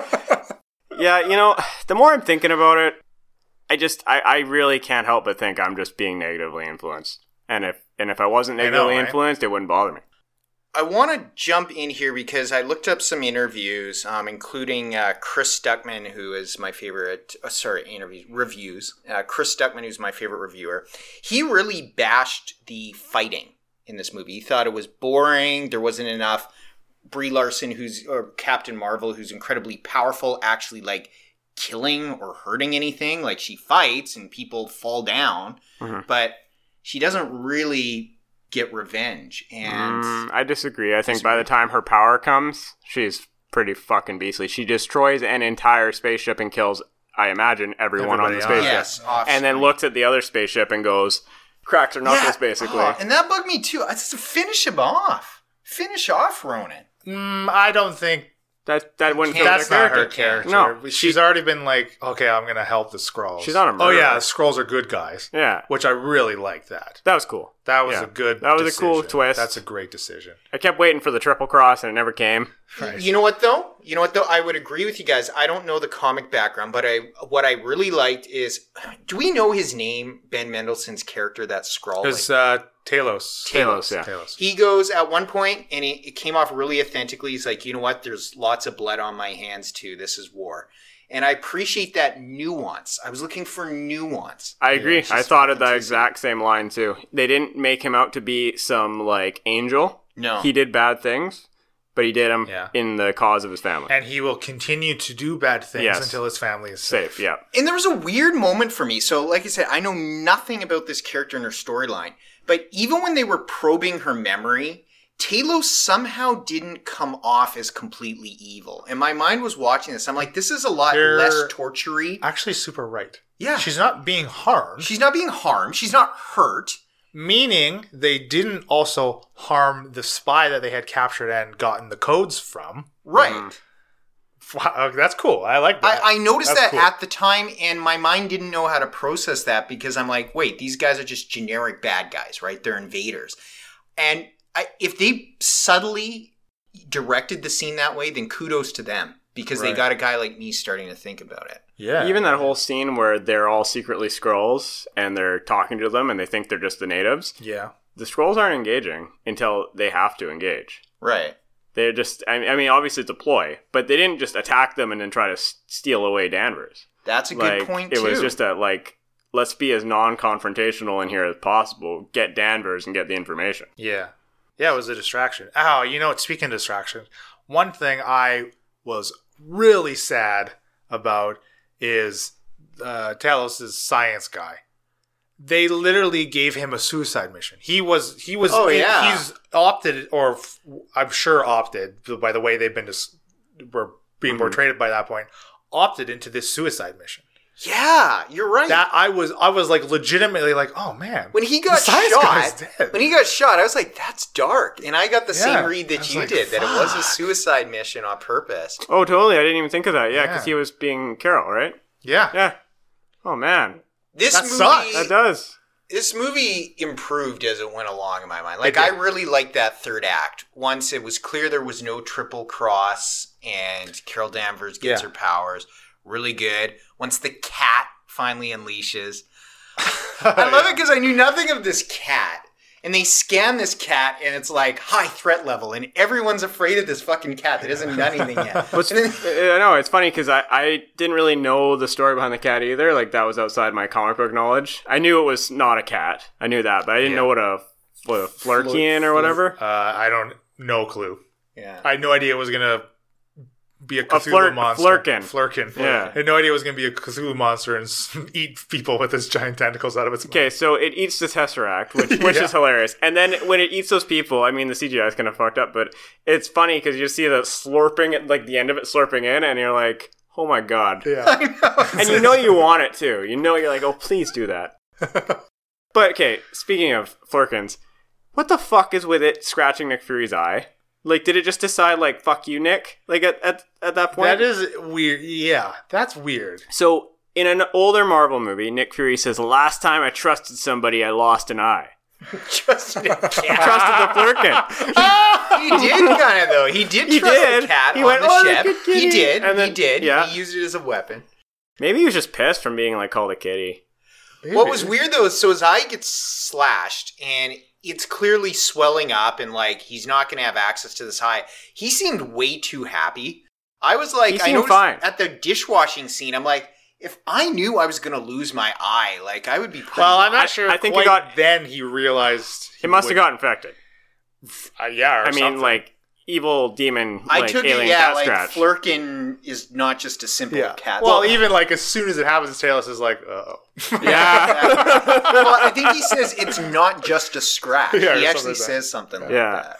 Speaker 3: Yeah, you know, the more I'm thinking about it, I just I, I really can't help but think I'm just being negatively influenced. And if and if I wasn't
Speaker 1: I know,
Speaker 3: negatively
Speaker 1: right?
Speaker 3: influenced, it wouldn't bother me.
Speaker 2: I want to jump in here because I looked up some interviews, um, including uh, Chris Stuckman, who is my favorite. Uh, sorry, interviews reviews. Uh, Chris Stuckman, who's my favorite reviewer, he really bashed the fighting in this movie. He thought it was boring. There wasn't enough. Brie Larson, who's or Captain Marvel, who's incredibly powerful, actually like killing or hurting anything. Like she fights and people fall down,
Speaker 3: Mhm.
Speaker 2: but she doesn't really get revenge and.
Speaker 3: Mm, I disagree. I think by the time her power comes, she's pretty fucking beastly. She destroys an entire spaceship and kills, I imagine, everyone on the
Speaker 1: Everybody on it.
Speaker 3: spaceship.
Speaker 2: Yes,
Speaker 3: and then looks at the other spaceship and goes, cracks her knuckles, basically.
Speaker 2: Ah, and that bugged me too. I just finish him off. Finish off Ronan.
Speaker 1: mm, I don't think
Speaker 3: that that wouldn't
Speaker 2: Can't-
Speaker 3: feel
Speaker 1: that's
Speaker 3: that's
Speaker 1: not her
Speaker 2: character
Speaker 1: character.
Speaker 2: can't.
Speaker 3: No,
Speaker 1: she's already been like, okay, I'm gonna help the scrolls.
Speaker 3: She's not a
Speaker 1: Oh yeah,
Speaker 3: murderer.
Speaker 1: the scrolls are good guys,
Speaker 3: Yeah,
Speaker 1: which I really like that.
Speaker 3: that was cool.
Speaker 1: That was
Speaker 3: Yeah.
Speaker 1: a good.
Speaker 3: That was a cool
Speaker 1: decision.
Speaker 3: twist.
Speaker 1: That's a great decision.
Speaker 3: I kept waiting for the triple cross and it never came.
Speaker 2: You know what though? You know what though? I would agree with you guys. I don't know the comic background, but I what I really liked is, do we know his name? Ben Mendelsohn's character, that scrawl.
Speaker 1: Because uh, Talos.
Speaker 2: Talos,
Speaker 3: yeah.
Speaker 1: Talos.
Speaker 2: He goes at one point and it, it came off really authentically. He's like, you know what? There's lots of blood on my hands too. This is war. And I appreciate that nuance. I was looking for nuance.
Speaker 3: I agree.
Speaker 2: it's
Speaker 3: I
Speaker 2: just
Speaker 3: thought of the
Speaker 2: fucking
Speaker 3: exact same line too. They didn't make him out to be some like angel.
Speaker 2: No.
Speaker 3: He did bad things, but he did them
Speaker 1: Yeah.
Speaker 3: in the cause of his family.
Speaker 1: And he will continue to do bad things
Speaker 3: Yes.
Speaker 1: until his family is safe.
Speaker 3: Safe, yeah.
Speaker 2: And there was a weird moment for me. So, like I said, I know nothing about this character and her storyline. But even when they were probing her memory, Talos somehow didn't come off as completely evil. And my mind was watching this. I'm like, this is a lot
Speaker 1: They're-
Speaker 2: less tortury.
Speaker 1: Actually, super right.
Speaker 2: Yeah.
Speaker 1: She's not being harmed,
Speaker 2: She's not being harmed. She's not hurt.
Speaker 1: meaning they didn't also harm the spy that they had captured and gotten the codes from.
Speaker 2: Right.
Speaker 1: Wow, that's cool. I like that.
Speaker 2: I, I noticed
Speaker 1: That's
Speaker 2: that
Speaker 1: cool.
Speaker 2: at the time, and my mind didn't know how to process that because I'm like, wait, these guys are just generic bad guys, right? They're invaders. And I, if they subtly directed the scene that way, then kudos to them because they
Speaker 1: Right.
Speaker 2: got a guy like me starting to think about it.
Speaker 1: yeah.
Speaker 3: Even that whole scene where they're all secretly scrolls and they're talking to them and they think they're just the natives.
Speaker 1: Yeah.
Speaker 3: The scrolls aren't engaging until they have to engage.
Speaker 2: Right.
Speaker 3: They're just, I mean- I mean, obviously it's a ploy, but they didn't just attack them and then try to s- steal away Danvers.
Speaker 2: That's a
Speaker 3: like,
Speaker 2: good point,
Speaker 3: It
Speaker 2: too.
Speaker 3: was just a, like, let's be as non confrontational in here as possible, get Danvers and get the information.
Speaker 1: Yeah. Yeah, it was a distraction. Oh, you know what? Speaking of distraction, one thing I was really sad about is uh, Talos' science guy. They literally gave him a suicide mission. He was he was
Speaker 2: Oh, yeah.
Speaker 1: he's opted or f- I'm sure opted by the way they've been dis- were being
Speaker 3: Mhm.
Speaker 2: Mm-hmm.
Speaker 1: portrayed by that point opted into this suicide mission.
Speaker 2: yeah, you're right.
Speaker 1: That I was I was like legitimately like oh man
Speaker 2: when he got
Speaker 1: the science
Speaker 2: shot,
Speaker 1: guy's dead.
Speaker 2: when he got shot, I was like, "That's dark," and I got the
Speaker 1: Yeah.
Speaker 2: same read
Speaker 1: I
Speaker 2: that
Speaker 1: was
Speaker 2: you
Speaker 1: like,
Speaker 2: did. That it was a
Speaker 1: fuck.
Speaker 2: suicide mission on purpose.
Speaker 3: Oh, totally. I didn't even think of that. Yeah, because
Speaker 1: Yeah.
Speaker 3: he was being Carol, right?
Speaker 1: yeah
Speaker 3: Yeah. Oh, man.
Speaker 2: This
Speaker 1: That
Speaker 2: movie,
Speaker 1: sucks.
Speaker 3: That does.
Speaker 2: this movie improved as it went along in my mind. Like
Speaker 1: It
Speaker 2: I
Speaker 1: did.
Speaker 2: really liked that third act. Once it was clear there was no triple cross and Carol Danvers gets
Speaker 1: Yeah.
Speaker 2: her powers. Really good. Once the cat finally unleashes.
Speaker 3: Oh,
Speaker 2: I love it because I knew nothing of this cat. And they scan this cat and it's like high threat level and everyone's afraid of this fucking cat that hasn't done anything yet.
Speaker 3: What's, I know it's funny because I, I didn't really know the story behind the cat either. Like that was outside my comic book knowledge. I knew it was not a cat. I knew that, but I didn't know what a what a flurkian or whatever.
Speaker 1: Uh, I don't no clue.
Speaker 2: yeah.
Speaker 1: I had no idea it was gonna be a Cthulhu
Speaker 3: flirt-
Speaker 1: monster.
Speaker 3: flirkin.
Speaker 1: Flirkin.
Speaker 3: Yeah.
Speaker 1: I had no idea it was gonna be a Cthulhu monster and s- eat people with its giant tentacles out of its
Speaker 3: Okay, so it eats the tesseract, which, which
Speaker 1: Yeah.
Speaker 3: is hilarious. And then when it eats those people, I mean, the CGI is kind of fucked up, but it's funny because you see the slurping, at- like the end of it slurping in, and you're like, oh my god.
Speaker 1: Yeah.
Speaker 3: and you know you want it too. You know you're like, oh, please do that. but okay, speaking of Flurkins, what the fuck is with it scratching Nick Fury's eye? Like, did it just decide like, fuck you, Nick? Like at at, at that point?
Speaker 1: that is weird. Yeah, that's weird.
Speaker 3: so in an older Marvel movie, Nick Fury says, "Last time I trusted somebody, I lost an eye.
Speaker 2: Just a cat.
Speaker 3: Trusted the Flurkin."
Speaker 2: He did kind of though. He did
Speaker 3: He
Speaker 2: trust
Speaker 3: did.
Speaker 2: the cat
Speaker 3: He
Speaker 2: on
Speaker 3: went,
Speaker 2: the
Speaker 3: "Oh,
Speaker 2: ship.
Speaker 3: look at
Speaker 2: he
Speaker 3: kitty."
Speaker 2: did.
Speaker 3: And
Speaker 2: he
Speaker 3: then-
Speaker 2: did.
Speaker 3: yeah.
Speaker 2: He used it as a weapon.
Speaker 3: Maybe he was just pissed from being like called a kitty.
Speaker 2: What was weird though is so his eye gets slashed and it's clearly swelling up and like he's not going to have access to this eye. He seemed way too happy. I was
Speaker 3: He
Speaker 2: like, I
Speaker 3: seemed
Speaker 2: noticed
Speaker 3: fine.
Speaker 2: at the dishwashing scene, I'm like, if I knew I was going to lose my eye, like I would be. pretty-
Speaker 1: Well, I'm not
Speaker 3: I-
Speaker 1: sure.
Speaker 3: I think he
Speaker 1: quite
Speaker 3: got-
Speaker 1: Then he realized
Speaker 3: He must have got infected.
Speaker 1: got. yeah. Or
Speaker 3: I mean,
Speaker 1: something.
Speaker 3: like evil demon,
Speaker 2: I
Speaker 3: like
Speaker 2: took
Speaker 3: alien
Speaker 2: it, yeah,
Speaker 3: cat
Speaker 2: like
Speaker 3: scratch.
Speaker 2: Flurkin is not just a simple
Speaker 1: Yeah.
Speaker 2: cat.
Speaker 1: Well, even like as soon as it happens, Talos is like, uh oh.
Speaker 3: yeah.
Speaker 2: well, I think he says it's not just a scratch.
Speaker 1: Yeah, or
Speaker 2: he
Speaker 1: something
Speaker 2: actually
Speaker 1: like that.
Speaker 2: says something like
Speaker 3: Yeah.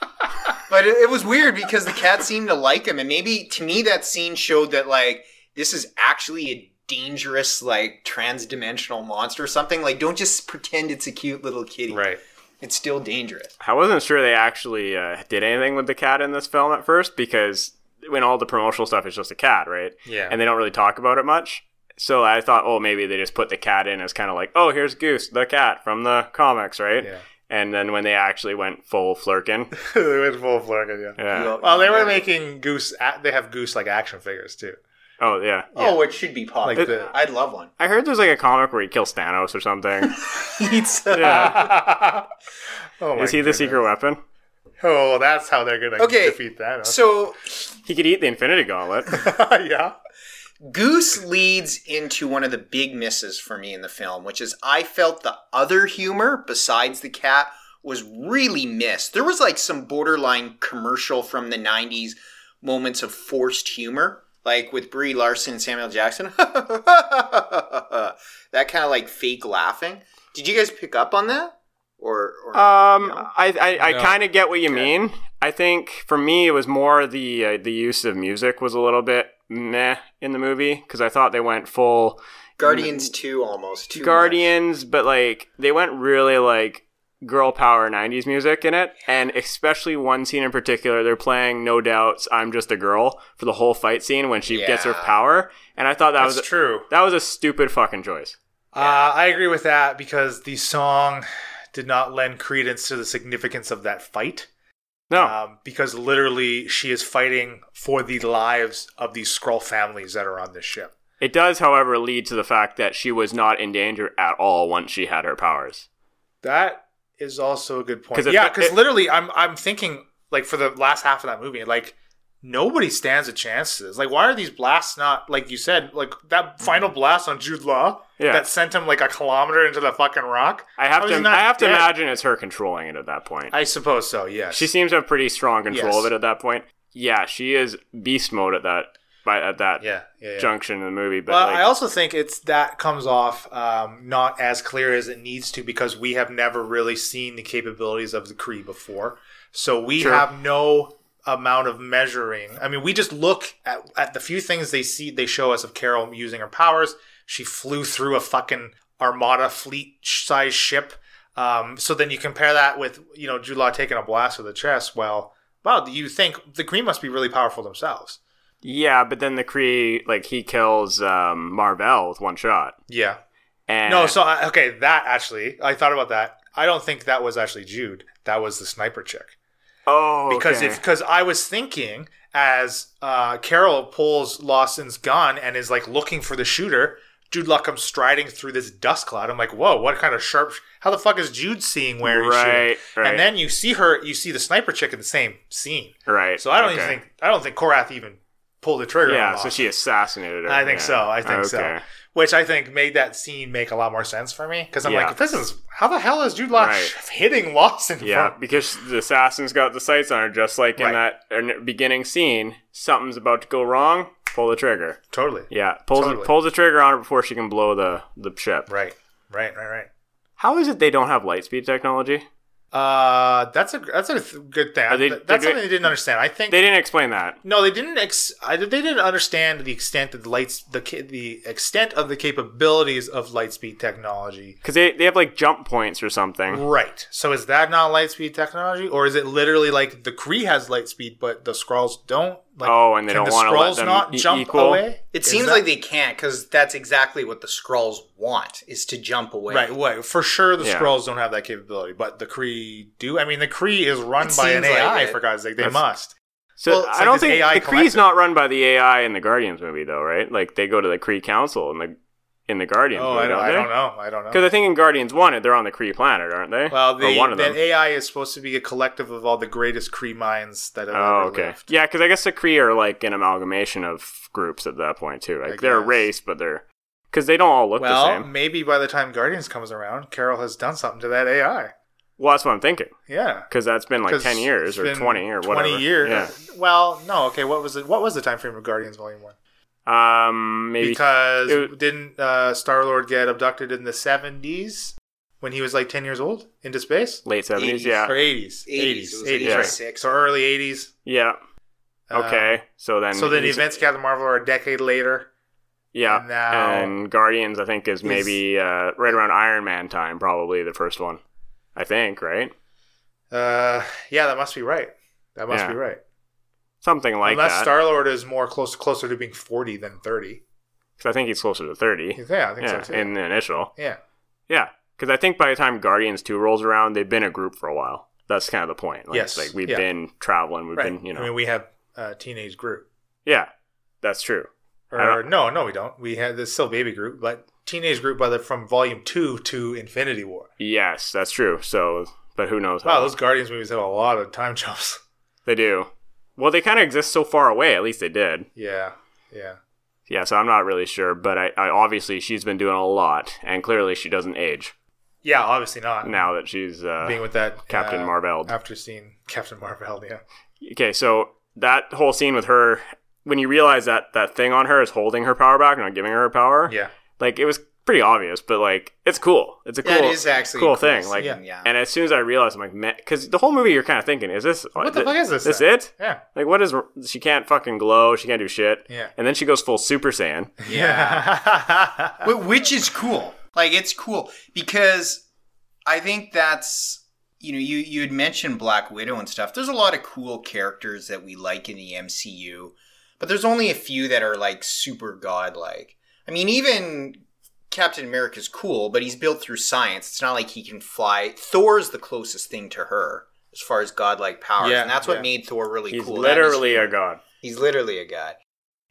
Speaker 2: that. But it, it was weird because the cat seemed to like him, and maybe to me that scene showed that like this is actually a dangerous like trans-dimensional monster or something. Like, don't just pretend it's a cute little kitty.
Speaker 1: right.
Speaker 2: It's still dangerous.
Speaker 3: I wasn't sure they actually uh, did anything with the cat in this film at first because when all the promotional stuff is just a cat, right?
Speaker 1: Yeah.
Speaker 3: And they don't really talk about it much. So I thought, oh, maybe they just put the cat in as kind of like, oh, here's Goose, the cat from the comics, right?
Speaker 1: Yeah.
Speaker 3: And then when they actually went full flirkin,
Speaker 1: they went full Flurkin. Yeah.
Speaker 3: yeah.
Speaker 2: You know,
Speaker 1: Well, they were
Speaker 2: yeah.
Speaker 1: making goose. a- They have goose like action figures too.
Speaker 3: Oh yeah.
Speaker 2: Oh, it should be pop.
Speaker 1: Like the-
Speaker 2: I'd love one.
Speaker 3: I heard there's like a comic where he kills Thanos or something.
Speaker 2: Pizza.
Speaker 3: Yeah.
Speaker 1: oh my
Speaker 3: Is he the
Speaker 1: goodness.
Speaker 3: secret weapon?
Speaker 1: Oh, that's how they're gonna
Speaker 2: Okay.
Speaker 1: defeat that.
Speaker 2: So
Speaker 3: He could eat the Infinity Gauntlet.
Speaker 1: yeah.
Speaker 2: Goose leads into one of the big misses for me in the film, which is I felt the other humor besides the cat was really missed. There was like some borderline commercial from the 90s moments of forced humor, like with Brie Larson and Samuel Jackson. that kind of like fake laughing. Did you guys pick up on that? Or, or
Speaker 3: Um,
Speaker 2: No?
Speaker 3: I I, I
Speaker 1: No.
Speaker 3: kind of get what you
Speaker 2: Okay.
Speaker 3: mean. I think for me, it was more the uh, the use of music was a little bit meh in the movie because I thought they went full
Speaker 2: Guardians 2 almost. too much.
Speaker 3: Guardians, but like they went really like girl power 90s music in it and especially one scene in particular they're playing no doubts i'm just a girl for the whole fight scene when she gets her
Speaker 2: Yeah.
Speaker 3: power and i thought that
Speaker 1: That's
Speaker 3: was
Speaker 1: true.
Speaker 3: that was a stupid fucking choice
Speaker 1: Uh, I agree with that because the song did not lend credence to the significance of that fight.
Speaker 3: no
Speaker 1: Um, because literally, she is fighting for the lives of these Skrull families that are on this ship.
Speaker 3: It does, however, lead to the fact that she was not in danger at all once she had her powers.
Speaker 1: That is also a good point.
Speaker 3: 'Cause it-
Speaker 1: yeah, because
Speaker 3: it-
Speaker 1: literally, I'm I'm thinking like for the last half of that movie, like nobody stands a chance to this. Like, why are these blasts not like you said? Like that final blast on Jude Law
Speaker 3: Yeah.
Speaker 1: that sent him like a kilometer into the fucking rock.
Speaker 3: I have
Speaker 1: How is
Speaker 3: to
Speaker 1: he not
Speaker 3: I have to
Speaker 1: dead?
Speaker 3: imagine it's her controlling it at that point.
Speaker 1: I suppose so. Yes.
Speaker 3: she seems to have pretty strong control
Speaker 1: Yes.
Speaker 3: of it at that point. Yeah, she is beast mode at that by at that
Speaker 1: yeah. Yeah. yeah.
Speaker 3: junction in the movie, but
Speaker 1: Well,
Speaker 3: like,
Speaker 1: I also think it's that comes off um, not as clear as it needs to because we have never really seen the capabilities of the Kree before, so we
Speaker 3: Sure.
Speaker 1: have no amount of measuring. I mean, we just look at, at the few things they see they show us of Carol using her powers. She flew through a fucking armada fleet size ship. Um, so then you compare that with you know Jude Law taking a blast to the chest. Well, wow, you think the Kree must be really powerful themselves?
Speaker 3: yeah, but then the Kree like he kills um, Marvel with one shot.
Speaker 1: Yeah.
Speaker 3: And
Speaker 1: No, so I, okay, that actually, I thought about that. I don't think that was actually Jude. That was the sniper chick.
Speaker 3: oh
Speaker 1: Because
Speaker 3: okay.
Speaker 1: if because I was thinking as uh, Carol pulls Lawson's gun and is like looking for the shooter, Jude Law comes striding through this dust cloud. I'm like, whoa, what kind of sharp? How the fuck is Jude seeing where he's
Speaker 3: right,
Speaker 1: shooting?
Speaker 3: right,
Speaker 1: And then you see her, you see the sniper chick in the same scene.
Speaker 3: right.
Speaker 1: So I don't
Speaker 3: okay.
Speaker 1: even think I don't think Korath even pulled the trigger. on
Speaker 3: yeah, so
Speaker 1: Lawson.
Speaker 3: she assassinated her.
Speaker 1: I think
Speaker 3: yeah.
Speaker 1: so. I think so.
Speaker 3: Okay.
Speaker 1: Which I think made that scene make a lot more sense for me because I'm
Speaker 3: Yeah.
Speaker 1: like, this is how the hell is Jude Law
Speaker 3: Right.
Speaker 1: hitting Lawson?
Speaker 3: Yeah,
Speaker 1: from?
Speaker 3: because the assassin's got the sights on her, just like in
Speaker 1: Right.
Speaker 3: that in- beginning scene. Something's about to go wrong. Pull the trigger.
Speaker 1: totally.
Speaker 3: Yeah, pulls
Speaker 1: Totally.
Speaker 3: pulls the trigger on her before she can blow the the ship.
Speaker 1: Right, right, right, right.
Speaker 3: How is it they don't have light speed technology?
Speaker 1: Uh, that's a that's a th- good thing.
Speaker 3: Are they- they're
Speaker 1: that's
Speaker 3: doing-
Speaker 1: something they didn't understand. I think
Speaker 3: They didn't explain that.
Speaker 1: no, they didn't. Ex- I, they didn't understand the extent of the lights, the ca- the extent of the capabilities of lightspeed technology.
Speaker 3: Because they, they have like jump points or something.
Speaker 1: Right. So is that not lightspeed technology, or is it literally like the Kree has lightspeed, but the Skrulls don't? Like,
Speaker 3: Oh, and they
Speaker 1: can
Speaker 3: don't
Speaker 1: the
Speaker 3: wanna let
Speaker 1: Skrulls
Speaker 3: them
Speaker 1: not
Speaker 3: e-
Speaker 1: jump
Speaker 3: equal?
Speaker 1: away?
Speaker 2: It
Speaker 1: Is
Speaker 2: seems
Speaker 1: that-
Speaker 2: like they can't because that's exactly what the Skrulls want is to jump away.
Speaker 1: Right, wait, for sure the
Speaker 3: Yeah.
Speaker 1: Skrulls don't have that capability, but the Kree do. I mean, the Kree is run
Speaker 2: It
Speaker 1: by an
Speaker 2: seems like
Speaker 1: AI,
Speaker 2: it.
Speaker 1: for God's sake. They
Speaker 3: That's-
Speaker 1: must.
Speaker 3: So
Speaker 1: Well, it's
Speaker 3: I
Speaker 1: like
Speaker 3: don't
Speaker 1: this
Speaker 3: think
Speaker 1: AI
Speaker 3: the Kree's
Speaker 1: collective.
Speaker 3: not run by the AI in the Guardians movie though, right? Like they go to the Kree Council in the in the Guardians
Speaker 1: Oh,
Speaker 3: movie,
Speaker 1: I don't,
Speaker 3: don't
Speaker 1: I
Speaker 3: they?
Speaker 1: don't know. I don't
Speaker 3: Because
Speaker 1: know.
Speaker 3: I think in Guardians One, they're on the Kree planet, aren't they?
Speaker 1: Well,
Speaker 3: Or
Speaker 1: they,
Speaker 3: one of
Speaker 1: that
Speaker 3: them.
Speaker 1: AI is supposed to be a collective of all the greatest Kree minds that have
Speaker 3: Oh,
Speaker 1: ever
Speaker 3: okay.
Speaker 1: lived.
Speaker 3: Yeah, because I guess the Kree are like an amalgamation of groups at that point too. Like
Speaker 1: I
Speaker 3: they're a
Speaker 1: guess.
Speaker 3: race, but they're because they don't all look the
Speaker 1: Well,
Speaker 3: same.
Speaker 1: maybe by the time Guardians comes around, Carol has done something to that AI.
Speaker 3: Well, that's what I'm thinking.
Speaker 1: Yeah.
Speaker 3: Because that's been like
Speaker 1: 'Cause
Speaker 3: ten years
Speaker 1: it's
Speaker 3: or
Speaker 1: been
Speaker 3: twenty or whatever.
Speaker 1: Twenty years.
Speaker 3: Yeah.
Speaker 1: Well, no. Okay. What was it? What was the time frame of Guardians Volume One?
Speaker 3: Um, maybe.
Speaker 1: because
Speaker 3: it w-
Speaker 1: didn't uh, Star Lord get abducted in the seventies when he was like ten years old into space
Speaker 3: Late seventies,
Speaker 2: 80s.
Speaker 1: or
Speaker 3: yeah,
Speaker 1: eighties?
Speaker 2: 80s, it
Speaker 1: Eighties,
Speaker 2: was
Speaker 1: eighties,
Speaker 3: like
Speaker 1: right?
Speaker 2: 86.
Speaker 1: So early eighties. Uh,
Speaker 3: yeah, okay. So then,
Speaker 1: so then the
Speaker 3: he's-
Speaker 1: events of Captain Marvel are a decade later.
Speaker 3: yeah,
Speaker 1: and now-
Speaker 3: and Guardians, I think, is maybe uh, right around Iron Man time, probably the first one, I think, right?
Speaker 1: Uh, yeah, that must be right. That must
Speaker 3: Yeah,
Speaker 1: be right.
Speaker 3: Something like
Speaker 1: Unless
Speaker 3: that.
Speaker 1: Star Lord is more close closer to being forty than thirty.
Speaker 3: 'Cause I think he's closer to thirty.
Speaker 1: Yeah, I think
Speaker 3: Yeah,
Speaker 1: so too.
Speaker 3: in the initial.
Speaker 1: yeah.
Speaker 3: Yeah, because I think by the time Guardians Two rolls around, they've been a group for a while. That's kind of the point. Like,
Speaker 1: Yes,
Speaker 3: like we've
Speaker 1: yeah.
Speaker 3: been traveling, we've
Speaker 1: Right.
Speaker 3: been, you know,
Speaker 1: I mean, we have uh, teenage group.
Speaker 3: yeah, that's true. I
Speaker 1: Or no, no, we don't. We had this still baby group, but teenage group by the from volume two to Infinity War.
Speaker 3: Yes, that's true. So, but who knows?
Speaker 1: Wow, those Guardians movies have a lot of time jumps.
Speaker 3: They do. Well, they kind of exist so far away. At least they did.
Speaker 1: Yeah, yeah.
Speaker 3: Yeah, so I'm not really sure, but I, I obviously she's been doing a lot, and clearly she doesn't age
Speaker 1: Yeah, obviously not.
Speaker 3: now that she's uh,
Speaker 1: Being with that
Speaker 3: Captain
Speaker 1: uh,
Speaker 3: Marvel.
Speaker 1: After seeing Captain Marvel, yeah.
Speaker 3: Okay, so that whole scene with her, when you realize that that thing on her is holding her power back, not giving her her power,
Speaker 1: Yeah.
Speaker 3: like it was pretty obvious, but like it's cool. It's a cool,
Speaker 2: That is actually
Speaker 3: cool
Speaker 2: a cool
Speaker 3: thing.
Speaker 2: scene,
Speaker 3: Like,
Speaker 2: yeah.
Speaker 3: and as soon as I realized, I'm like, man, because the whole movie you're kind of thinking, is this
Speaker 1: What the fuck is this?
Speaker 3: This
Speaker 1: then?
Speaker 3: it?
Speaker 1: Yeah.
Speaker 3: Like, what is? She can't fucking glow. She can't do shit.
Speaker 1: Yeah.
Speaker 3: And then she goes full Super Saiyan.
Speaker 1: Yeah.
Speaker 2: Wh- which is cool. Like it's cool because I think that's you know you you had mentioned Black Widow and stuff. There's a lot of cool characters that we like in the MCU, but there's only a few that are like super godlike. I mean, even Captain America's cool, but he's built through science. It's not like he can fly. Thor's the closest thing to her as far as godlike powers,
Speaker 1: Yeah,
Speaker 2: and that's what
Speaker 1: yeah.
Speaker 2: made Thor really
Speaker 3: He's
Speaker 2: cool. That is-
Speaker 3: literally a god.
Speaker 2: He's literally a god.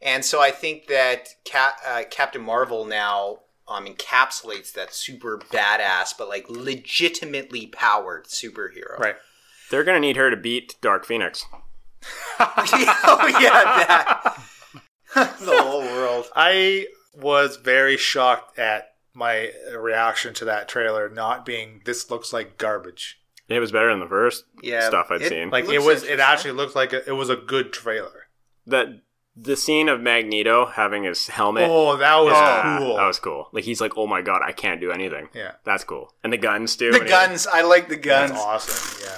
Speaker 2: And so I think that Cap, uh, Captain Marvel now um, encapsulates that super badass, but like legitimately powered superhero.
Speaker 1: right.
Speaker 3: They're gonna need her to beat Dark Phoenix.
Speaker 2: oh, yeah, that. the whole world.
Speaker 1: I was very shocked at my reaction to that trailer not being this looks like garbage.
Speaker 3: It was better than the first
Speaker 2: Yeah.
Speaker 3: stuff I'd
Speaker 2: it-
Speaker 3: seen.
Speaker 1: Like it
Speaker 2: Looks
Speaker 1: was it
Speaker 2: interesting.
Speaker 1: actually looked like a, it was a good trailer.
Speaker 3: that the scene of Magneto having his helmet.
Speaker 1: Oh, that was
Speaker 3: Yeah,
Speaker 1: cool.
Speaker 3: That was cool. Like he's like, oh my god, I can't do anything.
Speaker 1: yeah.
Speaker 3: That's cool. And the guns too.
Speaker 2: The
Speaker 3: and he-
Speaker 2: guns. I like the guns.
Speaker 1: That's awesome. Yeah.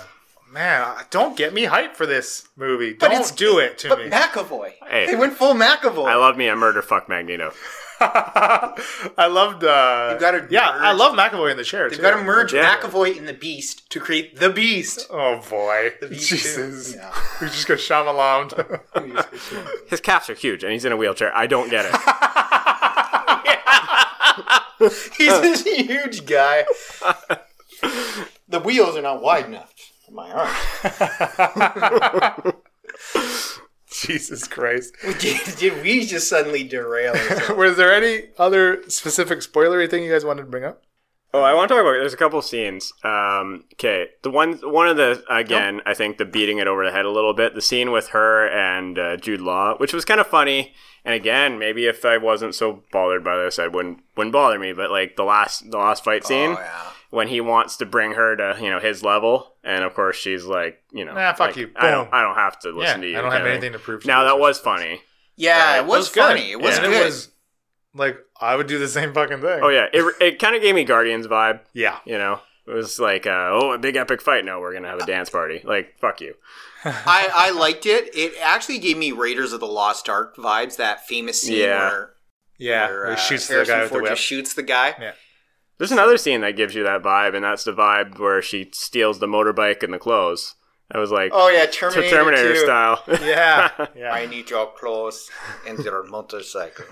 Speaker 1: Man, I- don't get me hyped for this movie.
Speaker 2: But
Speaker 1: Don't
Speaker 2: it's-
Speaker 1: do it to
Speaker 2: But
Speaker 1: me.
Speaker 2: McAvoy.
Speaker 3: Hey.
Speaker 2: They went full McAvoy.
Speaker 3: I love me a murder fuck Magneto.
Speaker 1: I loved. Uh,
Speaker 2: You've gotta
Speaker 1: yeah, I
Speaker 2: merge-
Speaker 1: love McAvoy in the chair.
Speaker 2: They've
Speaker 1: too.
Speaker 2: got to merge
Speaker 3: Yeah.
Speaker 2: McAvoy and the Beast to create the Beast.
Speaker 1: Oh boy,
Speaker 2: The Beast
Speaker 1: Jesus,
Speaker 2: Too. Yeah.
Speaker 1: we just got Shyamalan.
Speaker 3: His caps are huge, and he's in a wheelchair. I don't get it.
Speaker 2: He's this huge guy. the wheels are not wide enough for my arm.
Speaker 1: Jesus Christ.
Speaker 2: did, did we just suddenly derail? ourselves?
Speaker 1: Was there any other specific spoilery thing you guys wanted to bring up?
Speaker 3: Oh, I want to talk about. There's a couple scenes. Um, okay, the one, one of the again, I think the beating it over the head a little bit. The scene with her and uh, Jude Law, which was kind of funny. And again, maybe if I wasn't so bothered by this, I wouldn't wouldn't bother me. But like the last the last fight scene
Speaker 1: Oh,
Speaker 2: yeah.
Speaker 3: when he wants to bring her to you know his level, and of course she's like you know,
Speaker 1: Nah, fuck
Speaker 3: like,
Speaker 1: you.
Speaker 3: I don't
Speaker 1: Boom.
Speaker 3: I don't have to listen to you.
Speaker 1: I don't
Speaker 3: kinda
Speaker 1: have
Speaker 3: thing.
Speaker 1: anything to prove. to
Speaker 3: Now
Speaker 1: you.
Speaker 3: that was funny.
Speaker 2: Yeah, it was,
Speaker 1: good.
Speaker 2: funny. It was
Speaker 1: And
Speaker 2: good.
Speaker 1: It was like I would do the same fucking thing.
Speaker 3: Oh yeah, it it kind of gave me Guardians vibe.
Speaker 1: yeah.
Speaker 3: You know, it was like uh, oh a big epic fight. No, we're gonna have a dance party. Like fuck you.
Speaker 2: I, I liked it. It actually gave me Raiders of the Lost Ark vibes. That famous scene
Speaker 3: Yeah.
Speaker 2: where,
Speaker 1: Yeah,
Speaker 2: where,
Speaker 1: where he
Speaker 2: uh,
Speaker 1: shoots the
Speaker 2: Harrison
Speaker 1: guy with the
Speaker 2: Ford
Speaker 1: whip.
Speaker 2: just shoots the guy.
Speaker 3: There's another scene that gives you that vibe, and that's the vibe where she steals the motorbike and the clothes. I was like,
Speaker 2: Oh yeah,
Speaker 3: to
Speaker 2: Terminator,
Speaker 3: Terminator,
Speaker 2: 2.
Speaker 3: style.
Speaker 1: Yeah, yeah.
Speaker 2: I need your clothes and your motorcycle.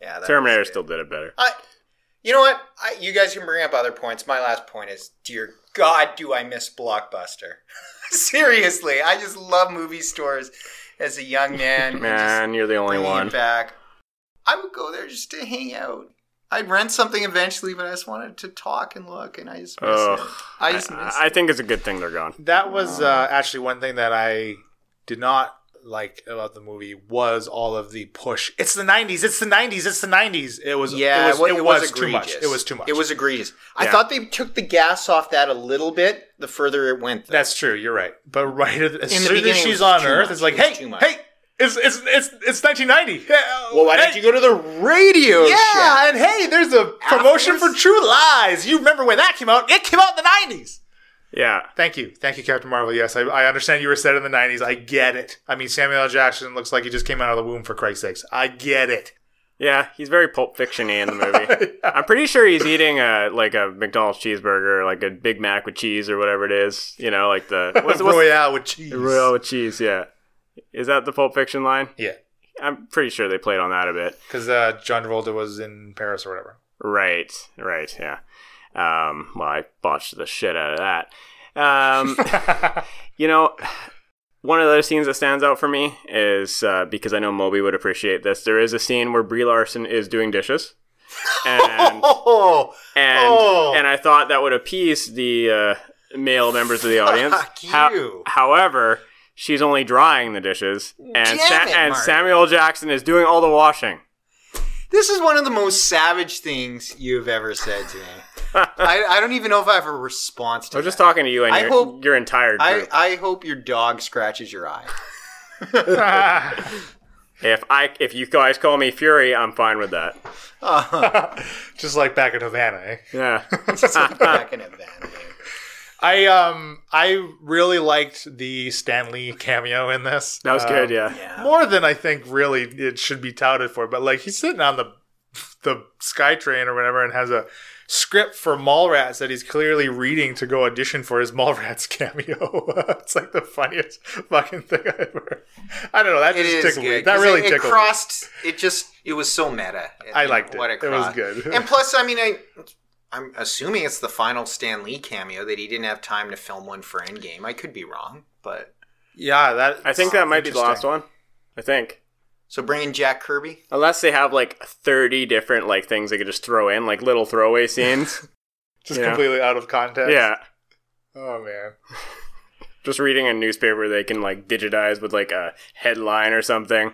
Speaker 2: Yeah, that
Speaker 3: Terminator
Speaker 2: was good.
Speaker 3: still did it better.
Speaker 2: I, you know what? I, you guys can bring up other points. My last point is, dear God, do I miss Blockbuster? Seriously, I just love movie stores as a young man.
Speaker 3: Man, you're the
Speaker 2: just
Speaker 3: only
Speaker 2: bringing
Speaker 3: one.
Speaker 2: it back. I would go there just to hang out. I'd rent something eventually, but I just wanted to talk and look, and I just miss it.
Speaker 3: Ugh.
Speaker 2: I
Speaker 3: I,
Speaker 2: just miss
Speaker 3: I
Speaker 2: it.
Speaker 3: think it's a good thing they're gone.
Speaker 1: That was uh, actually one thing that I did not like about the movie was all of the push. It's the '90s. It's the '90s. It's the '90s. It was.
Speaker 2: Yeah,
Speaker 1: it was, it was too
Speaker 2: egregious.
Speaker 1: much. It was too much.
Speaker 2: It was egregious. I
Speaker 3: Yeah.
Speaker 2: thought they took the gas off that a little bit the further it went. Though.
Speaker 1: That's true. You're right. But right at- as
Speaker 2: In the
Speaker 1: soon as
Speaker 2: beginning, it
Speaker 1: she's
Speaker 2: was
Speaker 1: on
Speaker 2: too
Speaker 1: Earth,
Speaker 2: much.
Speaker 1: it's like,
Speaker 2: It was
Speaker 1: hey,
Speaker 2: too much.
Speaker 1: hey, it's it's it's it's 1990. Hey,
Speaker 2: Well, why
Speaker 1: hey.
Speaker 2: didn't you go to the radio?
Speaker 3: Oh,
Speaker 1: Yeah,
Speaker 2: shack?
Speaker 1: and hey, there's a promotion for
Speaker 2: Afterwards?
Speaker 1: True Lies. You remember when that came out? It came out in the 90s.
Speaker 3: Yeah.
Speaker 1: Thank you, thank you, Captain Marvel. Yes, I, I understand you were set in the 90s. I get it. I mean, Samuel L. Jackson looks like he just came out of the womb. For Christ's sakes, I get it.
Speaker 3: Yeah, he's very Pulp Fiction-y in the movie. I'm pretty sure he's eating a like a McDonald's cheeseburger, like a Big Mac with cheese or whatever it is. You know, like the what's, what's
Speaker 1: Royale with cheese.
Speaker 3: Royale with cheese. Yeah, is that the Pulp Fiction line?
Speaker 1: Yeah,
Speaker 3: I'm pretty sure they played on that a bit.
Speaker 1: because uh, John Travolta was in Paris or whatever.
Speaker 3: Right, right, yeah. Um, well, I botched the shit out of that. Um, you know, One of the scenes that stands out for me is uh, because I know Moby would appreciate this. There is a scene where Brie Larson is doing dishes, and
Speaker 2: Oh,
Speaker 3: and
Speaker 2: Oh.
Speaker 3: and I thought that would appease the uh, male members of the audience.
Speaker 2: Fuck
Speaker 3: Ho-
Speaker 2: you.
Speaker 3: however, she's only drying the dishes,
Speaker 2: Damn
Speaker 3: and Sa-
Speaker 2: it,
Speaker 3: and
Speaker 2: Mark.
Speaker 3: Samuel Jackson is doing all the washing.
Speaker 2: this is one of the most savage things you've ever said to me. I, I don't even know if I have a response to
Speaker 3: I was just
Speaker 2: that.
Speaker 3: talking to you and
Speaker 2: I
Speaker 3: your,
Speaker 2: hope-
Speaker 3: your entire
Speaker 2: I,
Speaker 3: group.
Speaker 2: I hope your dog scratches your eye.
Speaker 3: if I if you guys call me Fury, I'm fine with that.
Speaker 2: Oh,
Speaker 1: Just like back in Havana. Eh?
Speaker 3: Yeah.
Speaker 2: Back in Havana.
Speaker 1: I um I really liked the Stan Lee cameo in this.
Speaker 3: That was
Speaker 2: Uh,
Speaker 1: Um,
Speaker 3: good, yeah.
Speaker 2: Yeah.
Speaker 1: More than I think really it should be touted for, but like he's sitting on the the SkyTrain or whatever and has a script for Mallrats that he's clearly reading to go audition for his Mallrats cameo. it's like the funniest fucking thing I ever. I don't know. That
Speaker 2: It
Speaker 1: just
Speaker 2: is
Speaker 1: tickled me.
Speaker 2: good.
Speaker 1: That
Speaker 2: 'cause
Speaker 1: really
Speaker 2: it, it
Speaker 1: tickled. me.
Speaker 2: crossed. It just it was so meta.
Speaker 1: I
Speaker 2: in
Speaker 1: liked it.
Speaker 2: What
Speaker 1: It
Speaker 2: it,
Speaker 1: was
Speaker 2: crossed.
Speaker 1: good.
Speaker 2: and plus, I mean, I I'm assuming it's the final Stan Lee cameo that he didn't have time to film one for Endgame. I could be wrong, but
Speaker 1: Yeah, that.
Speaker 3: I think that might be the last one. I think.
Speaker 2: so bringing Jack Kirby.
Speaker 3: Unless they have like 30 different like things they could just throw in, like little throwaway scenes.
Speaker 1: Just
Speaker 3: Yeah.
Speaker 1: completely out of context.
Speaker 3: yeah.
Speaker 1: Oh man.
Speaker 3: Just reading a newspaper they can like digitize with like a headline or something.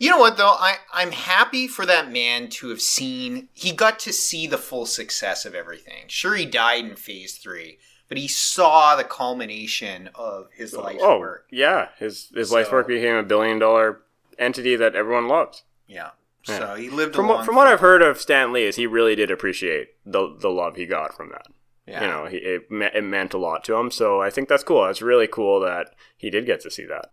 Speaker 2: You know what though? I I'm happy for that man to have seen. He got to see the full success of everything. Sure, he died in Phase Three, but he saw the culmination of his life's
Speaker 3: oh,
Speaker 2: work.
Speaker 3: yeah. His his life's
Speaker 2: So-
Speaker 3: work became a billion dollar entity that everyone loves.
Speaker 2: Yeah.
Speaker 3: Yeah.
Speaker 2: So he lived a
Speaker 3: From
Speaker 2: long
Speaker 3: what, from what I've heard of Stan Lee is he really did appreciate the the love he got from that.
Speaker 2: yeah.
Speaker 3: You know, he, it, me- it meant a lot to him. So I think that's cool. It's really cool that he did get to see that.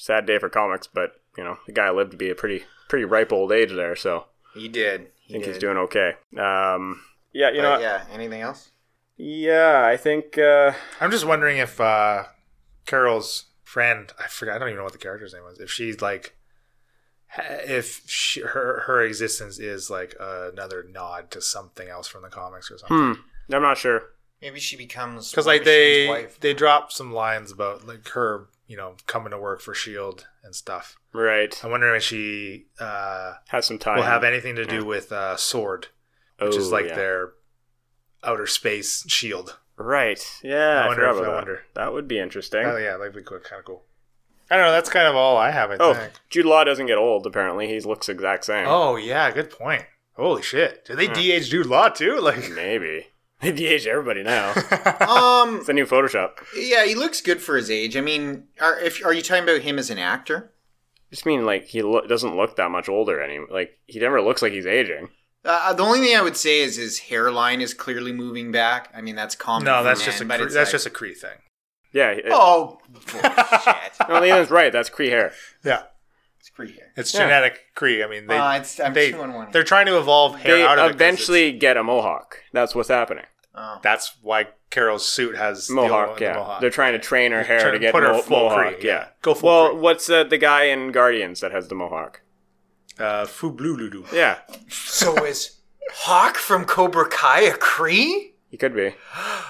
Speaker 3: Sad day for comics, but you know, the guy lived to be a pretty pretty ripe old age there. So
Speaker 2: he did.
Speaker 3: I
Speaker 2: He
Speaker 3: think
Speaker 2: did.
Speaker 3: he's doing okay. Um, yeah, you know,
Speaker 2: But
Speaker 3: what?
Speaker 2: yeah. Anything else?
Speaker 3: yeah. I think uh,
Speaker 1: I'm just wondering if uh, Carol's friend, I forgot, I don't even know what the character's name was, if she's like, ha- if she, her her existence is like another nod to something else from the comics or something.
Speaker 3: hmm, I'm not sure.
Speaker 2: Maybe she becomes
Speaker 1: Because
Speaker 2: War
Speaker 1: like
Speaker 2: Machine's
Speaker 1: they
Speaker 2: wife.
Speaker 1: they drop some lines about like her, you know, coming to work for Shield E and stuff.
Speaker 3: Right,
Speaker 1: I'm wondering if she uh,
Speaker 3: has some time.
Speaker 1: will have anything to do
Speaker 3: yeah.
Speaker 1: with uh, Sword,
Speaker 3: oh,
Speaker 1: which is like
Speaker 3: yeah.
Speaker 1: their outer space shield.
Speaker 3: Right, yeah.
Speaker 1: I
Speaker 3: I,
Speaker 1: wonder
Speaker 3: forgot
Speaker 1: if-
Speaker 3: about
Speaker 1: I
Speaker 3: that.
Speaker 1: wonder.
Speaker 3: That would be interesting.
Speaker 1: Oh yeah, that'd be cool, kind of cool. I don't know. That's kind of all I have. I
Speaker 3: Oh,
Speaker 1: think.
Speaker 3: Jude Law doesn't get old. Apparently, he looks exact same.
Speaker 1: Oh yeah, good point. Holy shit! Did they
Speaker 3: Hmm.
Speaker 1: DH Dude Law too? Like,
Speaker 3: maybe they de-age everybody now.
Speaker 2: um.
Speaker 3: it's the new Photoshop.
Speaker 2: Yeah, he looks good for his age. I mean, are if are you talking about him as an actor?
Speaker 3: just mean like he lo- doesn't look that much older any like he never looks like he's aging
Speaker 2: Uh, the only thing I would say is his hairline is clearly moving back. I mean, that's common.
Speaker 1: no,
Speaker 2: for
Speaker 1: that's
Speaker 2: men,
Speaker 1: just a
Speaker 2: but
Speaker 1: Cree,
Speaker 2: it's
Speaker 1: that's
Speaker 2: like-
Speaker 1: just a Cree thing.
Speaker 3: yeah it-
Speaker 2: oh bullshit.
Speaker 3: no Leon's right that's Cree hair
Speaker 1: Yeah,
Speaker 2: it's free hair.
Speaker 1: it's
Speaker 3: Yeah.
Speaker 1: genetic Cree. I mean, they
Speaker 2: Uh, it's, I'm
Speaker 1: they
Speaker 2: two on one.
Speaker 1: they're trying to evolve hair
Speaker 3: they
Speaker 1: out of it 'cause
Speaker 3: eventually get a mohawk that's what's happening
Speaker 2: Oh.
Speaker 1: it's- That's why Carol's suit has the
Speaker 3: mohawk
Speaker 1: old- the
Speaker 3: yeah
Speaker 1: mohawk.
Speaker 3: they're trying to train her
Speaker 1: Trying
Speaker 3: hair
Speaker 1: to
Speaker 3: to get
Speaker 1: put her
Speaker 3: mo-
Speaker 1: full
Speaker 3: mohawk
Speaker 1: Cree,
Speaker 3: yeah.
Speaker 1: yeah. Go full
Speaker 3: well
Speaker 1: Cree.
Speaker 3: what's uh, the guy in Guardians that has the mohawk
Speaker 1: uh, Fubluludu.
Speaker 3: yeah
Speaker 2: So is Hawk from Cobra Kai a Cree?
Speaker 3: he could be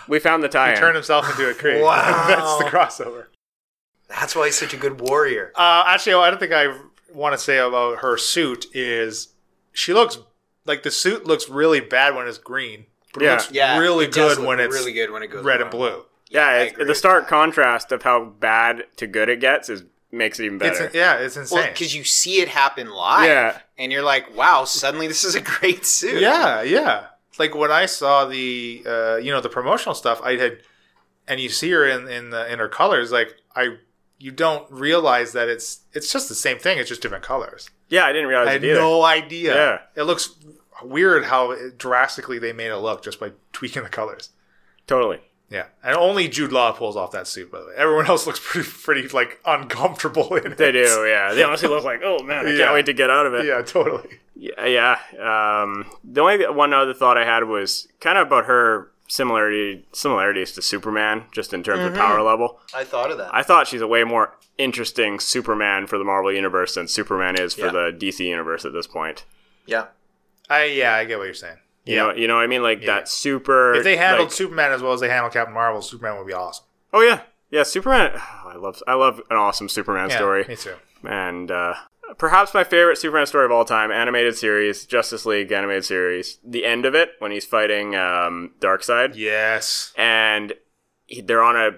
Speaker 3: we found the
Speaker 1: He
Speaker 3: tie
Speaker 1: turned himself into a Cree.
Speaker 2: Wow.
Speaker 1: that's the crossover.
Speaker 2: That's why he's such a good warrior.
Speaker 1: Uh, actually, I don't think I want to say about her suit is she looks like the suit looks really bad when it's green. But
Speaker 3: Yeah.
Speaker 1: it looks really
Speaker 2: it does
Speaker 1: good
Speaker 2: look
Speaker 1: when it's
Speaker 2: really good when it goes
Speaker 1: red and
Speaker 2: wrong.
Speaker 1: blue.
Speaker 3: yeah,
Speaker 2: I
Speaker 3: it's-
Speaker 2: agree
Speaker 3: the
Speaker 2: with
Speaker 3: stark
Speaker 2: that.
Speaker 3: contrast of how bad to good it gets is makes it even better
Speaker 1: It's yeah, it's insane.
Speaker 2: Well, because you see it happen live,
Speaker 3: Yeah.
Speaker 2: and you're like, "Wow, suddenly this is a great suit."
Speaker 1: yeah, yeah. Like when I saw the uh, you know the promotional stuff, I had, and you see her in in the in her colors. Like I, you don't realize that it's it's just the same thing. It's just different colors.
Speaker 3: yeah I didn't realize
Speaker 1: I
Speaker 3: it
Speaker 1: had
Speaker 3: either
Speaker 1: no idea.
Speaker 3: Yeah.
Speaker 1: it looks weird how drastically they made it look just by tweaking the colors.
Speaker 3: totally
Speaker 1: Yeah, and only Jude Law pulls off that suit. By the way, everyone else looks pretty, pretty like uncomfortable in it.
Speaker 3: they do yeah they honestly look like oh man I
Speaker 1: Yeah.
Speaker 3: can't wait to get out of it
Speaker 1: Yeah, totally.
Speaker 3: Yeah, yeah. Um, the only one other thought I had was kind of about her similarity similarities to Superman, just in terms
Speaker 1: Mm-hmm.
Speaker 3: of power level.
Speaker 2: I thought of that.
Speaker 3: I thought she's a way more interesting Superman for the Marvel universe than Superman is for
Speaker 2: Yeah.
Speaker 3: the DC universe at this point.
Speaker 2: yeah,
Speaker 1: I yeah, I get what you're saying.
Speaker 3: You
Speaker 1: Yeah.
Speaker 3: know, you know what I mean? Like that super.
Speaker 1: If they handled
Speaker 3: like-
Speaker 1: Superman as well as they handled Captain Marvel, Superman would be awesome.
Speaker 3: oh yeah, Yeah, Superman. I love I love an awesome Superman
Speaker 1: Yeah,
Speaker 3: story.
Speaker 1: Me too.
Speaker 3: and uh, perhaps my favorite Superman story of all time, animated series, Justice League animated series. The end of it when he's fighting um, Darkseid,
Speaker 1: Yes.
Speaker 3: and he, they're on a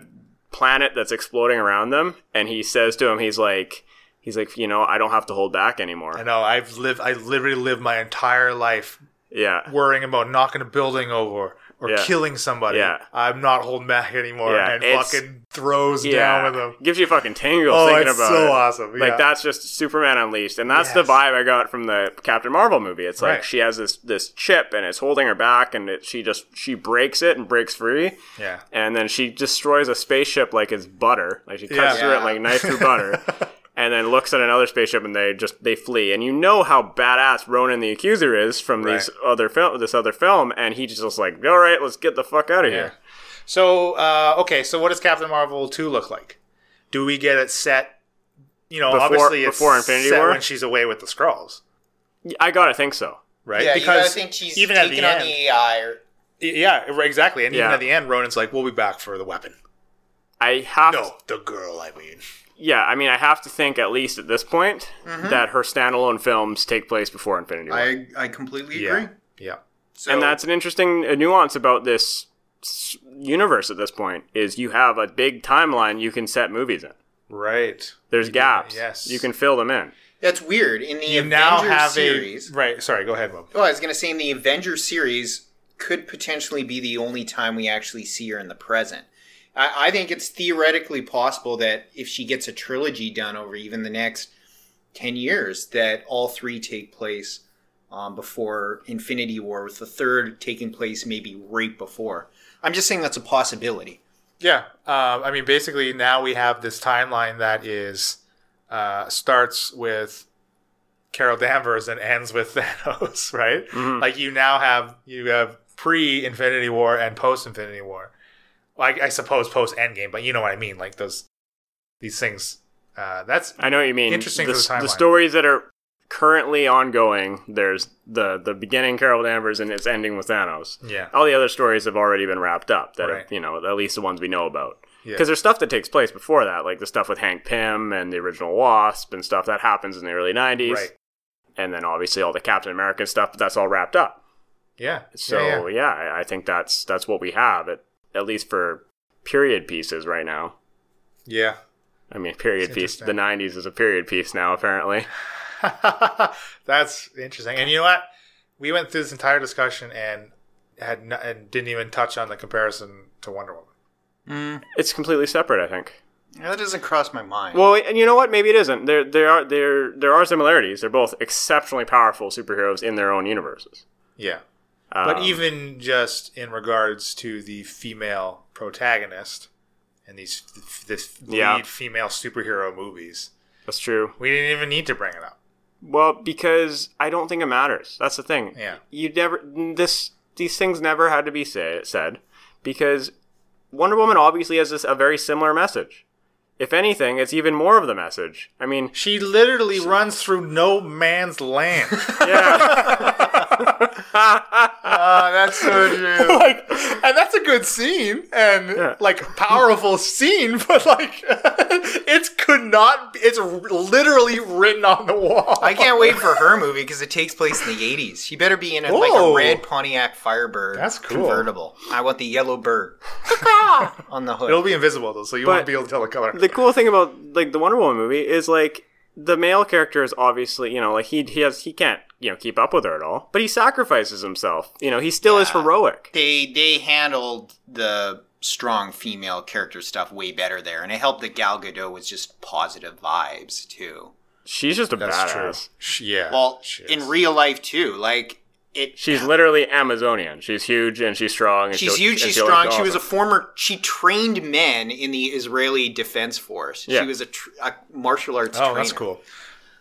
Speaker 3: planet that's exploding around them, and he says to him, he's like, he's like, you know, I don't have to hold back anymore.
Speaker 1: I know. I've lived. I literally lived my entire life
Speaker 3: yeah,
Speaker 1: worrying about knocking a building over or
Speaker 3: Yeah.
Speaker 1: killing somebody.
Speaker 3: Yeah.
Speaker 1: I'm not holding back anymore,
Speaker 3: Yeah,
Speaker 1: and
Speaker 3: it's-
Speaker 1: fucking throws down
Speaker 3: yeah,
Speaker 1: with him.
Speaker 3: gives you fucking tingles
Speaker 1: Oh,
Speaker 3: thinking
Speaker 1: it's
Speaker 3: about
Speaker 1: so
Speaker 3: it.
Speaker 1: awesome.
Speaker 3: Like
Speaker 1: yeah.
Speaker 3: that's just Superman Unleashed, and that's the
Speaker 1: Yes.
Speaker 3: vibe I got from the Captain Marvel movie. It's like
Speaker 1: Right.
Speaker 3: she has this this chip, and it's holding her back, and it, she just she breaks it and breaks free,
Speaker 1: Yeah.
Speaker 3: and then she destroys a spaceship like it's butter, like she cuts
Speaker 1: Yeah.
Speaker 3: through it
Speaker 2: Yeah.
Speaker 3: like knife through butter, and then looks at another spaceship, and they just they flee. And you know how badass Ronan the Accuser is from these other film, this other film, and he just was like, all right, let's get the fuck out of here.
Speaker 1: So uh, okay, so what does Captain Marvel two look like? Do we get it set? You know,
Speaker 3: Before-
Speaker 1: obviously it's
Speaker 3: before Infinity
Speaker 1: set
Speaker 3: War?
Speaker 1: when she's away with the Skrulls,
Speaker 3: I gotta think so.
Speaker 1: right?
Speaker 2: Yeah, you gotta
Speaker 1: because
Speaker 2: think she's
Speaker 1: even
Speaker 2: even
Speaker 1: at
Speaker 2: taking
Speaker 1: the
Speaker 2: on
Speaker 1: end-
Speaker 2: the AI. Or,
Speaker 1: yeah, right, exactly. And even
Speaker 3: Yeah.
Speaker 1: at the end, Ronan's like, "We'll be back for the weapon."
Speaker 3: I have
Speaker 1: No, the girl. I mean,
Speaker 3: yeah, I mean, I have to think at least at this point
Speaker 1: Mm-hmm.
Speaker 3: that her standalone films take place before Infinity War,
Speaker 2: I I completely
Speaker 1: yeah, yeah.
Speaker 2: So,
Speaker 3: and that's an interesting uh, nuance about this s- universe at this point is you have a big timeline you can set movies in.
Speaker 1: Right.
Speaker 3: There's gaps.
Speaker 1: yes.
Speaker 3: You can fill them in.
Speaker 2: that's weird. In the
Speaker 1: You
Speaker 2: Avengers
Speaker 1: now have
Speaker 2: series,
Speaker 1: a right. Sorry, go ahead, Bob.
Speaker 2: well, I was gonna say in the Avengers series could potentially be the only time we actually see her in the present. I, I think it's theoretically possible that if she gets a trilogy done over even the next ten years, that all three take place um, before Infinity War, with the third taking place maybe right before. I'm just saying that's a possibility.
Speaker 1: Yeah, um, I mean, basically now we have this timeline that is uh, starts with Carol Danvers and ends with Thanos, right? Like you now have you have pre Infinity War and post Infinity War. Like I suppose post Endgame, but you know what I mean. Like those these things. Uh, that's
Speaker 3: I know what you mean.
Speaker 1: Interesting
Speaker 3: The,
Speaker 1: for the
Speaker 3: s- the
Speaker 1: timeline.
Speaker 3: stories that are currently ongoing. There's the the beginning Carol Danvers and it's ending with Thanos.
Speaker 1: yeah,
Speaker 3: All the other stories have already been wrapped up. That
Speaker 1: Right.
Speaker 3: are, you know, at least the ones we know about.
Speaker 1: Yeah.
Speaker 3: Because there's stuff that takes place before that, like the stuff with Hank Pym and the original Wasp and stuff that happens in the early '90s,
Speaker 1: right.
Speaker 3: and then obviously all the Captain America stuff. But that's all wrapped up.
Speaker 1: Yeah.
Speaker 3: So
Speaker 1: yeah,
Speaker 3: yeah,
Speaker 1: yeah.
Speaker 3: I, I think that's that's what we have at at least for period pieces right now.
Speaker 1: yeah.
Speaker 3: I mean, period
Speaker 1: That's
Speaker 3: piece. The
Speaker 1: interesting.
Speaker 3: '90s is a period piece now, apparently.
Speaker 1: That's interesting. And you know what? We went through this entire discussion and had no, and didn't even touch on the comparison to Wonder Woman.
Speaker 3: It's completely separate, I think.
Speaker 2: That doesn't cross my mind.
Speaker 3: Well, and you know what? Maybe it isn't. There, there are there there are similarities. They're both exceptionally powerful superheroes in their own universes.
Speaker 1: Yeah.
Speaker 3: Um,
Speaker 1: But even just in regards to the female protagonist and these this lead
Speaker 3: Yeah.
Speaker 1: female superhero movies,
Speaker 3: that's true.
Speaker 1: we didn't even need to bring it up.
Speaker 3: Well, because I don't think it matters. That's the thing.
Speaker 1: Yeah.
Speaker 3: You never this these things never had to be say, said because Wonder Woman obviously has this a very similar message. If anything, it's even more of the message. I mean,
Speaker 1: She literally runs through no man's land.
Speaker 3: yeah,
Speaker 1: Ah, that's so true. like, and that's a good scene and
Speaker 3: Yeah.
Speaker 1: like powerful scene, but like, it could not. Be, it's literally written on the wall.
Speaker 2: I can't wait for her movie because it takes place in the 80s. She better be in a, like a
Speaker 1: Whoa.
Speaker 2: red Pontiac Firebird
Speaker 1: That's cool.
Speaker 2: convertible. I want the yellow bird on the
Speaker 1: It'll
Speaker 2: hood.
Speaker 1: be invisible though, so you won't
Speaker 3: But-
Speaker 1: be able to tell the color.
Speaker 3: the cool thing about like the Wonder Woman movie is like the male character is obviously you know like he he has he can't you know keep up with her at all, but he sacrifices himself. You know, he still is
Speaker 2: Yeah.
Speaker 3: heroic.
Speaker 2: They they handled the strong female character stuff way better there, and it helped that Gal Gadot was just positive vibes too.
Speaker 3: She's just a badass.
Speaker 1: Sh- yeah.
Speaker 2: Well,
Speaker 1: she is.
Speaker 2: in real life too, like it.
Speaker 3: She's literally Amazonian. She's huge and she's strong. And
Speaker 2: She's
Speaker 3: she'll-
Speaker 2: huge.
Speaker 3: and
Speaker 2: She's
Speaker 3: she'll
Speaker 2: strong.
Speaker 3: lift
Speaker 2: She
Speaker 3: off
Speaker 2: was a
Speaker 3: her.
Speaker 2: former. She trained men in the Israeli Defense Force.
Speaker 3: Yeah.
Speaker 2: She was a, tr- a martial arts.
Speaker 1: Oh, that's
Speaker 2: trainer.
Speaker 1: cool.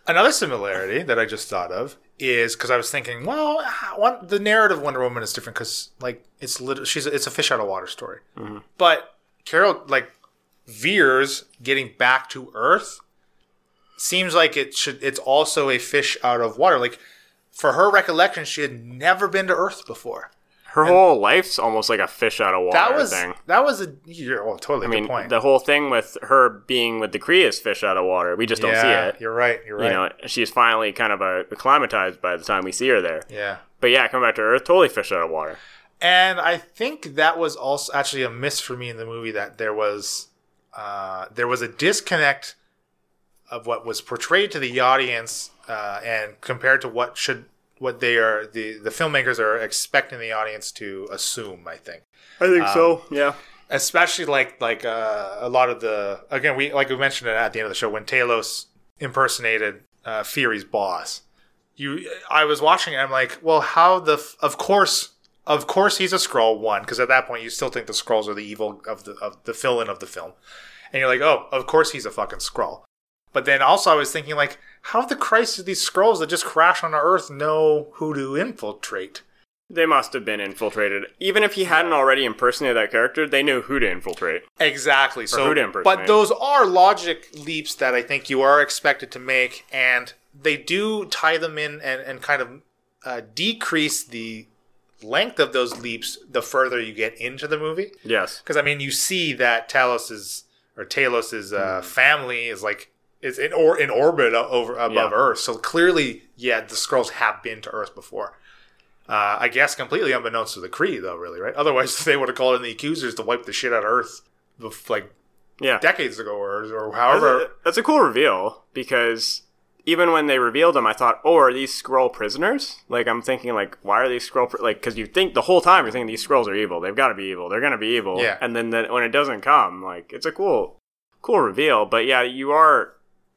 Speaker 1: Another similarity that I just thought of is because I was thinking, well, ah, one, the narrative of Wonder Woman is different because like it's lit- she's it's a fish out of water story,
Speaker 3: Mm-hmm.
Speaker 1: but Carol like veers getting back to Earth seems like it should. It's also a fish out of water. Like for her recollection, she had never been to Earth before.
Speaker 3: Her whole life's almost like a fish out of water
Speaker 1: That was
Speaker 3: thing.
Speaker 1: that was a you're oh, totally
Speaker 3: I
Speaker 1: good
Speaker 3: mean,
Speaker 1: point.
Speaker 3: the whole thing with her being with the Kree is fish out of water. We just don't
Speaker 1: yeah,
Speaker 3: see it.
Speaker 1: You're right. You're right.
Speaker 3: You know, she's finally kind of uh, acclimatized by the time we see her there.
Speaker 1: yeah.
Speaker 3: But yeah, coming back to Earth, totally fish out of water.
Speaker 1: And I think that was also actually a miss for me in the movie that there was uh, there was a disconnect of what was portrayed to the audience uh, and compared to what should what they are the the filmmakers are expecting the audience to assume. I think
Speaker 3: I think so. Yeah.
Speaker 1: especially like like uh, a lot of the again we like we mentioned it at the end of the show when Talos impersonated uh, Fury's boss. You, I was watching it. I'm like, well, how the f- of course, of course he's a scroll one because at that point you still think the scrolls are the evil of the of the villain of the film, and you're like, oh, of course he's a fucking scroll. But then also I was thinking like, how the Christ do these scrolls that just crash on Earth know who to infiltrate?
Speaker 3: They must have been infiltrated. Even if he hadn't already impersonated that character, they knew who to infiltrate.
Speaker 1: Exactly. So,
Speaker 3: who to impersonate.
Speaker 1: but those are logic leaps that I think you are expected to make, and they do tie them in and, and kind of uh, decrease the length of those leaps the further you get into the movie.
Speaker 3: Yes.
Speaker 1: Because I mean, you see that Talos's or Talos's
Speaker 3: Mm-hmm.
Speaker 1: uh, family is like is in or in orbit o- over above
Speaker 3: Yeah.
Speaker 1: Earth. So clearly, yeah, the Skrulls have been to Earth before. Uh, I guess completely unbeknownst to the Kree, though, really, right? Otherwise, they would have called in the Accusers to wipe the shit out of Earth, bef- like
Speaker 3: Yeah. Uh,
Speaker 1: decades ago or, or
Speaker 3: That's
Speaker 1: however.
Speaker 3: a, that's a cool reveal because even when they revealed them, I thought, oh, are these scroll prisoners? Like, I'm thinking, like, why are these scroll? Pri- like, because you think the whole time you're thinking these scrolls are evil. They've got to be evil. They're gonna be evil.
Speaker 1: Yeah.
Speaker 3: And then the, when it doesn't come, like, it's a cool, cool reveal. But yeah, you are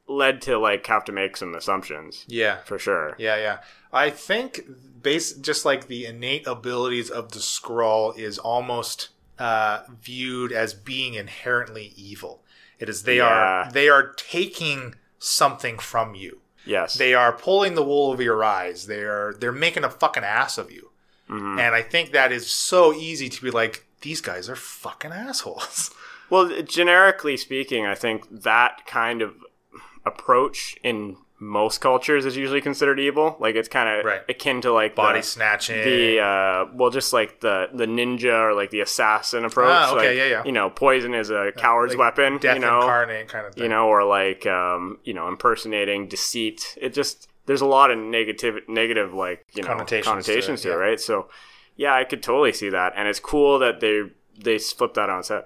Speaker 3: led to like have to make some assumptions
Speaker 1: Yeah,
Speaker 3: for sure.
Speaker 1: yeah, yeah. I think base just like the innate abilities of the Skrull is almost uh, viewed as being inherently evil. It is they
Speaker 3: Yeah.
Speaker 1: are they are taking something from you.
Speaker 3: Yes.
Speaker 1: They are pulling the wool over your eyes. They're they're making a fucking ass of you.
Speaker 3: Mm-hmm.
Speaker 1: And I think that is so easy to be like these guys are fucking assholes.
Speaker 3: Well, generically speaking, I think that kind of approach in most cultures is usually considered evil. Like it's kind of
Speaker 1: Right.
Speaker 3: akin to like
Speaker 1: Body
Speaker 3: the,
Speaker 1: snatching.
Speaker 3: the uh, well, just like the the ninja or like the assassin approach.
Speaker 1: Ah, okay,
Speaker 3: like,
Speaker 1: yeah, yeah. Uh,
Speaker 3: You know, poison is a coward's
Speaker 1: like
Speaker 3: weapon.
Speaker 1: death
Speaker 3: you know,
Speaker 1: incarnate kind of thing.
Speaker 3: you know, or like um, you know, impersonating deceit. It just there's a lot of negative negative like you know
Speaker 1: Connotations
Speaker 3: connotations,
Speaker 1: to it,
Speaker 3: to it,
Speaker 1: yeah.
Speaker 3: right? So yeah, I could totally see that, and it's cool that they they flipped that on its head.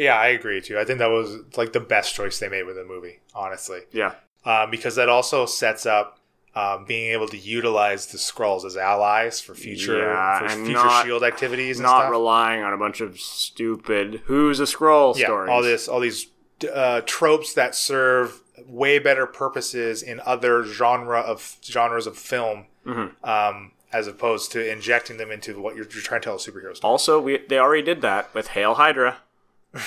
Speaker 1: Yeah, I agree too. I think that was like the best choice they made with the movie, honestly,
Speaker 3: Yeah.
Speaker 1: um, because that also sets up um, being able to utilize the scrolls as allies for future
Speaker 3: Yeah,
Speaker 1: for
Speaker 3: and
Speaker 1: future
Speaker 3: not-
Speaker 1: shield E activities and
Speaker 3: not
Speaker 1: stuff.
Speaker 3: relying on a bunch of stupid who's a scroll
Speaker 1: yeah,
Speaker 3: stories.
Speaker 1: all this, all these uh, tropes that serve way better purposes in other genre of genres of film,
Speaker 3: Mm-hmm.
Speaker 1: um, as opposed to injecting them into what you're, you're trying to tell a superhero story.
Speaker 3: Also, we they already did that with Hail Hydra.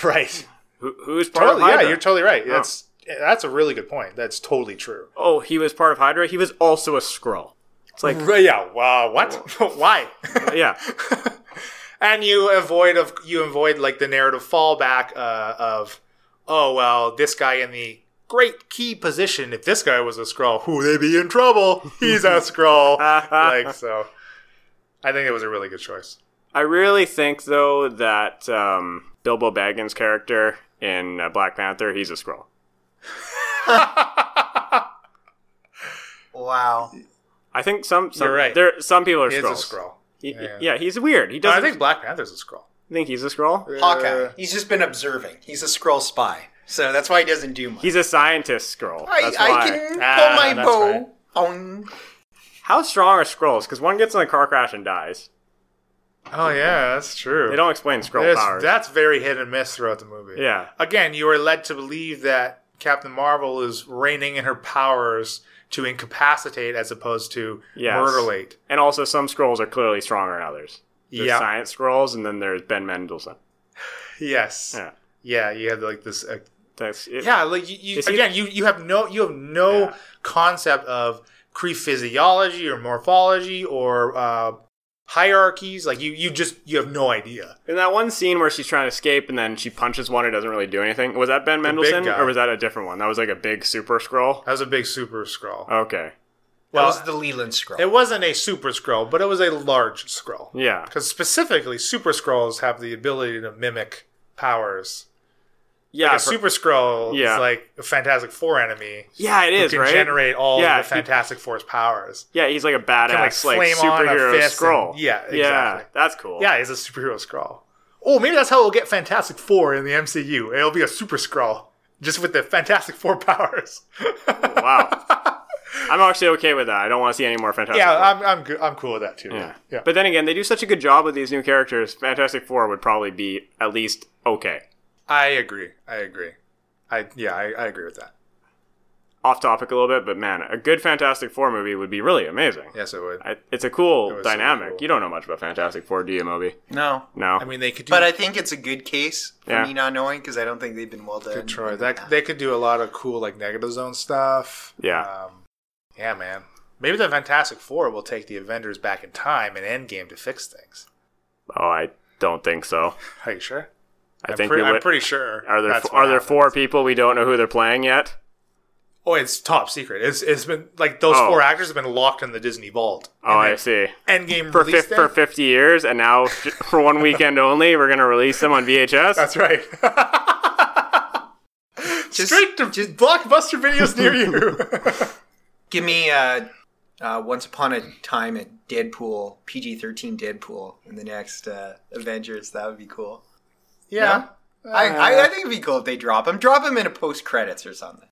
Speaker 1: Right?
Speaker 3: Who, who's part
Speaker 1: Totally.
Speaker 3: of
Speaker 1: Yeah,
Speaker 3: Hydra?
Speaker 1: you're totally right. That's that's a really good point. That's totally true.
Speaker 3: oh, he was part of Hydra. He was also a scroll. It's like
Speaker 1: Right, yeah. Wow. What? Why?
Speaker 3: yeah,
Speaker 1: and you avoid of you avoid like the narrative fallback uh, of, oh well, this guy in the great key position. If this guy was a scroll, who they be in trouble? He's a scroll. like so. I think it was a really good choice.
Speaker 3: I really think though that um, Bilbo Baggins' character in uh, Black Panther, he's a scroll.
Speaker 2: Wow.
Speaker 3: I think some, some
Speaker 1: You're right.
Speaker 3: there some people are
Speaker 1: He is a
Speaker 3: scrolls.
Speaker 1: scroll.
Speaker 3: He-
Speaker 1: Yeah.
Speaker 3: yeah. he's weird. He
Speaker 1: No, I
Speaker 3: doesn't
Speaker 1: think Black Panther's a scroll.
Speaker 3: think he's a scroll.
Speaker 2: Uh, Hawkeye. He's just been observing. He's a scroll spy. So that's why he doesn't do much.
Speaker 3: He's a scientist scroll.
Speaker 2: I,
Speaker 3: That's why.
Speaker 2: I can pull
Speaker 1: Ah,
Speaker 2: my
Speaker 1: that's right.
Speaker 2: bow. On.
Speaker 3: How strong are scrolls? Because one gets in a car crash and dies.
Speaker 1: Oh yeah, that's true.
Speaker 3: They don't explain scroll
Speaker 1: There's-
Speaker 3: powers.
Speaker 1: That's very hit and miss throughout the movie.
Speaker 3: Yeah.
Speaker 1: Again, you are led to believe that Captain Marvel is reining in her powers to incapacitate as opposed to
Speaker 3: Yes.
Speaker 1: murderate.
Speaker 3: And also, some scrolls are clearly stronger than others. There's
Speaker 1: Yeah.
Speaker 3: science scrolls, and then there's Ben Mendelsohn.
Speaker 1: Yes. Yeah.
Speaker 3: Yeah.
Speaker 1: you have like this. Uh,
Speaker 3: That's it.
Speaker 1: yeah, like you, you
Speaker 3: Is he-
Speaker 1: again, you you have no you have no
Speaker 3: Yeah.
Speaker 1: concept of Cree physiology or morphology or uh, hierarchies. Like you you just you have no idea.
Speaker 3: In that one scene where she's trying to escape and then she punches one who doesn't really do anything, was that Ben
Speaker 1: big
Speaker 3: Mendelsohn
Speaker 1: guy.
Speaker 3: or was that a different one? That was like a big super scroll?
Speaker 1: That was a big super scroll.
Speaker 3: Okay.
Speaker 4: Well,
Speaker 1: Well,
Speaker 4: that was the Leland scroll.
Speaker 1: It wasn't a super scroll, but it was a large scroll.
Speaker 3: Yeah.
Speaker 1: Because specifically, super scrolls have the ability to mimic powers.
Speaker 3: Yeah.
Speaker 1: Like a
Speaker 3: for-
Speaker 1: super scroll
Speaker 3: Yeah.
Speaker 1: is like a Fantastic Four enemy.
Speaker 3: yeah, it
Speaker 1: who
Speaker 3: is,
Speaker 1: can
Speaker 3: right?
Speaker 1: generate all
Speaker 3: Yeah,
Speaker 1: of the
Speaker 3: he-
Speaker 1: Fantastic Four's powers.
Speaker 3: yeah, he's like a
Speaker 1: Can, like,
Speaker 3: badass like,
Speaker 1: flame on a
Speaker 3: superhero
Speaker 1: fist and-
Speaker 3: scroll.
Speaker 1: yeah,
Speaker 3: Yeah,
Speaker 1: exactly.
Speaker 3: that's cool.
Speaker 1: Yeah, it's a superhero scroll. Oh, maybe that's how we'll get Fantastic Four in the MCU. It'll be a super scroll, just with the Fantastic Four powers.
Speaker 3: Wow. I'm actually okay with that. I don't want to see any more Fantastic
Speaker 1: yeah,
Speaker 3: Four.
Speaker 1: I'm, I'm, good. I'm cool with that too.
Speaker 3: Yeah.
Speaker 1: yeah.
Speaker 3: But then again, they do such a good job with these new characters. Fantastic Four would probably be at least okay.
Speaker 1: I agree. I agree. I yeah, I, I agree with that.
Speaker 3: Off topic a little bit, but man, a good Fantastic Four movie would be really amazing.
Speaker 1: Yes, it would.
Speaker 3: I, it's a cool
Speaker 1: It was so
Speaker 3: dynamic.
Speaker 1: cool.
Speaker 3: You don't know much about Fantastic Four, do you, Moby?
Speaker 2: No.
Speaker 3: No.
Speaker 1: I mean, they could do.
Speaker 2: But I think it's a good case for
Speaker 3: Yeah.
Speaker 2: me not knowing because I don't think they've been well done.
Speaker 1: Good Troy. That they could do a lot of cool like negative zone stuff.
Speaker 3: Yeah.
Speaker 1: Um, yeah, man. Maybe the Fantastic Four will take the Avengers back in time and Endgame to fix things.
Speaker 3: oh, I don't think so.
Speaker 1: Are you sure?
Speaker 3: I
Speaker 1: am
Speaker 3: think
Speaker 1: pre-
Speaker 3: we
Speaker 1: I'm
Speaker 3: would-
Speaker 1: pretty sure.
Speaker 3: Are there
Speaker 1: that's
Speaker 3: f-
Speaker 1: what
Speaker 3: are there
Speaker 1: happened.
Speaker 3: four people we don't know who they're playing yet?
Speaker 1: Oh, it's top secret. It's it's been like those
Speaker 3: Oh.
Speaker 1: four actors have been locked in the Disney vault.
Speaker 3: Oh, I see.
Speaker 1: Endgame
Speaker 3: For,
Speaker 1: release
Speaker 3: fif- for
Speaker 1: date.
Speaker 3: 50 years, and now j- for one weekend only, we're going to release them on VHS?
Speaker 1: That's right.
Speaker 2: Just,
Speaker 1: Straight to blockbuster videos near you.
Speaker 2: give me uh, uh, Once Upon a Time at Deadpool, PG 13 Deadpool in the next uh, Avengers. That would be cool.
Speaker 1: yeah.
Speaker 2: I, I, I think it'd be cool if they drop him. Drop him in a post credits or something.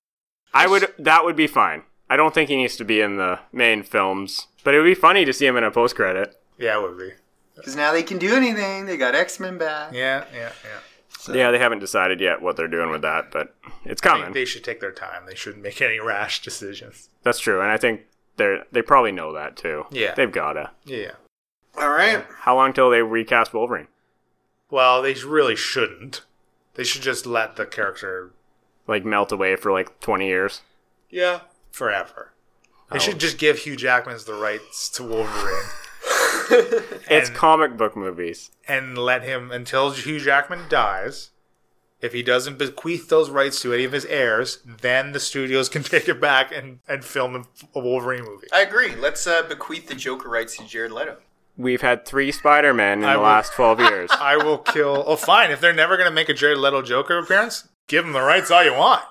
Speaker 3: I would. That would be fine. I don't think he needs to be in the main films, but it would be funny to see him in a post credit.
Speaker 1: Yeah, it would be.
Speaker 2: Because now they can do anything. They got X Men back.
Speaker 1: Yeah, yeah, yeah.
Speaker 3: Yeah, they haven't decided yet what they're doing with that, but it's
Speaker 1: I
Speaker 3: coming.
Speaker 1: think they should take their time. They shouldn't make any rash decisions.
Speaker 3: That's true, and I think they're they probably know that too.
Speaker 1: Yeah.
Speaker 3: they've gotta.
Speaker 1: Yeah.
Speaker 2: All right.
Speaker 3: How long till they recast Wolverine?
Speaker 1: Well, they really shouldn't. They should just let the character
Speaker 3: Like melt away for like twenty years.
Speaker 1: Yeah. Forever. They should just give Hugh Jackman's the rights to Wolverine
Speaker 3: It's
Speaker 1: And-
Speaker 3: comic book movies.
Speaker 1: and let him until Hugh Jackman dies. If he doesn't bequeath those rights to any of his heirs, then the studios can take it back and, and film a Wolverine movie.
Speaker 2: I agree. Let's uh, bequeath the Joker rights to Jared Leto.
Speaker 3: We've had three Spider Men in
Speaker 1: I
Speaker 3: the
Speaker 1: will-
Speaker 3: last twelve years.
Speaker 1: I will kill. Oh, fine. If they're never going to make a Jared Leto Joker appearance, give him the rights all you want.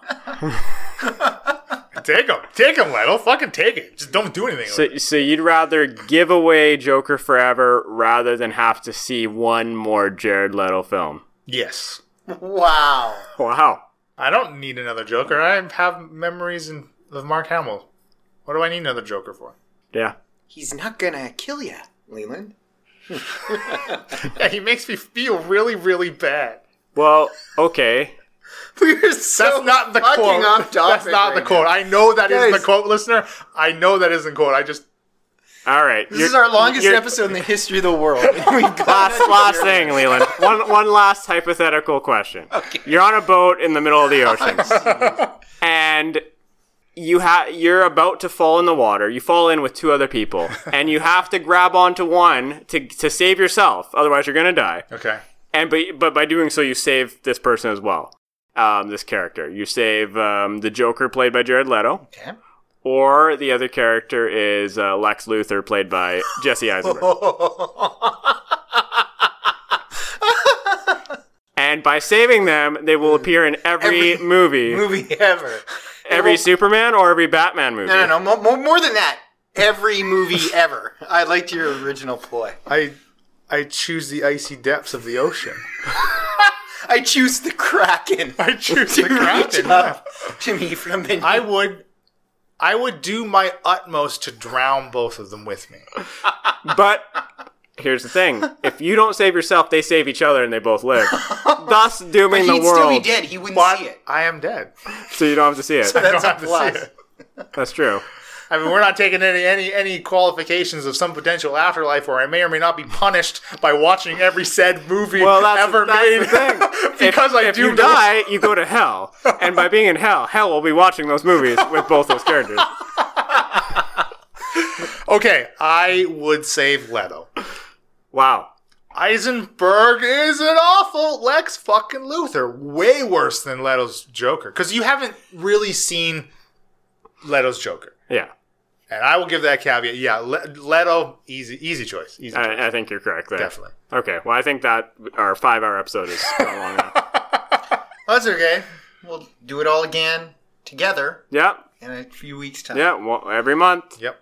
Speaker 1: take him. Take him, Leto. Fucking take it. Just don't do anything. with it.
Speaker 3: So, so you'd rather give away Joker forever rather than have to see one more Jared Leto film?
Speaker 1: yes.
Speaker 2: Wow.
Speaker 3: Wow.
Speaker 1: I don't need another Joker. I have memories in, of Mark Hamill. What do I need another Joker for?
Speaker 3: Yeah.
Speaker 2: He's not gonna kill ya, Leland.
Speaker 1: Yeah, he makes me feel really, really bad.
Speaker 3: Well, okay.
Speaker 2: We were so
Speaker 1: That's not the
Speaker 2: fucking
Speaker 1: quote.
Speaker 2: off
Speaker 1: That's
Speaker 2: topic.
Speaker 1: not the
Speaker 2: right
Speaker 1: quote. I know that isn't
Speaker 2: Guys.
Speaker 1: the quote, listener. I know that isn't quote. I just
Speaker 3: All right.
Speaker 2: Now. This is our longest episode in the history of the world. we
Speaker 3: Last, last thing, Leland. One, one last hypothetical question. Okay. You're on a boat in the middle of the ocean, and you ha- you're about to fall in the water. You fall in with two other people, and you have to grab onto one to, to save yourself. Otherwise, you're gonna die.
Speaker 1: okay.
Speaker 3: And but but by doing so, you save this person as well. Um, this character, you save um, the Joker played by Jared Leto,
Speaker 2: Okay.
Speaker 3: or the other character is uh, Lex Luthor played by Jesse Eisenberg. and by saving them, they will appear in every,
Speaker 2: Every
Speaker 3: movie,
Speaker 2: Movie ever.
Speaker 3: every Superman or every Batman movie.
Speaker 2: No, no, no. More, more, more than that. Every movie ever. I liked your original ploy.
Speaker 1: I I choose the icy depths of the ocean.
Speaker 2: I choose the Kraken.
Speaker 1: I choose
Speaker 2: to
Speaker 1: the Kraken.
Speaker 2: reach up to me from the.
Speaker 1: I would I would do my utmost to drown both of them with me.
Speaker 3: But here's the thing: if you don't save yourself, they save each other, and they both live, thus dooming
Speaker 2: He'd
Speaker 3: the
Speaker 2: still be
Speaker 3: world.
Speaker 2: dead. He wouldn't see it.
Speaker 1: I am dead.
Speaker 3: So you don't have to see it.
Speaker 1: I don't
Speaker 2: That's a
Speaker 1: have to see
Speaker 2: plus.
Speaker 1: it.
Speaker 3: That's true.
Speaker 1: I mean, we're not taking any, any any qualifications of some potential afterlife where I may or may not be punished by watching every said movie
Speaker 3: Well, that's,
Speaker 1: ever
Speaker 3: that's
Speaker 1: made.
Speaker 3: the thing.
Speaker 1: because
Speaker 3: if,
Speaker 1: I
Speaker 3: if
Speaker 1: do
Speaker 3: you die, you go to hell, and by being in hell, hell will be watching those movies with both those characters.
Speaker 1: Okay, I would save Leto.
Speaker 3: Wow.
Speaker 1: Eisenberg is an awful Lex fucking Luthor. Way worse than Leto's Joker. Because you haven't really seen Leto's Joker.
Speaker 3: Yeah.
Speaker 1: And I will give that caveat. Yeah, Le- Leto, easy, easy choice. Easy choice.
Speaker 3: I, I think you're correct there.
Speaker 1: Definitely.
Speaker 3: Okay. Well, I think that our five hour episode is gone long enough.
Speaker 2: That's okay. We'll do it all again together
Speaker 3: Yeah.
Speaker 2: in a few weeks' time.
Speaker 3: Yeah. Well, every month.
Speaker 1: Yep.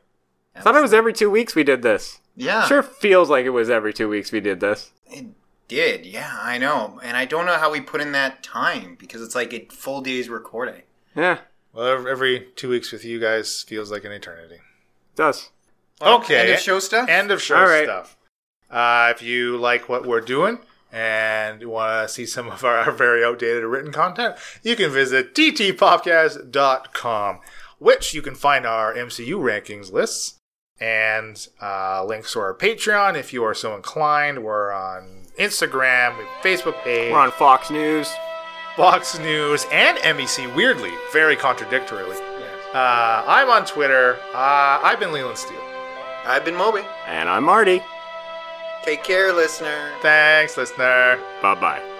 Speaker 3: I thought it was every two weeks we did this.
Speaker 2: Yeah.
Speaker 3: Sure feels like it was every two weeks we did this.
Speaker 2: It did. Yeah, I know. And I don't know how we put in that time because it's like a full day's recording.
Speaker 3: Yeah. It
Speaker 1: Well, ev- every two weeks with you guys feels like an eternity.
Speaker 3: does.
Speaker 1: Okay.
Speaker 2: End of show stuff?
Speaker 1: End of show
Speaker 3: All right.
Speaker 1: stuff. Uh, if you like what we're doing and you want to see some of our, our very outdated written content, you can visit ttpopcast.com, which you can find our MCU rankings lists and uh, links to our Patreon if you are so inclined. We're on Instagram, Facebook page,
Speaker 3: We're on Fox News.
Speaker 1: Fox News, and MEC, weirdly, very contradictorily. Uh, I'm on Twitter. Uh, I've been Leland Steele.
Speaker 2: I've been Moby.
Speaker 3: And I'm Marty.
Speaker 2: Take care, listener.
Speaker 1: Thanks, listener.
Speaker 3: Bye bye.